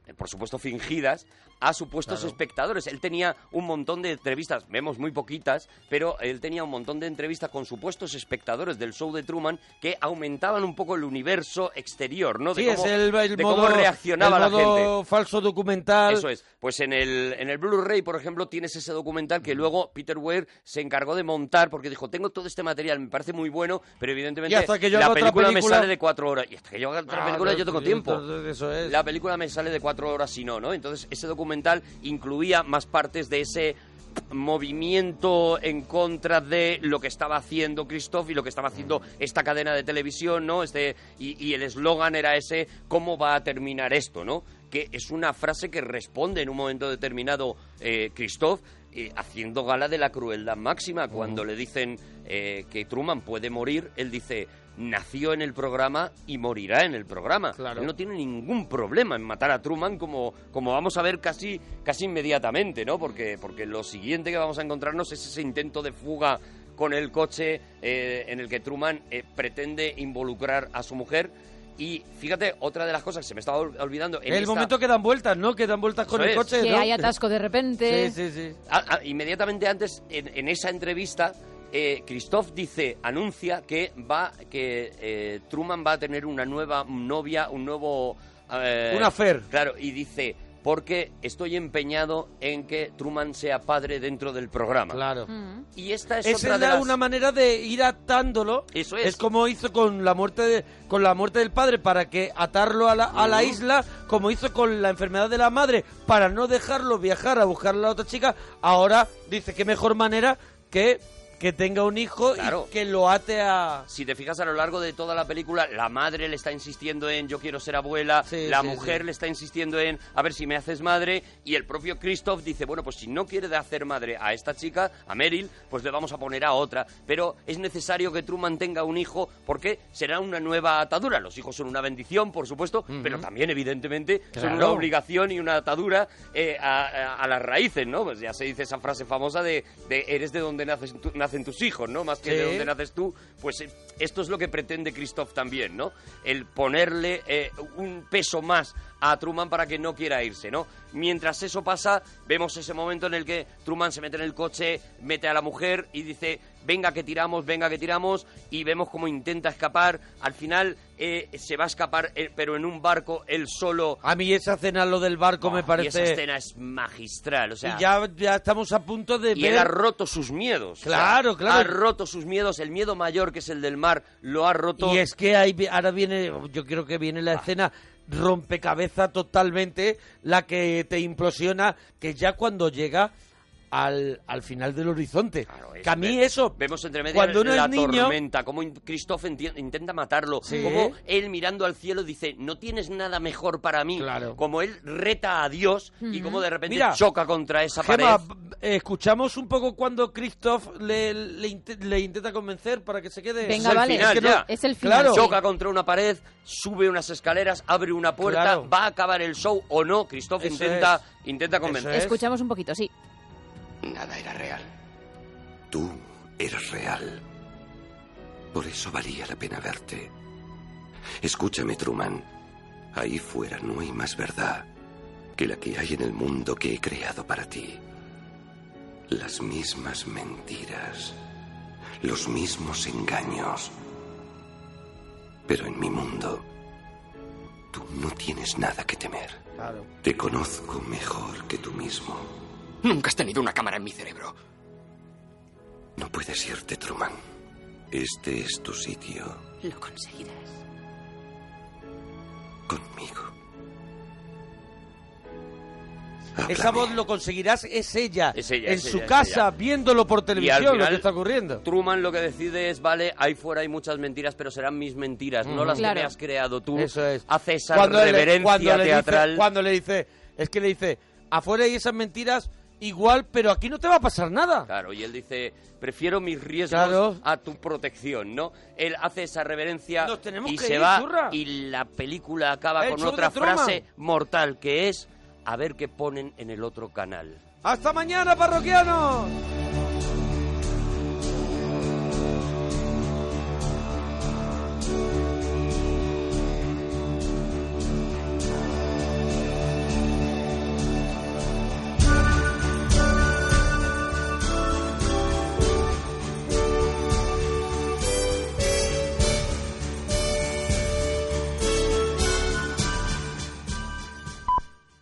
[SPEAKER 2] eh, por supuesto fingidas, a supuestos
[SPEAKER 1] Claro.
[SPEAKER 2] espectadores. Él tenía un montón de entrevistas, vemos muy poquitas, pero él tenía un montón de entrevistas con supuestos espectadores del show de Truman que aumentaban un poco el universo exterior, ¿no? De
[SPEAKER 1] Sí,
[SPEAKER 2] cómo-
[SPEAKER 1] es el, el
[SPEAKER 2] de
[SPEAKER 1] modo,
[SPEAKER 2] cómo reaccionaba
[SPEAKER 1] el
[SPEAKER 2] la
[SPEAKER 1] modo
[SPEAKER 2] gente.
[SPEAKER 1] falso documental.
[SPEAKER 2] Eso es. Pues en el, en el Blu-ray, por ejemplo, tienes ese documental que luego Peter Weir se encargó de montar porque dijo, tengo todo este material, me parece muy bueno, pero evidentemente
[SPEAKER 1] Y hasta que yo
[SPEAKER 2] la
[SPEAKER 1] haga otra
[SPEAKER 2] película, me
[SPEAKER 1] película-
[SPEAKER 2] sale de cuatro horas. Y hasta que yo haga otra
[SPEAKER 1] Ah,
[SPEAKER 2] película yo tengo
[SPEAKER 1] yo-
[SPEAKER 2] tiempo.
[SPEAKER 1] Eso es.
[SPEAKER 2] La película me sale de cuatro horas si no, ¿no? Entonces ese documental incluía más partes de ese movimiento en contra de lo que estaba haciendo Christoph y lo que estaba haciendo esta cadena de televisión, ¿no? Este, y, y el eslogan era ese, ¿cómo va a terminar esto, no? Que es una frase que responde en un momento determinado eh, Christoph eh, haciendo gala de la crueldad máxima. Cuando le dicen eh, que Truman puede morir, él dice, nació en el programa y morirá en el programa. Él no tiene ningún problema en matar a Truman, como, como vamos a ver casi, casi inmediatamente, ¿no? Porque, porque lo siguiente que vamos a encontrarnos es ese intento de fuga con el coche eh, en el que Truman eh, pretende involucrar a su mujer. Y fíjate, otra de las cosas que se me estaba ol- olvidando. en
[SPEAKER 1] El
[SPEAKER 2] esta-
[SPEAKER 1] momento que dan vueltas, ¿no? Que dan vueltas con
[SPEAKER 2] Eso
[SPEAKER 1] el
[SPEAKER 2] es.
[SPEAKER 1] coche,
[SPEAKER 3] Que
[SPEAKER 1] ¿no?
[SPEAKER 3] hay atasco de repente.
[SPEAKER 2] A- a- Ah, inmediatamente antes, en, en esa entrevista, eh, Christoph dice, anuncia que va, que eh, Truman va a tener una nueva novia, un nuevo eh,
[SPEAKER 1] Un affair.
[SPEAKER 2] Claro, y dice porque estoy empeñado en que Truman sea padre dentro del programa.
[SPEAKER 1] Claro.
[SPEAKER 2] Y esta es,
[SPEAKER 1] Esa
[SPEAKER 2] otra
[SPEAKER 1] es
[SPEAKER 2] de
[SPEAKER 1] la-
[SPEAKER 2] las-
[SPEAKER 1] una manera de ir atándolo.
[SPEAKER 2] Eso es.
[SPEAKER 1] como hizo con la muerte de, con la muerte del padre para que atarlo a la, a la
[SPEAKER 2] Ujú.
[SPEAKER 1] isla, como hizo con la enfermedad de la madre para no dejarlo viajar a buscar a la otra chica. Ahora dice que mejor manera que que tenga un hijo
[SPEAKER 2] Claro.
[SPEAKER 1] y que lo ate a
[SPEAKER 2] Si te fijas a lo largo de toda la película, la madre le está insistiendo en yo quiero ser abuela, la
[SPEAKER 1] sí,
[SPEAKER 2] mujer
[SPEAKER 1] sí.
[SPEAKER 2] le está insistiendo en a ver si me haces madre, y el propio Christoph dice, bueno, pues si no quiere de hacer madre a esta chica, a Meryl, pues le vamos a poner a otra. Pero es necesario que Truman tenga un hijo porque será una nueva atadura. Los hijos son una bendición, por supuesto, pero también, evidentemente, son una
[SPEAKER 1] Claro.
[SPEAKER 2] obligación y una atadura eh, a, a- a las raíces, ¿no? Pues ya se dice esa frase famosa de, de eres de donde naces tu- nacen tus hijos, ¿no? Más que de
[SPEAKER 1] Sí.
[SPEAKER 2] donde naces tú, pues eh, esto es lo que pretende Christoph también, ¿no? El ponerle eh, un peso más a Truman para que no quiera irse, ¿no? Mientras eso pasa, vemos ese momento en el que Truman se mete en el coche, mete a la mujer y dice, venga que tiramos, venga que tiramos, y vemos cómo intenta escapar. Al final eh, se va a escapar, eh, pero en un barco, él solo.
[SPEAKER 1] a mí esa escena lo del barco me
[SPEAKER 2] Y
[SPEAKER 1] parece
[SPEAKER 2] esa escena es magistral, o sea...
[SPEAKER 1] y ya, ya estamos a punto de
[SPEAKER 2] Y
[SPEAKER 1] ver
[SPEAKER 2] él ha roto sus miedos. O sea,
[SPEAKER 1] Claro, claro.
[SPEAKER 2] Ha roto sus miedos. El miedo mayor, que es el del mar, lo ha roto.
[SPEAKER 1] Y es que ahí vi- ahora viene, yo creo que viene la
[SPEAKER 2] Ah.
[SPEAKER 1] escena rompecabeza totalmente, la que te implosiona, que ya cuando llega al, al final del horizonte. que a mí eso,
[SPEAKER 2] Vemos entre medio
[SPEAKER 1] cuando uno
[SPEAKER 2] la
[SPEAKER 1] es niño,
[SPEAKER 2] tormenta, como Christoph enti- intenta matarlo,
[SPEAKER 1] Sí.
[SPEAKER 2] como él mirando al cielo dice, no tienes nada mejor para mí, como él reta a Dios y como de repente
[SPEAKER 1] Mira,
[SPEAKER 2] choca contra esa
[SPEAKER 1] Gemma,
[SPEAKER 2] pared.
[SPEAKER 1] b- eh, escuchamos un poco cuando Christoph le, le inte- le intenta convencer para que se quede.
[SPEAKER 2] Es el final,
[SPEAKER 1] que no-
[SPEAKER 2] ya.
[SPEAKER 1] Claro.
[SPEAKER 2] Choca contra una pared, sube unas escaleras, abre una puerta,
[SPEAKER 1] Claro.
[SPEAKER 2] va a acabar el show o no. Christoph
[SPEAKER 1] Eso
[SPEAKER 2] intenta, intenta convencer.
[SPEAKER 3] Escuchamos un poquito, sí.
[SPEAKER 4] Nada era real. Tú eres real. Por eso valía la pena verte. Escúchame, Truman. Ahí fuera no hay más verdad que la que hay en el mundo que he creado para ti. Las mismas mentiras, los mismos engaños. Pero en mi mundo, tú no tienes nada que temer. Te conozco mejor que tú mismo.
[SPEAKER 9] Nunca has tenido una cámara en mi cerebro.
[SPEAKER 4] No puedes irte, Truman. Este es tu sitio
[SPEAKER 9] Lo conseguirás.
[SPEAKER 4] conmigo.
[SPEAKER 1] Esa voz lo conseguirás, es ella.
[SPEAKER 2] ella,
[SPEAKER 1] en
[SPEAKER 2] es
[SPEAKER 1] su
[SPEAKER 2] ella, es
[SPEAKER 1] casa,
[SPEAKER 2] ella.
[SPEAKER 1] viéndolo por televisión,
[SPEAKER 2] Y
[SPEAKER 1] lo
[SPEAKER 2] al final,
[SPEAKER 1] que está ocurriendo.
[SPEAKER 2] Truman lo que decide es, vale, ahí fuera hay muchas mentiras, pero serán mis mentiras, no
[SPEAKER 1] Ujú.
[SPEAKER 2] las
[SPEAKER 1] Claro.
[SPEAKER 2] que me has creado tú.
[SPEAKER 1] Eso es.
[SPEAKER 2] Hace esa
[SPEAKER 1] le-
[SPEAKER 2] reverencia
[SPEAKER 1] le dice-
[SPEAKER 2] teatral.
[SPEAKER 1] cuando le dice, es que le dice, afuera hay esas mentiras igual, pero aquí no te va a pasar nada.
[SPEAKER 2] Claro, y él dice, prefiero mis riesgos
[SPEAKER 1] Claro.
[SPEAKER 2] a tu protección, ¿no? Él hace esa reverencia y
[SPEAKER 1] que
[SPEAKER 2] se
[SPEAKER 1] ir,
[SPEAKER 2] va
[SPEAKER 1] zurra.
[SPEAKER 2] y la película acaba
[SPEAKER 1] El
[SPEAKER 2] con
[SPEAKER 1] show de
[SPEAKER 2] otra
[SPEAKER 1] Truman.
[SPEAKER 2] frase mortal que es, a ver qué ponen en el otro canal.
[SPEAKER 1] ¡Hasta mañana, parroquianos!